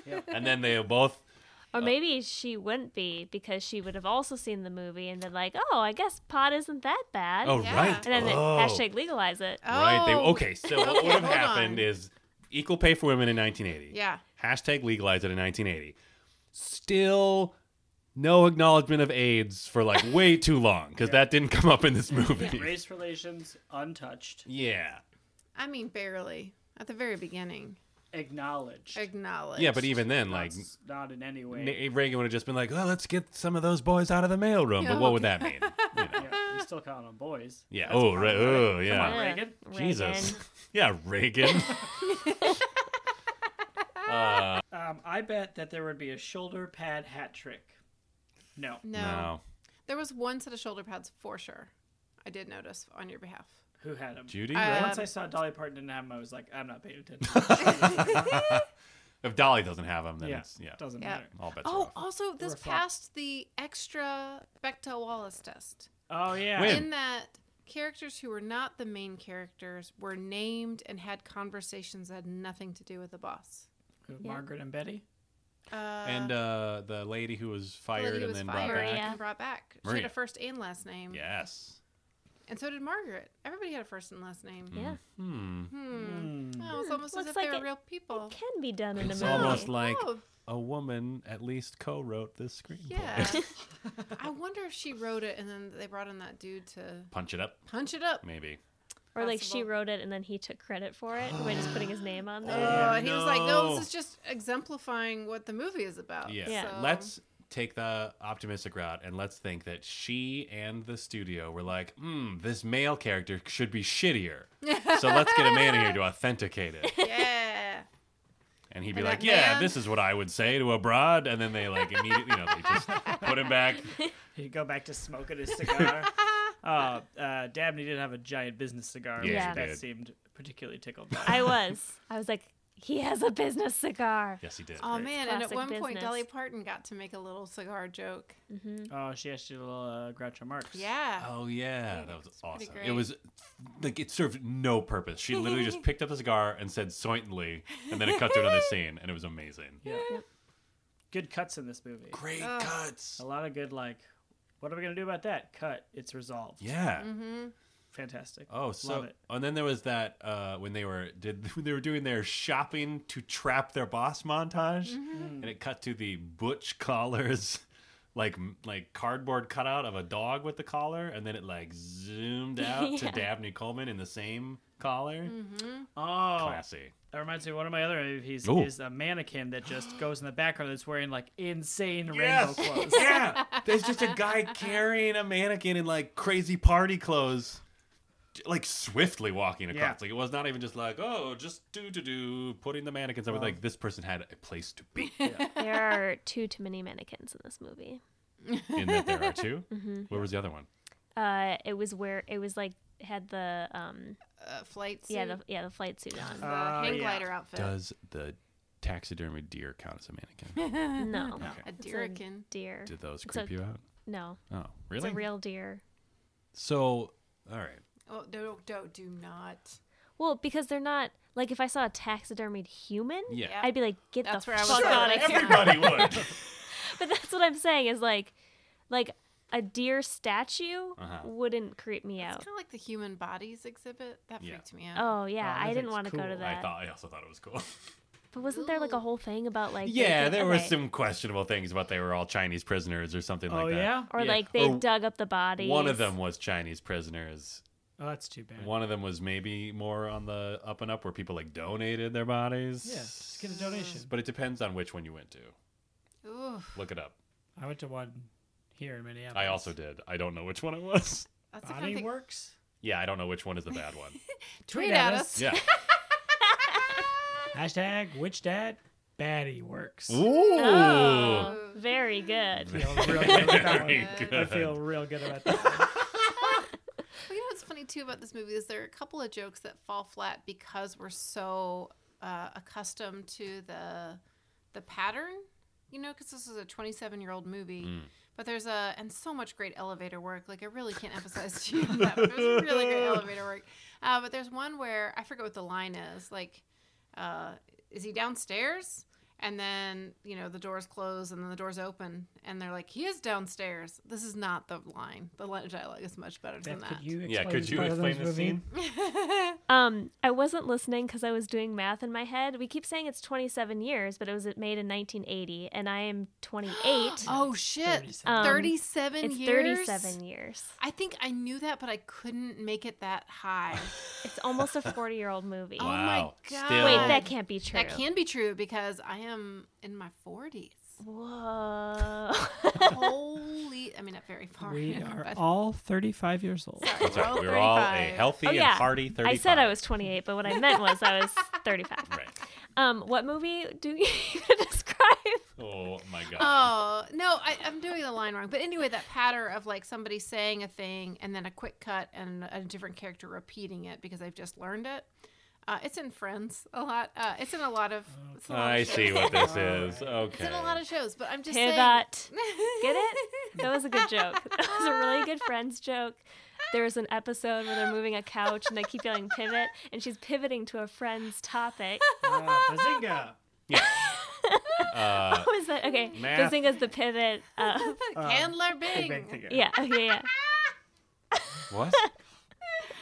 C: Yep.
D: And then they both Oh.
E: Or maybe she wouldn't be because she would have also seen the movie and been like, "Oh, I guess pot isn't that bad."
D: Oh
A: Yeah.
D: right.
E: And then they
D: oh.
E: hashtag legalize it.
A: Oh,
D: Right. They, okay. So what
A: Okay,
D: would have
A: hold
D: happened
A: on.
D: is equal pay for women in 1980.
A: Yeah.
D: Hashtag legalize it in 1980. Still no acknowledgement of AIDS for like way too long because that didn't come up in this movie.
C: Race relations untouched,
D: Yeah.
A: I mean, barely. At the very beginning,
C: acknowledged.
A: acknowledge.
D: Yeah, but even then,
C: Not
D: like,
C: s- not in any way.
D: Na- Reagan would have just been like, well, let's get some of those boys out of the mailroom. But what would that mean? You know.
C: yeah, you still calling them boys.
D: Yeah.
C: That's
D: Oh, right.
C: problematic.
D: Oh,
C: Come
D: yeah.
C: on,
E: Yeah.
C: Reagan.
D: Jesus.
E: Reagan.
D: yeah, Reagan. uh,
C: Um, I bet that there would be a shoulder pad hat trick. No.
A: no.
D: no.
A: There was one set of shoulder pads for sure. I did notice on your behalf.
C: Who had them?
D: Judy?
A: Uh,
D: right?
C: Once I saw Dolly Parton didn't have them, I was like, I'm not paying attention.
D: if Dolly doesn't have him, then
C: yeah,
D: it's, yeah.
C: doesn't
A: Yeah.
C: matter.
D: All bets are
A: Oh,
D: off.
A: also, this
C: were fun.
A: passed the extra Bechdel Wallace test.
C: Oh yeah.
D: When?
A: In that characters who were not the main characters were named and had conversations that had nothing to do with the boss.
C: Who, Margaret and Betty.
A: Uh,
D: and uh, the lady who was
A: the lady
D: fired
A: who
D: and
A: was
D: then
A: fired
D: brought back.
E: Yeah.
A: and brought back. She
D: Maria.
A: had a first and last name.
D: Yes.
A: And so did Margaret. Everybody had a first and last name.
E: Yeah.
D: Hmm.
A: Hmm.
C: Hmm.
A: Oh, it's almost as
E: Looks
A: if
E: like
A: they were
E: it-
A: real people.
E: Can be done in a
D: It's
E: movie.
D: almost like
A: Oh,
D: a woman at least co-wrote this screenplay.
A: yeah. I wonder if she wrote it and then they brought in that dude to
D: Punch it up,
A: punch it up.
D: maybe.
E: or like she
A: possible.
E: wrote it and then he took credit for it by just putting his name on there.
A: Oh, and he was like, no,
D: no.
A: this is just exemplifying what the movie is about.
D: Yeah.
E: Yeah.
A: So-
D: Let's take the optimistic route and let's think that she and the studio were like, hmm, this male character should be shittier. so let's get a man in here to authenticate it.
A: Yeah.
D: And he'd be
A: And
D: like,
A: that
D: yeah,
A: man-
D: this is what I would say to a broad. And then they like immediately, you know, they just put him back.
C: He'd go back to smoking his cigar. oh, uh, Dabney did have a giant business cigar. which
E: Yeah, he
C: that
D: did.
C: seemed particularly tickled. By.
E: I was. I was like, he has a business cigar.
D: Yes, he did.
A: Oh, man. And at
E: classic
A: one point,
E: business.
A: Dolly Parton got to make a little cigar joke.
E: Mm-hmm.
C: oh, she actually did a little uh, Groucho Marx.
A: Yeah.
D: Oh yeah, that was
A: pretty
D: awesome. It
A: great.
D: was like it served no purpose. She literally just picked up a cigar and said "sointly," and then it cut to another scene, and it was amazing.
C: Yeah. Good cuts in this movie.
D: Great
A: Ugh.
D: cuts.
C: A lot of good like. What are we gonna do about that? Cut. It's resolved.
D: Yeah.
A: Mm-hmm.
C: Fantastic.
D: Oh, so
C: Love it.
D: and then there was that uh, when they were did when they were doing their shopping to trap their boss montage,
C: Mm-hmm.
D: and it cut to the butch collars, like like cardboard cutout of a dog with the collar, and then it like zoomed out to
E: Yeah.
D: Dabney Coleman in the same collar.
C: Mm-hmm. Oh,
D: Classy.
C: that reminds me. of One of my other movies
D: Ooh.
C: is a mannequin that just goes in the background that's wearing like insane
D: Yes.
C: rainbow clothes.
D: Yeah, there's just a guy carrying a mannequin in like crazy party clothes, j- like swiftly walking across.
C: Yeah.
D: Like it was not even just like oh, just do do do, putting the mannequins. I was like, this person had a place to be.
E: There are two too many mannequins in this movie.
D: In that there are 2
E: Mm-hmm.
D: Where was the other one?
E: Uh, it was where it was like had the um
A: Uh, flight
E: yeah
A: suit,
E: the yeah the flight suit on.
A: The
C: Oh,
A: hang
C: yeah.
A: glider outfit.
D: Does the taxidermy deer count as a mannequin?
E: no,
A: a
E: It's a
A: dirikin.
E: deer.
D: Uh-huh. Did those
E: It's a-
D: creep you out?
E: No,
D: Oh,
E: it's
D: really?
E: a real deer.
D: so, all right.
A: Oh, no, don't, do not.
E: Well, because they're not like if I saw a taxidermied human,
D: Yeah.
A: Yeah.
E: I'd be like, get
A: That's
E: the
A: where I was
E: fuck
A: going.
E: out of here.
D: Everybody would.
E: But that's what I'm saying is like, like a deer statue
D: Uh-huh.
E: wouldn't creep me
A: It's
E: out.
A: kind of like the human bodies exhibit. That
D: Yeah.
A: freaked me out.
E: Oh yeah,
C: Oh, I
E: I
C: think
E: didn't
C: it's
E: want to go to
C: cool.
E: that.
D: I thought I also thought it was cool.
E: But wasn't there like a
A: Ooh.
E: whole thing about like they
D: Yeah,
E: did-
D: there were
E: okay.
D: some questionable things about they were all Chinese prisoners or something
C: oh
D: like that.
C: yeah.
E: or
D: Yeah.
E: like they
D: Or
E: dug up the body.
D: One of them was Chinese prisoners.
C: Oh, that's too bad.
D: One of them was maybe more on the up and up where people like donated their bodies.
C: Yeah, just get a donation.
D: But it depends on which one you went to.
E: Oh.
A: Ooh,
D: Look it up.
C: I went to one here in Minneapolis.
D: I also did. I don't know which one it was.
A: that's the kind
C: Body
A: of thing.
C: Works.
D: Yeah, I don't know which one is the bad one.
A: Tweet at us.
D: Yeah.
C: Hashtag which dad baddie works.
D: Ooh.
E: Oh, very good.
C: I feel real good about that one.
D: Very
A: Good.
C: I feel real good about that. one.
A: Well, you know what's funny too about this movie is there are a couple of jokes that fall flat because we're so uh, accustomed to the the pattern, you know, because this is a 27 year old movie. But there's a and so much great elevator work. Like I really can't emphasize to you that but there's really great elevator work. Uh, but there's one where I forget what the line is. Like, uh, is he downstairs? And then, you know, the doors close and then the doors open and they're like, he is downstairs. This is not the line. The line dialogue is much better than
C: Beth,
A: that.
C: could you explain
D: Yeah, could
C: this
D: you
C: part of
D: explain
C: this
D: the
C: movie?
D: scene?
E: Um, I wasn't listening because I was doing math in my head. We keep saying it's 27 years, but it was made in 1980, and I am 28.
A: oh, shit.
C: 37.
E: Um,
A: 37
E: it's
A: years?
E: 37 years.
A: I think I knew that, but I couldn't make it that high.
E: It's almost a 40 year old movie.
A: Oh my
D: Wow.
A: God.
D: Still.
E: Wait, that can't be true.
A: That can be true because I am in my 40s.
E: Whoa.
A: Holy, I mean, not very far.
C: We are
A: but-
C: all 35 years old.
D: That's right.
A: We're all
D: We're all a
A: 35.
D: healthy
E: Oh, yeah.
D: and hearty 35.
E: I said I was 28, but what I meant was I was 35.
D: Right.
E: Um, what movie do you need to describe?
D: Oh my god.
A: Oh no, I, I'm doing the line wrong. But anyway, that pattern of like somebody saying a thing and then a quick cut and a different character repeating it because I've just learned it. Uh, it's in Friends a lot. Uh, it's in a lot of.
E: Oh,
A: It's in a lot
D: I
A: of
D: see
A: shows.
D: what this is. Okay.
A: It's in a lot of shows, but I'm just
E: Hear
A: saying.
E: that? Get it? That was a good joke. That was a really good friends joke. There's an episode where they're moving a couch and they keep yelling pivot, and she's pivoting to a friend's topic.
C: Ah, Bazinga!
D: uh,
E: What was that? Okay,
D: Math.
E: Bazinga's the pivot. Uh,
A: Candler Bing.
C: Big Bang Theory.
E: yeah, okay, yeah.
D: what?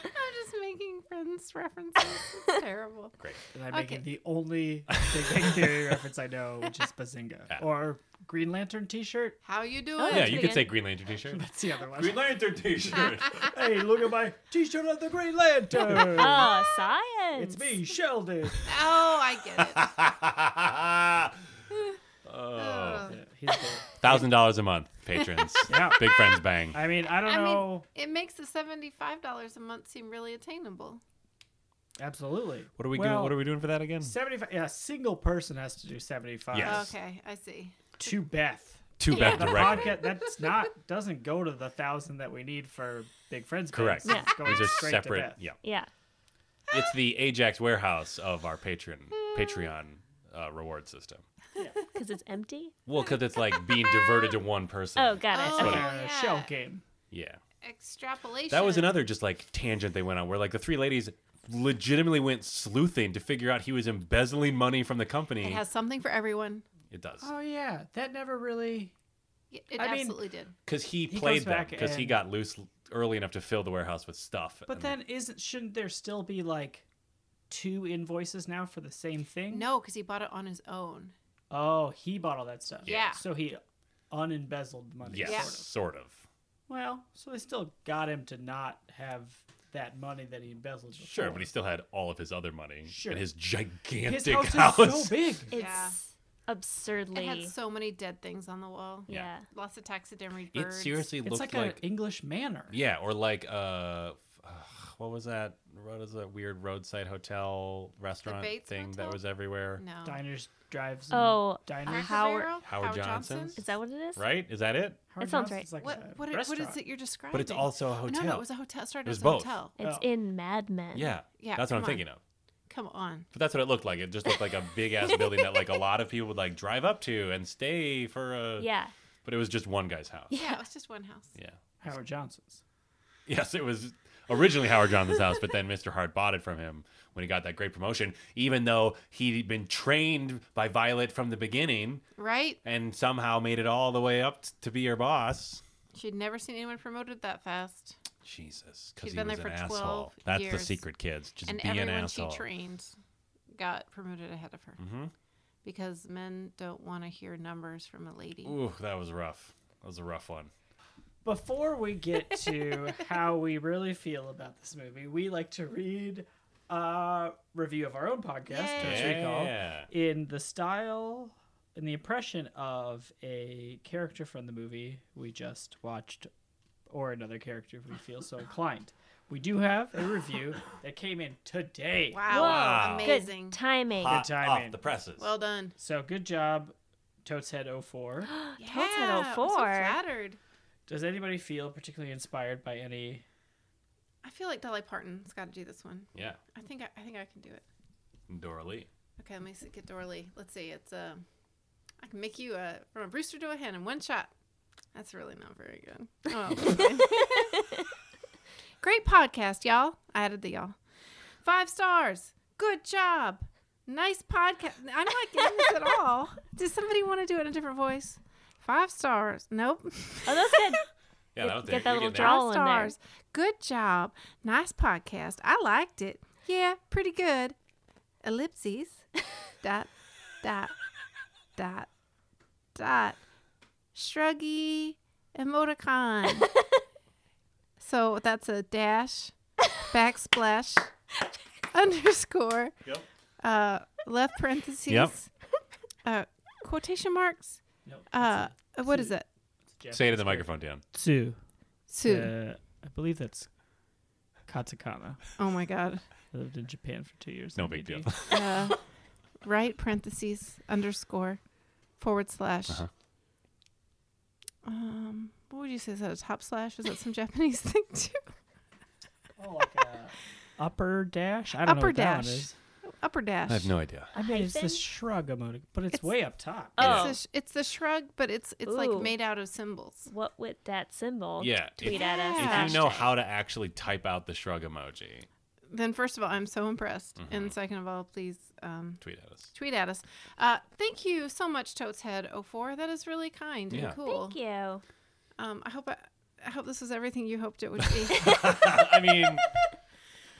A: I'm just making Friends references. It's terrible.
D: Great.
C: And I'm
A: Okay.
C: making the only Big Bang Theory reference I know, which is Bazinga.
D: Yeah.
C: Or Green Lantern T-shirt.
A: How you doing?
E: yeah,
D: Yeah,
E: That's
D: you
E: pretty
D: could
E: good.
D: say Green Lantern T-shirt.
C: That's the other one.
D: Green Lantern T-shirt.
C: hey, look at my T-shirt of the Green Lantern.
E: Oh, science.
C: it's me, Sheldon.
A: Oh, I get it.
D: oh.
A: Ugh.
C: Yeah, he's the-
D: Thousand dollars a month, patrons.
C: Yeah.
D: Big friends bang.
C: I mean, I don't
A: I mean-
C: know.
A: It makes the seventy-five dollars a month seem really attainable.
C: Absolutely.
D: What are we doing?
C: Well,
D: What are we doing for that again?
C: Seventy-five. Yeah, a single person has to do seventy-five.
D: Yes.
A: Okay, I see.
C: To Beth.
D: Too bad
C: The
D: directly.
C: podcast that's not doesn't go to the thousand that we need for big friends. bands.
D: Correct.
E: Yeah.
C: It's going
D: These are
C: straight To
D: separate.
C: Beth.
D: Yeah.
E: Yeah.
D: It's the Ajax warehouse of our patron Patreon uh, reward system.
E: Because it's empty?
D: Well, because it's like being diverted to one person.
E: Oh, got it.
A: Oh,
C: Like
E: Okay.
C: a
A: yeah.
C: shell game.
D: Yeah.
A: Extrapolation.
D: That was another just like tangent they went on where like the three ladies legitimately went sleuthing to figure out he was embezzling money from the company.
A: It has something for everyone.
D: It does.
C: Oh yeah, that never really.
A: Y- It
C: I mean-
A: absolutely did.
D: Because he
C: He
D: played
C: goes
D: them
C: back
D: because he
C: and-
D: got loose early enough to fill the warehouse with stuff.
C: But
D: and-
C: then isn't shouldn't there still be like two invoices now for the same thing?
A: No, because he bought it on his own.
C: Oh, he bought all that stuff.
A: Yeah.
C: So he unembezzled money.
D: yes,
A: Yeah.
C: Sort of.
D: sort of.
C: Well, so they still got him to not have that money that he embezzled. Before.
D: Sure, but he still had all of his other money
C: Sure.
D: and his gigantic
C: his house,
D: house.
C: is so big.
E: It's
A: Yeah. It
E: absurdly.
A: had so many dead things on the wall.
E: yeah.
A: Lots of taxidermy
D: It
A: birds.
D: seriously
C: It's
D: looked
C: like,
D: like,
C: an English manor.
D: yeah, or like uh, f- what was that? What is that weird roadside hotel restaurant
A: Bates
D: thing
A: Motel?
D: that was everywhere?
A: No.
C: Diners, drives. and
E: Oh,
A: Cracker
C: diners.
E: Uh-huh. Howard-
A: Barrel?
D: Howard
A: Johnson?
D: Johnson's?
E: is that what it is?
D: Right? Is that it?
C: Howard
E: sounds
C: Johnson's like
A: What
C: a
A: what, it, what is
C: restaurant.
A: it you're describing?
D: But it's also a hotel.
A: No, no, it was a hotel. It started
D: It was
A: as a
D: both.
A: hotel.
E: It's
C: Oh.
E: in Mad Men.
D: yeah,
A: Yeah,
D: That's what I'm
A: come on.
D: thinking of.
A: Come on.
D: But that's what it looked like. It just looked like a big ass building that like a lot of people would like drive up to and stay for a.
E: Yeah.
D: But it was just one guy's house.
A: Yeah, it was just one house.
D: Yeah.
C: Howard Johnson's.
D: Yes, it was originally Howard Johnson's house, but then Mr. Hart bought it from him when he got that great promotion, even though he'd been trained by Violet from the beginning
A: Right?
D: and somehow made it all the way up t- to be her boss.
A: She'd never seen anyone promoted that fast.
D: Jesus, because
A: She's
D: he
A: been
D: was
A: there
D: an
A: for 12
D: asshole. That's the
A: years.
D: secret, kids. Just
A: and
D: be an
A: everyone
D: asshole.
A: she trained got promoted ahead of her
D: Mhm.
A: because men don't want to hear numbers from a lady.
D: Ooh, that was rough. That was a rough one.
C: Before we get to how we really feel about this movie, we like to read a review of our own podcast, Touch Recall,
D: Yeah.
C: in the style, in the impression of a character from the movie we just watched, or another character if we feel so inclined. We do have a review that came in today.
A: Wow.
D: Wow. Good
A: Amazing.
E: Good timing.
D: Hot
C: timing.
D: off the presses.
A: Well done.
C: So good job, oh Toadhead 04.
A: Yeah,
E: Toad's had
A: I'm so
E: 04.
A: flattered.
C: Does anybody feel particularly inspired by any?
A: I feel like Dolly Parton's got to do this one.
D: yeah.
A: I think I, I think I can do it.
D: Dora Lee.
A: Okay, let me see, get Dorley. Let's see. It's uh, I can make you a from a rooster to a hen in one shot. That's really not very good. Oh, Great podcast, y'all. I added the y'all. Five stars. Good job. Nice podcast. I'm not getting this at all. Does somebody want to do it in a different voice? Five stars. Nope.
E: Oh, that's good.
D: Yeah, that was
E: Get
D: there.
E: that
D: You're getting there.
E: little draw.
A: Five
E: all in there.
A: stars. Good job. Nice podcast. I liked it. Yeah, pretty good. Ellipses. dot, dot, dot, dot. Shruggy emoticon. so that's a dash, backsplash, underscore,
D: Yep.
A: uh, left parentheses,
D: Yep.
A: uh, quotation marks.
C: Nope,
A: Uh,
C: that's
A: what is it?
C: it.
D: Say it in the microphone, Dan.
C: Tsu.
A: Sue.
C: Uh, I believe that's katakana.
A: Oh my God.
C: I lived in Japan for two years.
D: No
C: in
D: big
C: AD.
D: deal.
A: uh, right parentheses underscore forward slash.
D: Uh-huh.
A: Um, what would you say? Is that a top slash? Is that some Japanese thing too?
C: Oh, like a upper dash. I don't know
A: Upper
C: what that one
A: dash.
C: is.
A: Upper dash.
D: I have no idea.
C: I mean, it's the
E: Hyphen?
C: shrug emoji, but it's,
A: It's-
C: way up top.
E: Oh.
A: It's, the sh- it's the shrug, but it's it's like
E: Ooh.
A: made out of symbols.
E: What with that symbol?
D: Yeah, if-
E: Tweet at
D: If
E: us.
D: you know
E: hashtag.
D: how to actually type out the shrug emoji,
A: Then first of all, I'm so impressed,
D: Mm-hmm.
A: and second of all, please um,
D: tweet at us.
A: tweet at us. Uh, thank you so much, Toadhead04. That is really kind
D: Yeah.
A: and cool.
E: Thank you.
A: Um, I hope I, I hope this was everything you hoped it would be.
D: I mean,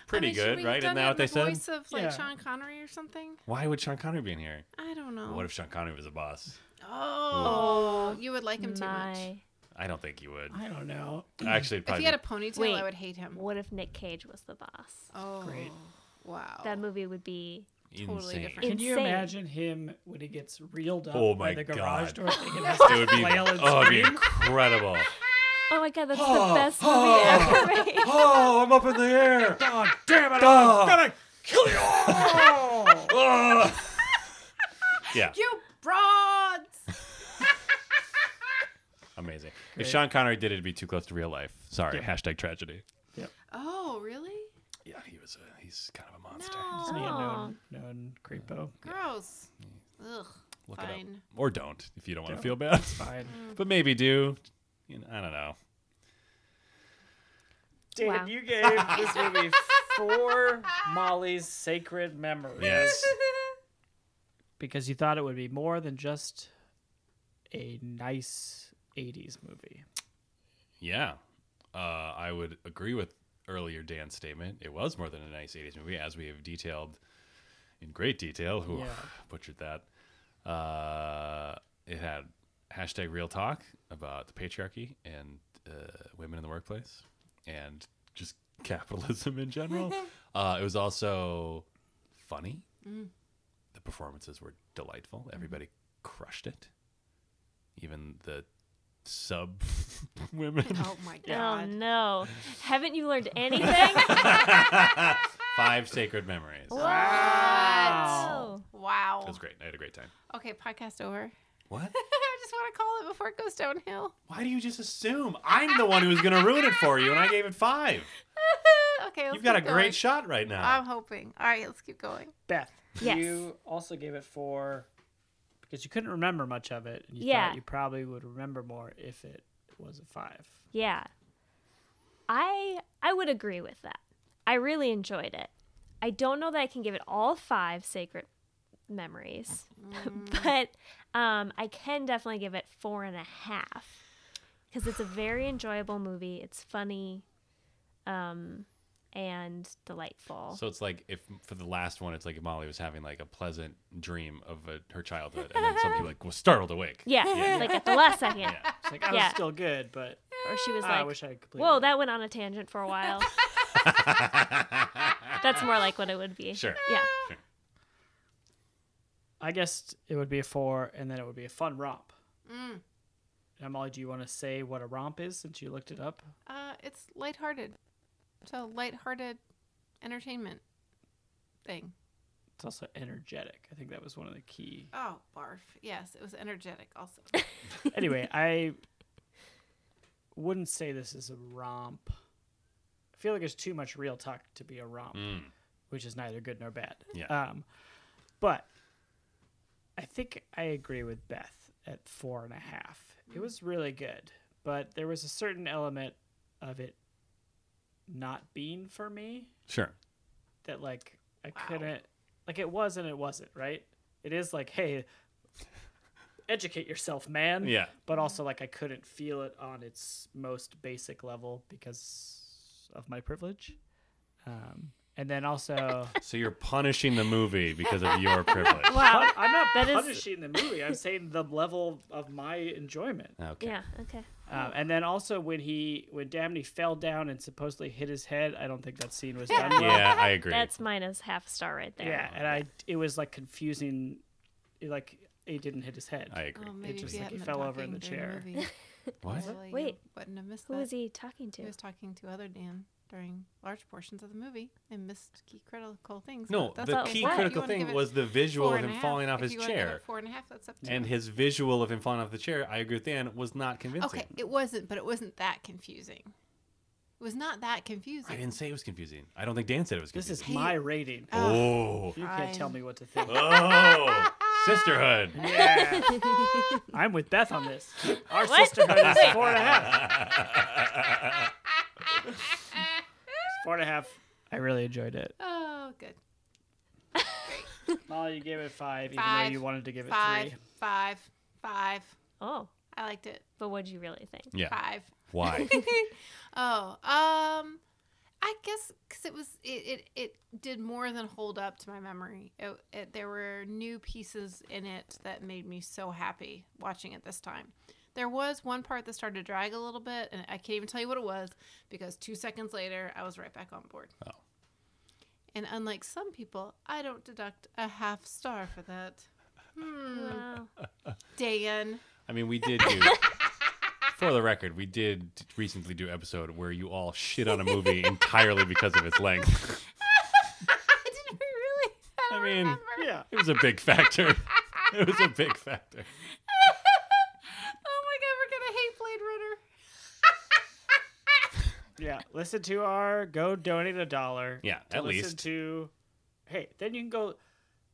D: pretty
A: I mean, should we
D: good,
A: have
D: right? Isn't
A: done it
D: that what
A: in
D: they
A: the
D: said?
A: Voice of like
C: Yeah.
A: Sean Connery or something.
D: Why would Sean Connery be in here?
A: I don't know.
D: What if Sean Connery was a boss?
A: Oh, you would like him too much.
E: My.
D: I don't think he would.
C: I don't know.
D: Actually, it'd
A: If he
D: probably.
A: had a
D: be-
A: ponytail,
E: Wait.
A: I would hate him.
E: What if Nick Cage was the boss?
A: Oh,
C: Great.
A: wow.
E: That movie would be.
A: totally
D: insane.
A: different.
E: It-
C: Can you
E: Insane.
C: imagine him when he gets reeled up
D: Oh
C: by
D: my
C: the garage
D: God.
C: door thing and has
D: It would
C: to
D: be,
C: flail and
D: oh, it'd be
C: scream?
D: incredible.
E: Oh my god, that's the best movie ever made.
D: oh, I'm up in the air.
C: God damn it!
D: Duh.
C: I'm gonna kill you all!
D: Ah. yeah,
A: you broads!
D: amazing. If Sean Connery did it, it'd be too close to real life. Sorry,
C: Yeah.
D: hashtag tragedy.
A: Oh, really?
D: Yeah, he was a, he's kind of a monster.
A: No.
C: Isn't he a known,
E: Oh.
C: known creepo?
A: Gross. Ugh.
D: Look it up.
A: Fine.
D: Or don't, if you don't want to
C: Don't.
D: feel bad.
C: Fine.
D: but maybe do. You know, I don't know.
C: Dan,
E: Wow.
C: you gave this movie four Molly's sacred memories.
D: Yes.
C: Because you thought it would be more than just a nice 80s movie.
D: Yeah. Uh, I would agree with earlier Dan's statement. It was more than a nice 80s movie, as we have detailed in great detail. Who
C: Yeah.
D: butchered that? Uh, it had hashtag real talk about the patriarchy and uh, women in the workplace and just capitalism in general. uh, it was also funny. The performances were delightful. Everybody crushed it. Even the sub women.
A: Oh my
E: Oh
A: god.
E: no. Haven't you learned anything?
D: Five sacred memories.
C: Wow.
A: Wow.
D: It was great. I had a great time.
A: Okay, podcast over.
D: What?
A: I just want to call it before it goes downhill.
D: Why do you just assume I'm the one who's going to ruin it for you? And I gave it five.
A: okay, let's
D: You've got a
A: keep going.
D: great shot right
A: I'm
D: now.
A: hoping. All right, let's keep going.
C: Beth,
E: Yes.
C: you also gave it four because you couldn't remember much of it. And you
E: Yeah.
C: thought you probably would remember more if it was a five.
E: Yeah. I I would agree with that. I really enjoyed it. I don't know that I can give it all five sacred memories, but um, I can definitely give it four and a half because it's a very enjoyable movie. It's funny, um, and delightful.
D: So it's like if for the last one, it's like if Molly was having like a pleasant dream of a, her childhood, and then something like was startled awake.
E: yeah,
D: yeah.
E: like at the last second,
D: Yeah.
C: It's like, I
E: Yeah.
C: was still good, but
E: or she was
C: I
E: like,
C: wish I completed
E: "Whoa,
C: it."
E: that went on a tangent for a while." That's more like what it would be.
D: Sure.
E: Yeah.
C: I guessed it would be a four, and then it would be a fun romp.
A: Mm.
C: Now, Molly, do you want to say what a romp is since you looked it up?
A: Uh, it's lighthearted. So lighthearted entertainment thing.
C: It's also energetic. I think that was one of the key.
A: Oh, barf. Yes, it was energetic also. Oh,
C: anyway, I wouldn't say this is a romp. I feel like there's too much real talk to be a romp,
D: Mm.
C: which is neither good nor bad.
D: Yeah.
C: Um, but I think I agree with Beth at four and a half. It was really good, but there was a certain element of it not being for me.
D: Sure.
C: that like I couldn't Like it was and it wasn't, right? It is like, hey, educate yourself, man.
D: Yeah.
C: But also, like, I couldn't feel it on its most basic level because of my privilege. Um, and then also,
D: So you're punishing the movie because of your privilege.
E: Wow.
C: I'm not
E: That is-
C: punishing the movie. I'm saying the level of my enjoyment.
D: Okay.
E: Yeah. Okay.
C: Um, and then also when he when Damney fell down and supposedly hit his head, I don't think that scene was done. well.
D: Yeah, I agree.
E: That's minus half a star right there.
C: Yeah, and I it was like confusing, it, like it didn't hit his head.
D: I agree.
A: Oh, maybe if
C: just,
A: you
C: like, he
A: hadn't
C: fell
A: been
C: over in the
A: talking during
C: chair.
A: the movie,
D: What?
A: probably you
E: Wait,
A: wouldn't have missed
E: Who
A: that.
E: was he talking to?
A: He was talking to other Dan during large portions of the movie and missed key critical things.
D: No,
A: but that's
D: the
E: what-
A: okay.
D: key
A: If you
D: critical
A: wanna give
D: thing
A: it
D: was the visual
A: four
D: of
A: and
D: him
A: a half,
D: falling off
A: if
D: his
A: you wanna give
D: chair.
A: it Four and a half. That's up to
D: And
A: you.
D: his visual of him falling off the chair, I agree with Dan, was not convincing.
A: Okay, it wasn't, but it wasn't that confusing. It was not that confusing.
D: I didn't say it was confusing. I don't think Dan said it was
C: This
D: confusing.
C: is my rating.
D: Oh.
C: You can't tell
A: I'm-
C: me what to think.
D: Oh. Sisterhood.
C: yeah, I'm with Beth on this. Our sisterhood is four and a half. Four and a half. I really enjoyed it.
A: oh, good.
C: Molly, you gave it five, even
A: Five.
C: though you wanted to give it
A: Five,
C: three.
A: five, five.
E: Oh,
A: I liked it.
E: but what'd you really think?
D: Yeah.
A: Five.
D: Why?
A: Oh, um, I guess because it was it, it it did more than hold up to my memory. It, it, there were new pieces in it that made me so happy watching it this time. There was one part that started to drag a little bit, and I can't even tell you what it was because two seconds later I was right back on board.
D: Oh.
A: And unlike some people, I don't deduct a half star for that.
C: Hmm.
E: Wow.
A: Dan,
D: I mean, we did do. For the record, we did recently do episode where you all shit on a movie entirely because of its length.
A: did we really?
D: I mean,
C: Yeah.
D: it was a big factor. It was a big factor.
A: Oh my god, we're gonna hate Blade Runner.
C: Yeah, listen to our go donate a dollar.
D: Yeah,
C: to
D: at
C: listen
D: least.
C: to. Hey, then you can go.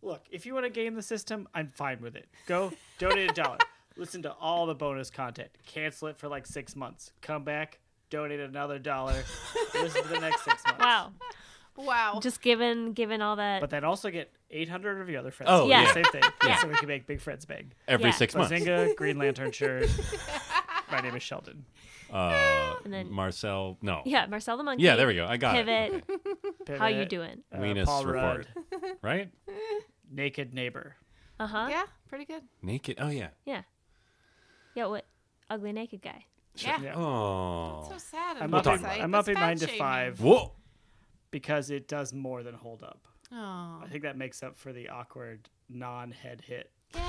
C: Look, if you want to game the system, I'm fine with it. Go donate a dollar. Listen to all the bonus content. Cancel it for like six months. Come back, donate another dollar. listen to the next six months.
E: wow.
A: Wow.
E: Just given given all that.
C: But then also get 800 of your other friends.
D: Oh,
E: Yeah. yeah.
C: Same thing.
E: Yeah.
C: So we can make big friends big.
D: Every
E: Yeah.
D: six months.
C: Bazinga, Green Lantern shirt. My name is Sheldon.
D: Uh,
E: And then-
D: Marcel, no.
E: yeah, Marcel the monkey.
D: Yeah, there we go. I got it.
E: Pivot. How you
C: Pivot,
E: doing?
C: uh,
D: Weenus
C: Paul
D: report.
C: Rudd,
D: Okay. Right?
C: Naked neighbor.
E: Uh huh. Yeah.
A: Yeah, pretty good.
D: Naked. Oh, yeah.
E: yeah. what? Ugly naked guy.
A: Yeah.
C: Yeah.
D: Oh.
A: So sad.
C: I'm
D: We'll
A: not
D: talk
C: upping,
D: about it.
C: I'm upping mine to five
D: Whoa.
C: because it does more than hold up.
A: Oh.
C: I think that makes up for the awkward non-head hit.
A: Yay.